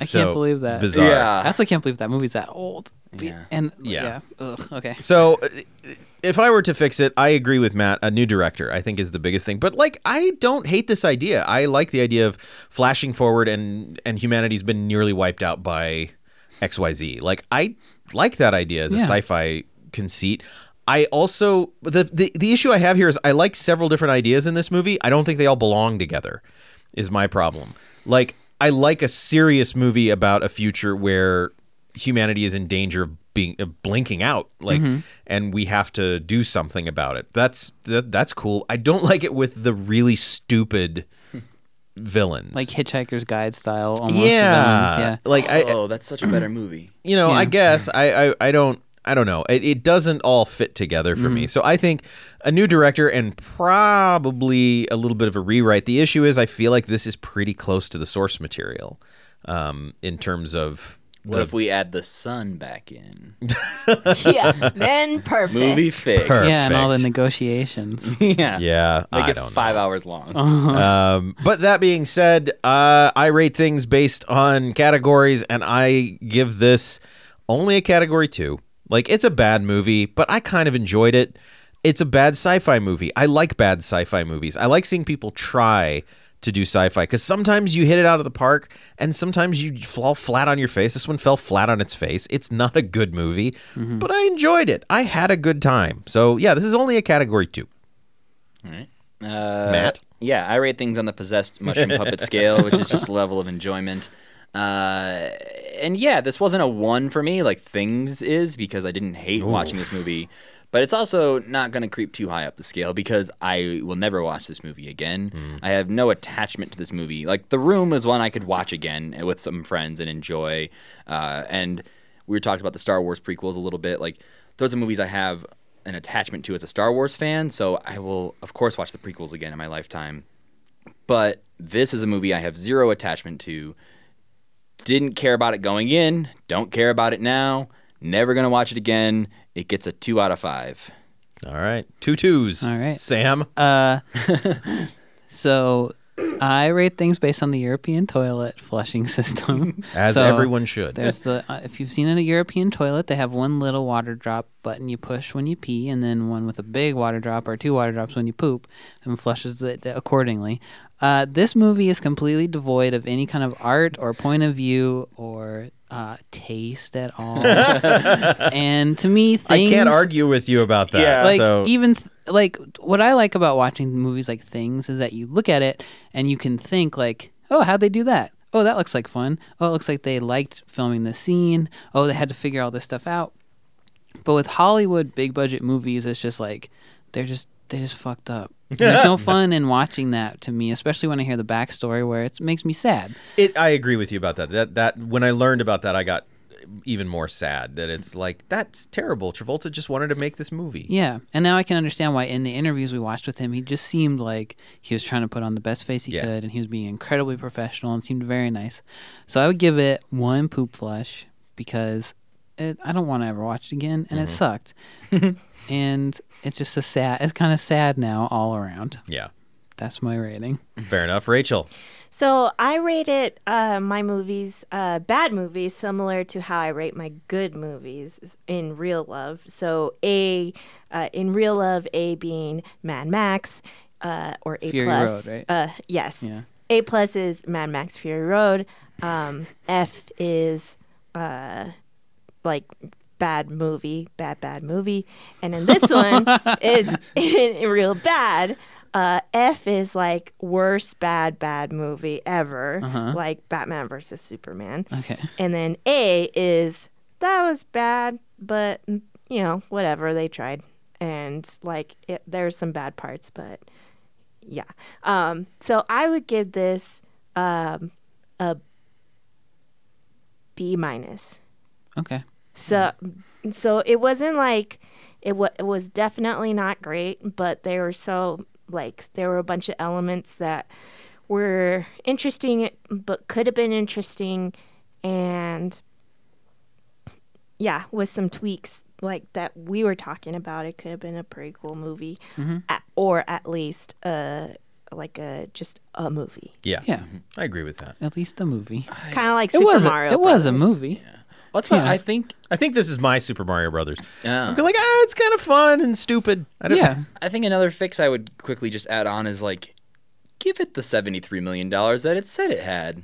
[SPEAKER 3] I can't
[SPEAKER 1] so
[SPEAKER 3] believe that.
[SPEAKER 1] Bizarre.
[SPEAKER 2] Yeah.
[SPEAKER 3] I also can't believe that movie's that old. Be-
[SPEAKER 2] Yeah.
[SPEAKER 3] And
[SPEAKER 1] Yeah.
[SPEAKER 3] yeah. Ugh, okay.
[SPEAKER 1] So, uh, if I were to fix it, I agree with Matt. A new director, I think, is the biggest thing. But like, I don't hate this idea. I like the idea of flashing forward and and humanity's been nearly wiped out by X Y Z. Like, I like that idea as a
[SPEAKER 3] Yeah.
[SPEAKER 1] sci-fi conceit. I also the, the the issue I have here is I like several different ideas in this movie. I don't think they all belong together. Is my problem. Like I like a serious movie about a future where humanity is in danger of being of blinking out like and we have to do something about it. That's that, that's cool. I don't like it with the really stupid villains.
[SPEAKER 3] Like Hitchhiker's Guide style almost.
[SPEAKER 1] yeah.
[SPEAKER 3] villains, Yeah.
[SPEAKER 1] Like I
[SPEAKER 2] oh, that's such a better movie.
[SPEAKER 1] you know, I
[SPEAKER 3] Yeah.
[SPEAKER 1] guess I, I I don't I don't know. It, it doesn't all fit together for
[SPEAKER 2] Mm.
[SPEAKER 1] me. So I think a new director and probably a little bit of a rewrite. The issue is I feel like this is pretty close to the source material um, in terms of
[SPEAKER 2] What
[SPEAKER 1] the
[SPEAKER 2] if we add the sun back in?
[SPEAKER 4] yeah, then perfect.
[SPEAKER 2] Movie fix.
[SPEAKER 1] Per-
[SPEAKER 3] Yeah, and all the
[SPEAKER 1] Perfect.
[SPEAKER 3] negotiations.
[SPEAKER 2] yeah.
[SPEAKER 1] yeah.
[SPEAKER 2] Make
[SPEAKER 1] I
[SPEAKER 2] it
[SPEAKER 1] don't know.
[SPEAKER 2] five hours long.
[SPEAKER 1] Um, but that being said, uh, I rate things based on categories, and I give this only a category two. Like, it's a bad movie, but I kind of enjoyed it. It's a bad sci fi movie. I like bad sci fi movies. I like seeing people try to do sci fi because sometimes you hit it out of the park and sometimes you fall flat on your face. This one fell flat on its face. It's not a good movie,
[SPEAKER 3] Mm-hmm.
[SPEAKER 1] but I enjoyed it. I had a good time. So, yeah, this is only a category two.
[SPEAKER 2] Uh,
[SPEAKER 1] Matt?
[SPEAKER 2] Yeah, I rate things on the possessed mushroom puppet scale, which is just level of enjoyment. Uh, and yeah, this wasn't a one for me, like Things is, because I didn't hate watching this movie. But it's also not going to creep too high up the scale because I will never watch this movie again.
[SPEAKER 1] Hmm.
[SPEAKER 2] I have no attachment to this movie. Like The Room is one I could watch again with some friends and enjoy. Uh, and we were talking about the Star Wars prequels a little bit. Like those are movies I have an attachment to as a Star Wars fan, so I will of course watch the prequels again in my lifetime. But this is a movie I have zero attachment to. Didn't care about it going in, don't care about it now, never going to watch it again. It gets a 2 out of 5.
[SPEAKER 1] All right. Two twos.
[SPEAKER 3] uh, All right.
[SPEAKER 1] Sam.
[SPEAKER 3] Uh, so I rate things based on the European toilet flushing system.
[SPEAKER 1] As
[SPEAKER 3] So
[SPEAKER 1] everyone should.
[SPEAKER 3] There's the uh, if you've seen a European toilet, they have one little water drop button you push when you pee, and then one with a big water drop or two water drops when you poop, and flushes it accordingly. Uh, this movie is completely devoid of any kind of art or point of view or uh, taste at all. and to me, things
[SPEAKER 1] I can't argue with you about that.
[SPEAKER 2] Yeah.
[SPEAKER 3] like e-
[SPEAKER 1] so
[SPEAKER 3] even th- like what I like about watching movies like Things is that you look at it and you can think like, oh, how'd they do that? Oh, that looks like fun. Oh, it looks like they liked filming the scene. Oh, they had to figure all this stuff out. But with Hollywood big budget movies, it's just like they're just they just fucked up. And There's no fun in watching that to me, especially when I hear the backstory where it makes me sad.
[SPEAKER 1] it, I agree with you about that. That that when I learned about that, I got even more sad. That it's like that's terrible. Travolta just wanted to make this movie.
[SPEAKER 3] Yeah, and now I can understand why in the interviews we watched with him, he just seemed like he was trying to put on the best face he
[SPEAKER 1] Yeah.
[SPEAKER 3] could, and he was being incredibly professional and seemed very nice. So I would give it one poop flush because it, I don't want to ever watch it again, and it sucked. and it's just a sad. It's kind of sad now all around.
[SPEAKER 1] Yeah.
[SPEAKER 3] That's my rating.
[SPEAKER 1] Fair enough, Rachel.
[SPEAKER 5] So I rate it uh, my movies, uh, bad movies, similar to how I rate my good movies is in real love. So A, uh, in real love, A being Mad Max, uh, or A
[SPEAKER 3] Fury
[SPEAKER 5] plus.
[SPEAKER 3] Road, right?
[SPEAKER 5] Uh, yes.
[SPEAKER 3] Yeah.
[SPEAKER 5] A plus is Mad Max Fury Road. Um, F is uh, like bad movie, bad bad movie, and then this one is real bad. Uh, F is like worst bad bad movie ever, like Batman versus Superman.
[SPEAKER 3] Okay.
[SPEAKER 5] And then A is that was bad, but mm, you know, whatever they tried. And like it, there's some bad parts, but yeah. Um so I would give this um a B minus.
[SPEAKER 3] Okay.
[SPEAKER 5] So so it wasn't like it, wa it was definitely not great, but they were so like there were a bunch of elements that were interesting but could have been interesting and yeah, with some tweaks like that we were talking about, it could have been a pretty cool movie
[SPEAKER 3] Mm-hmm.
[SPEAKER 5] A- or at least uh like a just a movie.
[SPEAKER 1] Yeah.
[SPEAKER 3] Yeah.
[SPEAKER 1] I agree with that.
[SPEAKER 3] At least a movie.
[SPEAKER 5] Kind of like
[SPEAKER 3] it
[SPEAKER 5] Uh, Super
[SPEAKER 3] was.
[SPEAKER 5] Mario.
[SPEAKER 3] a, it was a
[SPEAKER 5] Brothers.
[SPEAKER 3] movie.
[SPEAKER 2] Well, that's why
[SPEAKER 3] Yeah.
[SPEAKER 2] I think.
[SPEAKER 1] I think this is my Super Mario Brothers.
[SPEAKER 2] Yeah.
[SPEAKER 1] I'm like, ah, it's kind of fun and stupid. I don't,
[SPEAKER 3] Yeah.
[SPEAKER 2] I think another fix I would quickly just add on is like, give it the seventy-three million dollars that it said it had.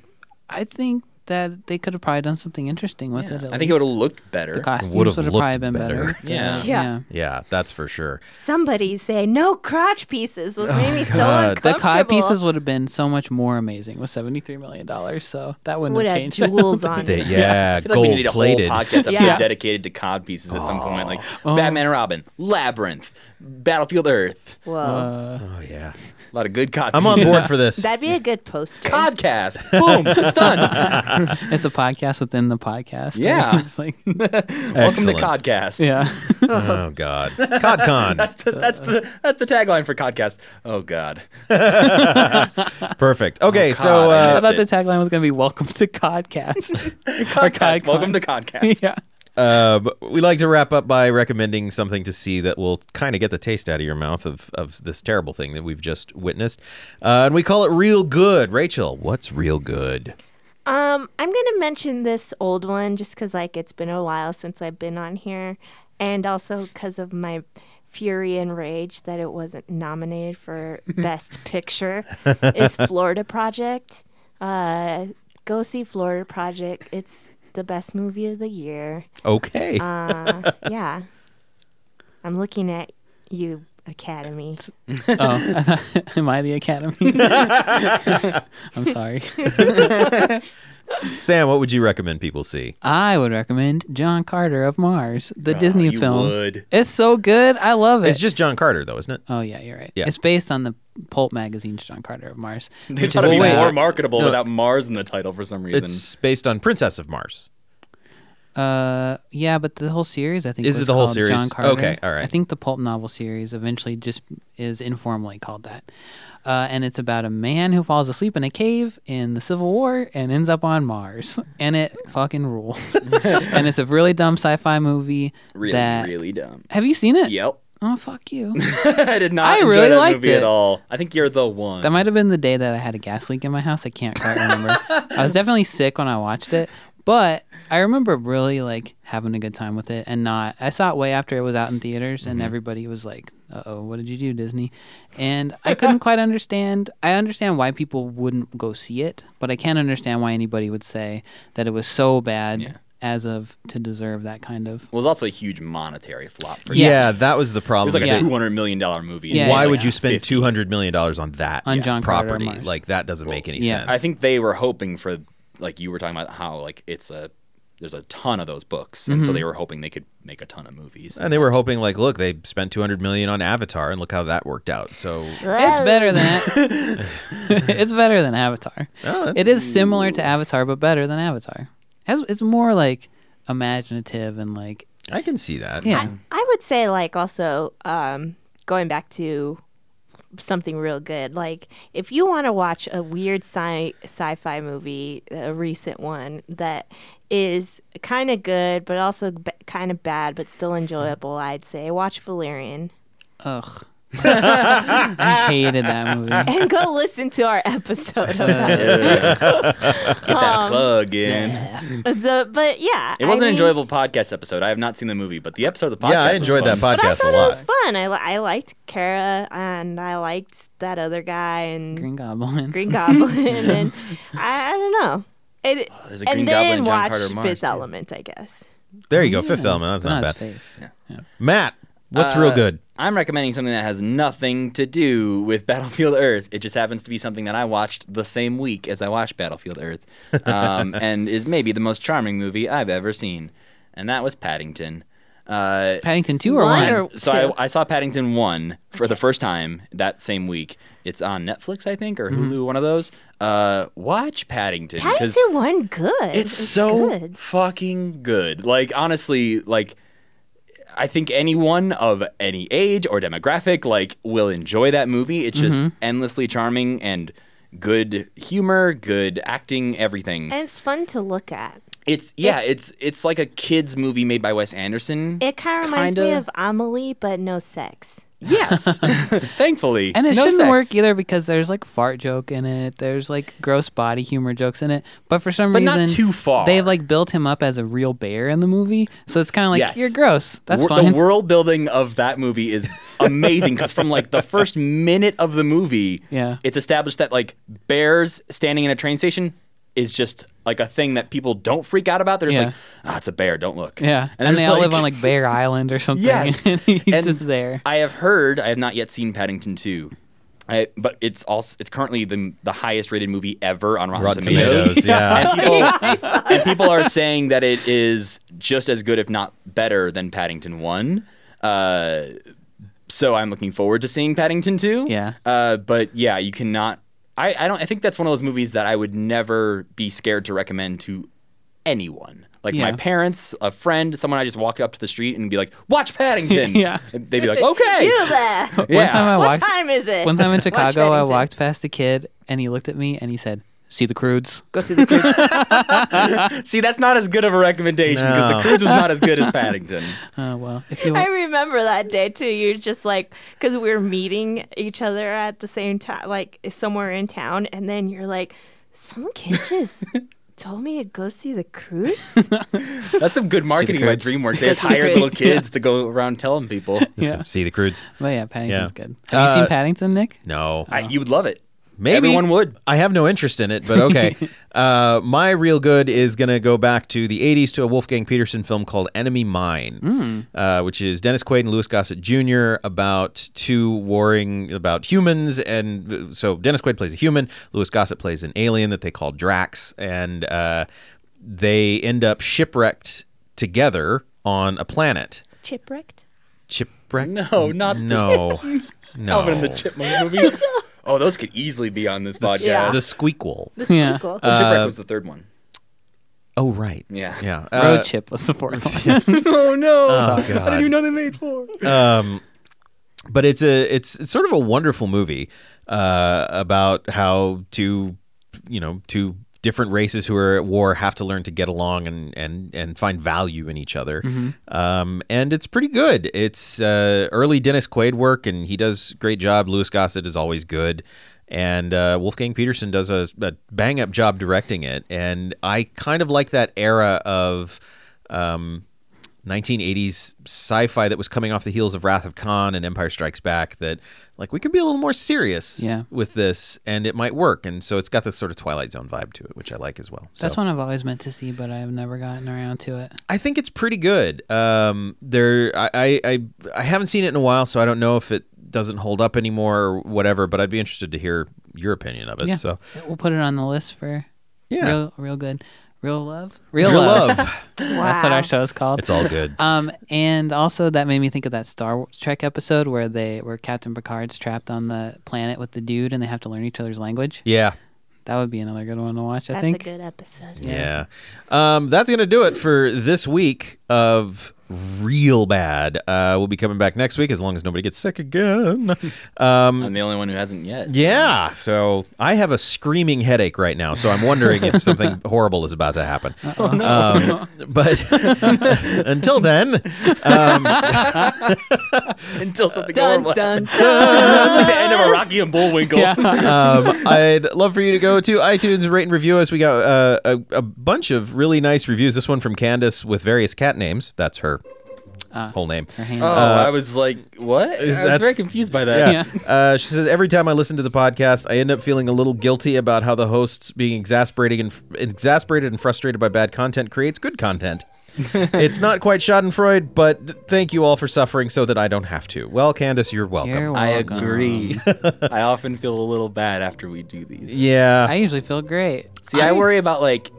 [SPEAKER 3] I think that they could have probably done something interesting with
[SPEAKER 2] Yeah.
[SPEAKER 3] it.
[SPEAKER 2] I
[SPEAKER 3] at
[SPEAKER 2] think it would
[SPEAKER 3] least.
[SPEAKER 2] have looked better.
[SPEAKER 3] the costumes would
[SPEAKER 1] Would've
[SPEAKER 3] have probably
[SPEAKER 1] looked
[SPEAKER 3] been better.
[SPEAKER 1] better.
[SPEAKER 2] Yeah.
[SPEAKER 5] Yeah.
[SPEAKER 1] Yeah, that's for sure.
[SPEAKER 5] Somebody say no crotch pieces. Those made me so
[SPEAKER 1] Oh, God.
[SPEAKER 5] uncomfortable.
[SPEAKER 3] The cod pieces would have been so much more amazing with seventy three million dollars. So that wouldn't
[SPEAKER 5] would
[SPEAKER 3] have
[SPEAKER 5] have
[SPEAKER 3] changed.
[SPEAKER 5] jewels on
[SPEAKER 1] They,
[SPEAKER 5] it.
[SPEAKER 1] yeah,
[SPEAKER 2] I feel like we
[SPEAKER 1] gold
[SPEAKER 2] need a
[SPEAKER 1] plated.
[SPEAKER 2] whole podcast episode
[SPEAKER 5] Yeah.
[SPEAKER 2] dedicated to cod pieces at some point, like
[SPEAKER 3] Oh. Um,
[SPEAKER 2] Batman and Robin, Labyrinth, Battlefield Earth.
[SPEAKER 5] Whoa,
[SPEAKER 3] Uh,
[SPEAKER 1] Oh yeah,
[SPEAKER 2] A lot of good cod.
[SPEAKER 1] I'm on
[SPEAKER 2] pieces.
[SPEAKER 1] board for this.
[SPEAKER 5] that'd be a good poster.
[SPEAKER 2] Podcast. Boom. It's done.
[SPEAKER 3] it's a podcast within the podcast.
[SPEAKER 2] Yeah.
[SPEAKER 3] it's like
[SPEAKER 2] Welcome to
[SPEAKER 1] Excellent.
[SPEAKER 2] Codcast.
[SPEAKER 3] yeah.
[SPEAKER 1] oh god, CodCon,
[SPEAKER 2] That's the that's the tagline for Codcast. Oh God.
[SPEAKER 1] perfect. Okay, so
[SPEAKER 2] Oh, God, I
[SPEAKER 1] uh,
[SPEAKER 3] I
[SPEAKER 2] missed
[SPEAKER 3] thought the
[SPEAKER 2] it.
[SPEAKER 3] tagline was gonna be "Welcome to Codcast."
[SPEAKER 2] Codcast.
[SPEAKER 3] Codcast.
[SPEAKER 2] Welcome to Codcast.
[SPEAKER 3] yeah.
[SPEAKER 1] Uh, but we like to wrap up by recommending something to see that will kind of get the taste out of your mouth of, of this terrible thing that we've just witnessed. Uh, and we call it Real Good. Rachel, what's Real Good?
[SPEAKER 5] Um, I'm gonna mention this old one just because like it's been a while since I've been on here, and also because of my fury and rage that it wasn't nominated for Best Picture. Is Florida Project? Uh, go see Florida Project. It's the best movie of the year.
[SPEAKER 1] Okay.
[SPEAKER 5] Uh, yeah, I'm looking at you, Academy.
[SPEAKER 3] Oh, I thought- am I the Academy? I'm sorry.
[SPEAKER 1] Sam, what would you recommend people see?
[SPEAKER 3] I would recommend John Carter of Mars, the Disney
[SPEAKER 2] Ah, you
[SPEAKER 3] film.
[SPEAKER 2] would.
[SPEAKER 3] It's so good. I love it.
[SPEAKER 1] It's just John Carter, though, isn't it?
[SPEAKER 3] oh yeah, you're right.
[SPEAKER 1] Yeah.
[SPEAKER 3] It's based on the pulp magazine's John Carter of Mars.
[SPEAKER 2] They
[SPEAKER 3] which
[SPEAKER 2] thought
[SPEAKER 3] is
[SPEAKER 2] it'd be
[SPEAKER 3] about-
[SPEAKER 2] more marketable without Mars in the title for some reason.
[SPEAKER 1] It's based on Princess of Mars.
[SPEAKER 3] Uh, yeah, but the whole series I think
[SPEAKER 1] Is it
[SPEAKER 3] was
[SPEAKER 1] the whole
[SPEAKER 3] called
[SPEAKER 1] series?
[SPEAKER 3] John Carter.
[SPEAKER 1] Okay, all right.
[SPEAKER 3] I think the pulp novel series eventually just is informally called that, uh, and it's about a man who falls asleep in a cave in the Civil War and ends up on Mars, and it fucking rules. and it's a really dumb sci-fi movie.
[SPEAKER 2] really,
[SPEAKER 3] that
[SPEAKER 2] really dumb.
[SPEAKER 3] have you seen it?
[SPEAKER 2] Yep.
[SPEAKER 3] Oh fuck you.
[SPEAKER 2] I did not
[SPEAKER 3] I
[SPEAKER 2] enjoy
[SPEAKER 3] really
[SPEAKER 2] that
[SPEAKER 3] liked
[SPEAKER 2] movie
[SPEAKER 3] it.
[SPEAKER 2] at all. I think you're the one.
[SPEAKER 3] That might have been the day that I had a gas leak in my house. I can't quite remember. I was definitely sick when I watched it, but I remember really like having a good time with it and not. I saw it way after it was out in theaters, and everybody was like, "Uh oh, what did you do, Disney?" And I couldn't quite understand. I understand why people wouldn't go see it, but I can't understand why anybody would say that it was so bad as of to deserve that kind of.
[SPEAKER 2] Well, it was also a huge monetary flop for
[SPEAKER 1] Yeah,
[SPEAKER 3] Yeah.
[SPEAKER 1] that was the
[SPEAKER 2] It
[SPEAKER 1] problem.
[SPEAKER 2] was like
[SPEAKER 1] is
[SPEAKER 2] a
[SPEAKER 1] that-
[SPEAKER 2] two hundred million dollar movie.
[SPEAKER 3] Yeah,
[SPEAKER 1] Why
[SPEAKER 3] yeah,
[SPEAKER 1] would you
[SPEAKER 2] $50.
[SPEAKER 1] spend two hundred million dollars on that
[SPEAKER 3] On John Carter
[SPEAKER 1] property?
[SPEAKER 3] Mars.
[SPEAKER 1] Like that doesn't make any
[SPEAKER 3] yeah.
[SPEAKER 1] sense.
[SPEAKER 2] I think they were hoping for like you were talking about how like it's a there's a ton of those books, and so they were hoping they could make a ton of movies.
[SPEAKER 1] and they were hoping, like, look, they spent two hundred million on Avatar, and look how that worked out. So
[SPEAKER 3] It's better than it's better than Avatar.
[SPEAKER 1] Oh, that's-
[SPEAKER 3] it is similar to Avatar, but better than Avatar. Has it's more like imaginative and like
[SPEAKER 1] I can see that.
[SPEAKER 3] yeah.
[SPEAKER 5] I would say like also um, going back to something real good. Like if you want to watch a weird sci sci-fi movie, a recent one that is kind of good but also b- kind of bad but still enjoyable, I'd say watch Valerian
[SPEAKER 3] Ugh. I hated that movie.
[SPEAKER 5] and go listen to our episode of that.
[SPEAKER 2] Get that plug in.
[SPEAKER 5] So- but yeah,
[SPEAKER 2] It was
[SPEAKER 5] I
[SPEAKER 2] an
[SPEAKER 5] mean,
[SPEAKER 2] enjoyable podcast episode. I have not seen the movie, but the episode of the podcast.
[SPEAKER 1] Yeah, I
[SPEAKER 2] was
[SPEAKER 1] enjoyed that
[SPEAKER 2] fun.
[SPEAKER 1] podcast
[SPEAKER 5] But I thought
[SPEAKER 1] a lot.
[SPEAKER 5] it was fun. I, li- I liked Kara and I liked that other guy and
[SPEAKER 3] Green Goblin.
[SPEAKER 5] Green Goblin, and I, I don't know. It,
[SPEAKER 2] there's a
[SPEAKER 5] and
[SPEAKER 2] Green Goblin
[SPEAKER 5] then
[SPEAKER 2] and John
[SPEAKER 5] watch
[SPEAKER 2] Carter of Mars,
[SPEAKER 5] Fifth
[SPEAKER 2] too.
[SPEAKER 5] Element, I guess.
[SPEAKER 1] There you go, Fifth Element. That's
[SPEAKER 3] Not
[SPEAKER 1] not
[SPEAKER 3] his
[SPEAKER 1] bad.
[SPEAKER 3] face. Yeah.
[SPEAKER 1] Matt, what's real good?
[SPEAKER 2] I'm recommending something that has nothing to do with Battlefield Earth. It just happens to be something that I watched the same week as I watched Battlefield Earth, um, and is maybe the most charming movie I've ever seen. And that was Paddington. Uh,
[SPEAKER 3] Paddington two or
[SPEAKER 4] One
[SPEAKER 3] one?
[SPEAKER 4] or-
[SPEAKER 2] so
[SPEAKER 4] Two.
[SPEAKER 2] I, I saw Paddington one for the first time that same week. It's on Netflix, I think, or Hulu, one of those. Uh, watch Paddington 'cause
[SPEAKER 5] Paddington one good.
[SPEAKER 2] it's so
[SPEAKER 5] good.
[SPEAKER 2] fucking good. Like honestly, like I think anyone of any age or demographic like will enjoy that movie. It's just
[SPEAKER 5] Mm-hmm.
[SPEAKER 2] endlessly charming and good humor, good acting, everything.
[SPEAKER 5] and it's fun to look at.
[SPEAKER 2] It's yeah, it's it's like a kids movie made by Wes Anderson.
[SPEAKER 5] It kind of reminds me
[SPEAKER 2] Kinda.
[SPEAKER 5] of Amelie, but no sex.
[SPEAKER 2] yes, thankfully,
[SPEAKER 3] And it
[SPEAKER 2] No
[SPEAKER 3] shouldn't
[SPEAKER 2] sex.
[SPEAKER 3] work either because there's like fart joke in it. There's like gross body humor jokes in it. But for some
[SPEAKER 2] But not
[SPEAKER 3] reason,
[SPEAKER 2] too far.
[SPEAKER 3] They've like built him up as a real bear in the movie, so it's kind of like
[SPEAKER 2] Yes.
[SPEAKER 3] you're gross. That's
[SPEAKER 2] Wor- The
[SPEAKER 3] fine.
[SPEAKER 2] world building of that movie is amazing because from like the first minute of the movie,
[SPEAKER 3] Yeah.
[SPEAKER 2] it's established that like bears standing in a train station is just like a thing that people don't freak out about. They're just
[SPEAKER 3] Yeah.
[SPEAKER 2] like, ah, it's a bear, don't look.
[SPEAKER 3] yeah, and,
[SPEAKER 2] there's,
[SPEAKER 3] they all live on like Bear Island or something.
[SPEAKER 2] Yes.
[SPEAKER 3] and he's
[SPEAKER 2] And
[SPEAKER 3] just there.
[SPEAKER 2] I have heard. I have not yet seen Paddington Two. I, but it's also it's currently the the highest rated movie ever on Rotten,
[SPEAKER 1] Rotten Tomatoes, yeah.
[SPEAKER 2] and, people, and people are saying that it is just as good, if not better, than Paddington One. Uh, so I'm looking forward to seeing Paddington Two.
[SPEAKER 3] Yeah.
[SPEAKER 2] Uh, but yeah, you cannot. I, I don't. I think that's one of those movies that I would never be scared to recommend to anyone. Like my
[SPEAKER 3] Yeah.
[SPEAKER 2] parents, a friend, someone I just walk up to the street and be like, "Watch Paddington."
[SPEAKER 3] Yeah.
[SPEAKER 2] And They'd be like, "Okay."
[SPEAKER 5] You there?
[SPEAKER 2] Yeah.
[SPEAKER 3] One time I
[SPEAKER 5] what
[SPEAKER 3] walked.
[SPEAKER 5] time is it?
[SPEAKER 3] One time in
[SPEAKER 5] Watch
[SPEAKER 3] Chicago, I
[SPEAKER 5] Paddington.
[SPEAKER 3] walked past a kid and he looked at me and he said, "See the crudes."
[SPEAKER 2] Go see the Croods. see, that's not as good of a recommendation because
[SPEAKER 1] No.
[SPEAKER 2] the Croods was not as good as Paddington.
[SPEAKER 3] Oh well, if you
[SPEAKER 5] I
[SPEAKER 3] want,
[SPEAKER 5] remember that day too. You're just like, because we were meeting each other at the same time, like somewhere in town, and then you're like, some kid just told me to go see the Croods.
[SPEAKER 2] That's some good marketing by
[SPEAKER 3] Croods.
[SPEAKER 2] DreamWorks. They just hired little kids to go around telling people.
[SPEAKER 3] yeah.
[SPEAKER 1] See the crudes.
[SPEAKER 3] But yeah, Paddington's
[SPEAKER 1] Yeah.
[SPEAKER 3] good. Have you
[SPEAKER 1] Uh,
[SPEAKER 3] seen Paddington, Nick?
[SPEAKER 1] No.
[SPEAKER 2] I, you would love it.
[SPEAKER 1] Maybe
[SPEAKER 2] Everyone would.
[SPEAKER 1] I have no interest in it, but okay. uh, my real good is going to go back to the 80s to a Wolfgang Peterson film called Enemy Mine, uh, which is Dennis Quaid and Louis Gossett Jr. about two warring about humans. And uh, so Dennis Quaid plays a human, Louis Gossett plays an alien that they call Drax. And uh, they end up shipwrecked together on a planet.
[SPEAKER 5] Chipwrecked.
[SPEAKER 1] Shipwrecked?
[SPEAKER 2] No, not the-
[SPEAKER 1] No. No.
[SPEAKER 2] Alvin and the Chipmunk movie. oh, those could easily be on this podcast.
[SPEAKER 5] Yeah.
[SPEAKER 1] The squeakquel.
[SPEAKER 3] Yeah.
[SPEAKER 5] Cool.
[SPEAKER 1] Uh,
[SPEAKER 2] Well, Shipwreck was the third one.
[SPEAKER 1] Oh, right.
[SPEAKER 2] Yeah.
[SPEAKER 1] Yeah.
[SPEAKER 3] Road
[SPEAKER 1] Uh,
[SPEAKER 3] chip was the fourth one.
[SPEAKER 2] Oh no!
[SPEAKER 1] God. didn't even
[SPEAKER 2] know they made four.
[SPEAKER 1] but it's a it's, it's sort of a wonderful movie uh, about how two you know two different races who are at war have to learn to get along and and and find value in each other um, and it's pretty good it's uh, early dennis quaid work and he does a great job louis gossett is always good and uh, wolfgang peterson does a, a bang up job directing it and i kind of like that era of um, 1980s sci-fi that was coming off the heels of Wrath of Khan and Empire Strikes Back that like we can be a little more serious
[SPEAKER 3] Yeah.
[SPEAKER 1] with this and it might work and so it's got this sort of Twilight Zone vibe to it which I like as well. So
[SPEAKER 3] That's one I've always meant to see, but I've never gotten around to it.
[SPEAKER 1] I think it's pretty good. Um, there I, I I I haven't seen it in a while so I don't know if it doesn't hold up anymore or whatever but I'd be interested to hear your opinion of it.
[SPEAKER 3] Yeah.
[SPEAKER 1] So
[SPEAKER 3] We'll put it on the list for
[SPEAKER 1] yeah.
[SPEAKER 3] real, real good, real love, real,
[SPEAKER 1] Real
[SPEAKER 3] love.
[SPEAKER 1] love.
[SPEAKER 3] That's what our show is called.
[SPEAKER 1] it's all good.
[SPEAKER 3] um, and also that made me think of that Star Trek episode where they where Captain Picard's trapped on the planet with the dude and they have to learn each other's language.
[SPEAKER 1] Yeah.
[SPEAKER 3] That would be another good one to watch. I
[SPEAKER 5] That's
[SPEAKER 3] think.
[SPEAKER 5] a good episode.
[SPEAKER 1] Yeah. Um, that's going to do it for this week of Real Bad. Uh, we'll be coming back next week as long as nobody gets sick again. Um,
[SPEAKER 2] I'm the only one who hasn't yet.
[SPEAKER 1] yeah. So I have a screaming headache right now. So I'm wondering if something horrible is about to happen. Um, but until then, um,
[SPEAKER 2] Until something
[SPEAKER 4] Dun,
[SPEAKER 2] horrible.
[SPEAKER 4] dun,
[SPEAKER 2] That's like the end of a Rocky and Bullwinkle.
[SPEAKER 1] um, I'd love for you to go to iTunes, rate and review us. We got uh, a, a bunch of really nice reviews. This one from Candace with various cat names. That's her whole name.
[SPEAKER 3] Her hand-
[SPEAKER 2] Oh, I was like, what? I was
[SPEAKER 1] Uh, that's-
[SPEAKER 2] very confused by that.
[SPEAKER 1] Yeah. Uh, she says every time I listen to the podcast, I end up feeling a little guilty about how the hosts being exasperating and exasperated and frustrated by bad content creates good content. it's not quite Schadenfreude, but th- thank you all for suffering so that I don't have to. Well, Candace, you're welcome.
[SPEAKER 3] You're
[SPEAKER 2] I
[SPEAKER 3] welcome.
[SPEAKER 2] agree. I often feel a little bad after we do these.
[SPEAKER 1] yeah.
[SPEAKER 3] I usually feel great.
[SPEAKER 2] See, I, worry about like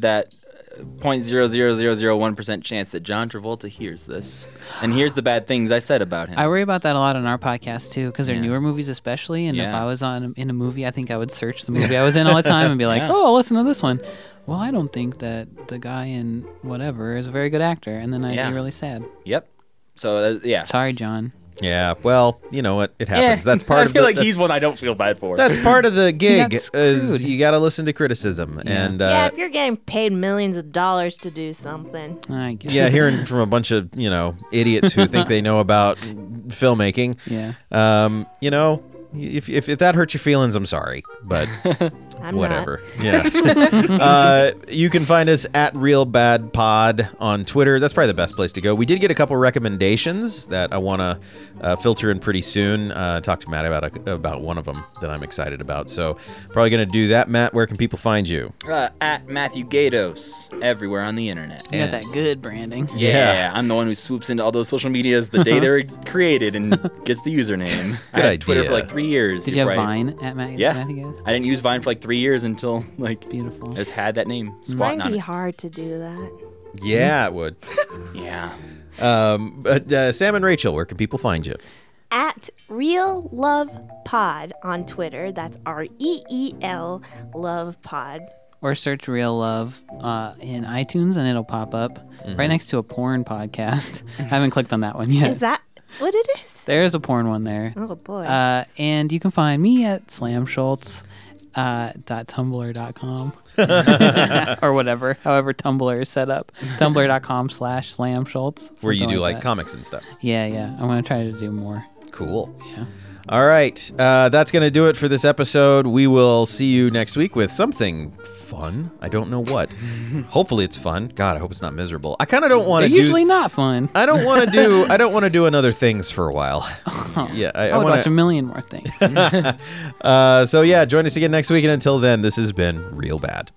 [SPEAKER 2] that uh, point zero zero zero zero one percent chance that John Travolta hears this and hears the bad things I said about him.
[SPEAKER 3] I worry about that a lot on our podcast too, because they're
[SPEAKER 2] Yeah.
[SPEAKER 3] newer movies especially. And if
[SPEAKER 2] Yeah.
[SPEAKER 3] I was on in a movie, I think I would search the movie I was in all the time and be like,
[SPEAKER 2] Yeah.
[SPEAKER 3] "Oh, I'll listen to this one." Well, I don't think that the guy in whatever is a very good actor, and then I'd
[SPEAKER 2] Yeah.
[SPEAKER 3] be really sad.
[SPEAKER 2] yep. So uh, yeah.
[SPEAKER 3] Sorry, John.
[SPEAKER 1] yeah. Well, you know what? It happens. That's part
[SPEAKER 2] I
[SPEAKER 1] of
[SPEAKER 2] feel
[SPEAKER 1] the,
[SPEAKER 2] like
[SPEAKER 1] that's,
[SPEAKER 2] he's one I don't feel bad for.
[SPEAKER 1] that's part of the gig
[SPEAKER 3] got
[SPEAKER 1] is
[SPEAKER 3] screwed.
[SPEAKER 1] you got to listen to criticism and uh,
[SPEAKER 5] yeah, if you're getting paid millions of dollars to do something,
[SPEAKER 3] I guess.
[SPEAKER 1] yeah, hearing from a bunch of you know idiots who think they know about filmmaking.
[SPEAKER 3] Yeah.
[SPEAKER 1] Um, you know, if, if if that hurt your feelings, I'm sorry, but
[SPEAKER 5] I'm
[SPEAKER 1] whatever. Yeah. uh, you can find us at Real Bad Pod on Twitter. That's probably the best place to go. We did get a couple recommendations that I want to uh, filter in pretty soon. Uh, talked to Matt about a, about one of them that I'm excited about. So probably going to do that. Matt, where can people find you?
[SPEAKER 2] uh, at Matthew Gatos everywhere on the internet.
[SPEAKER 3] You got that good branding.
[SPEAKER 1] Yeah.
[SPEAKER 2] I'm the one who swoops into all those social medias the day they were created and gets the username. I
[SPEAKER 1] Good
[SPEAKER 2] had Twitter for
[SPEAKER 1] idea.
[SPEAKER 2] like three years.
[SPEAKER 3] Did you have
[SPEAKER 2] Right.
[SPEAKER 3] Vine at Matt?
[SPEAKER 2] Yeah.
[SPEAKER 3] Matthew Gaetz?
[SPEAKER 2] I didn't use Vine for like three years until like I
[SPEAKER 3] Beautiful.
[SPEAKER 2] just had that name
[SPEAKER 5] not.
[SPEAKER 2] squatting
[SPEAKER 5] Might
[SPEAKER 2] on
[SPEAKER 5] be
[SPEAKER 2] it.
[SPEAKER 5] hard to do that.
[SPEAKER 1] Yeah, it would.
[SPEAKER 2] Yeah.
[SPEAKER 1] Um, but uh, Sam and Rachel, where can people find you?
[SPEAKER 5] at Real Love Pod on Twitter. That's R E E L Love Pod.
[SPEAKER 3] Or search Real Love uh, in iTunes and it'll pop up
[SPEAKER 2] Mm-hmm.
[SPEAKER 3] right next to a porn podcast. I haven't clicked on that one yet.
[SPEAKER 5] Is that what it is?
[SPEAKER 3] There's a porn one there.
[SPEAKER 5] Oh boy.
[SPEAKER 3] Uh, and you can find me at slamschultz. Uh, dot tumblr.com or whatever however tumblr is set up tumblr.com slash slam schultz
[SPEAKER 1] Where you
[SPEAKER 3] something
[SPEAKER 1] do like
[SPEAKER 3] that.
[SPEAKER 1] comics and stuff.
[SPEAKER 3] yeah yeah i'm gonna try to do more
[SPEAKER 1] Cool. Yeah. All right. Uh, that's going to do it for this episode. We will see you next week with something fun. I don't know what. Hopefully it's fun. God, I hope it's not miserable. I kind of don't want
[SPEAKER 3] they're
[SPEAKER 1] to do.
[SPEAKER 3] usually not fun
[SPEAKER 1] I don't want to do. I don't want to do another things for a while. yeah, I,
[SPEAKER 3] Oh, i
[SPEAKER 1] I
[SPEAKER 3] would
[SPEAKER 1] want
[SPEAKER 3] watch a
[SPEAKER 1] to.
[SPEAKER 3] million more things
[SPEAKER 1] Uh, so yeah, join us again next week. And until then, this has been real bad.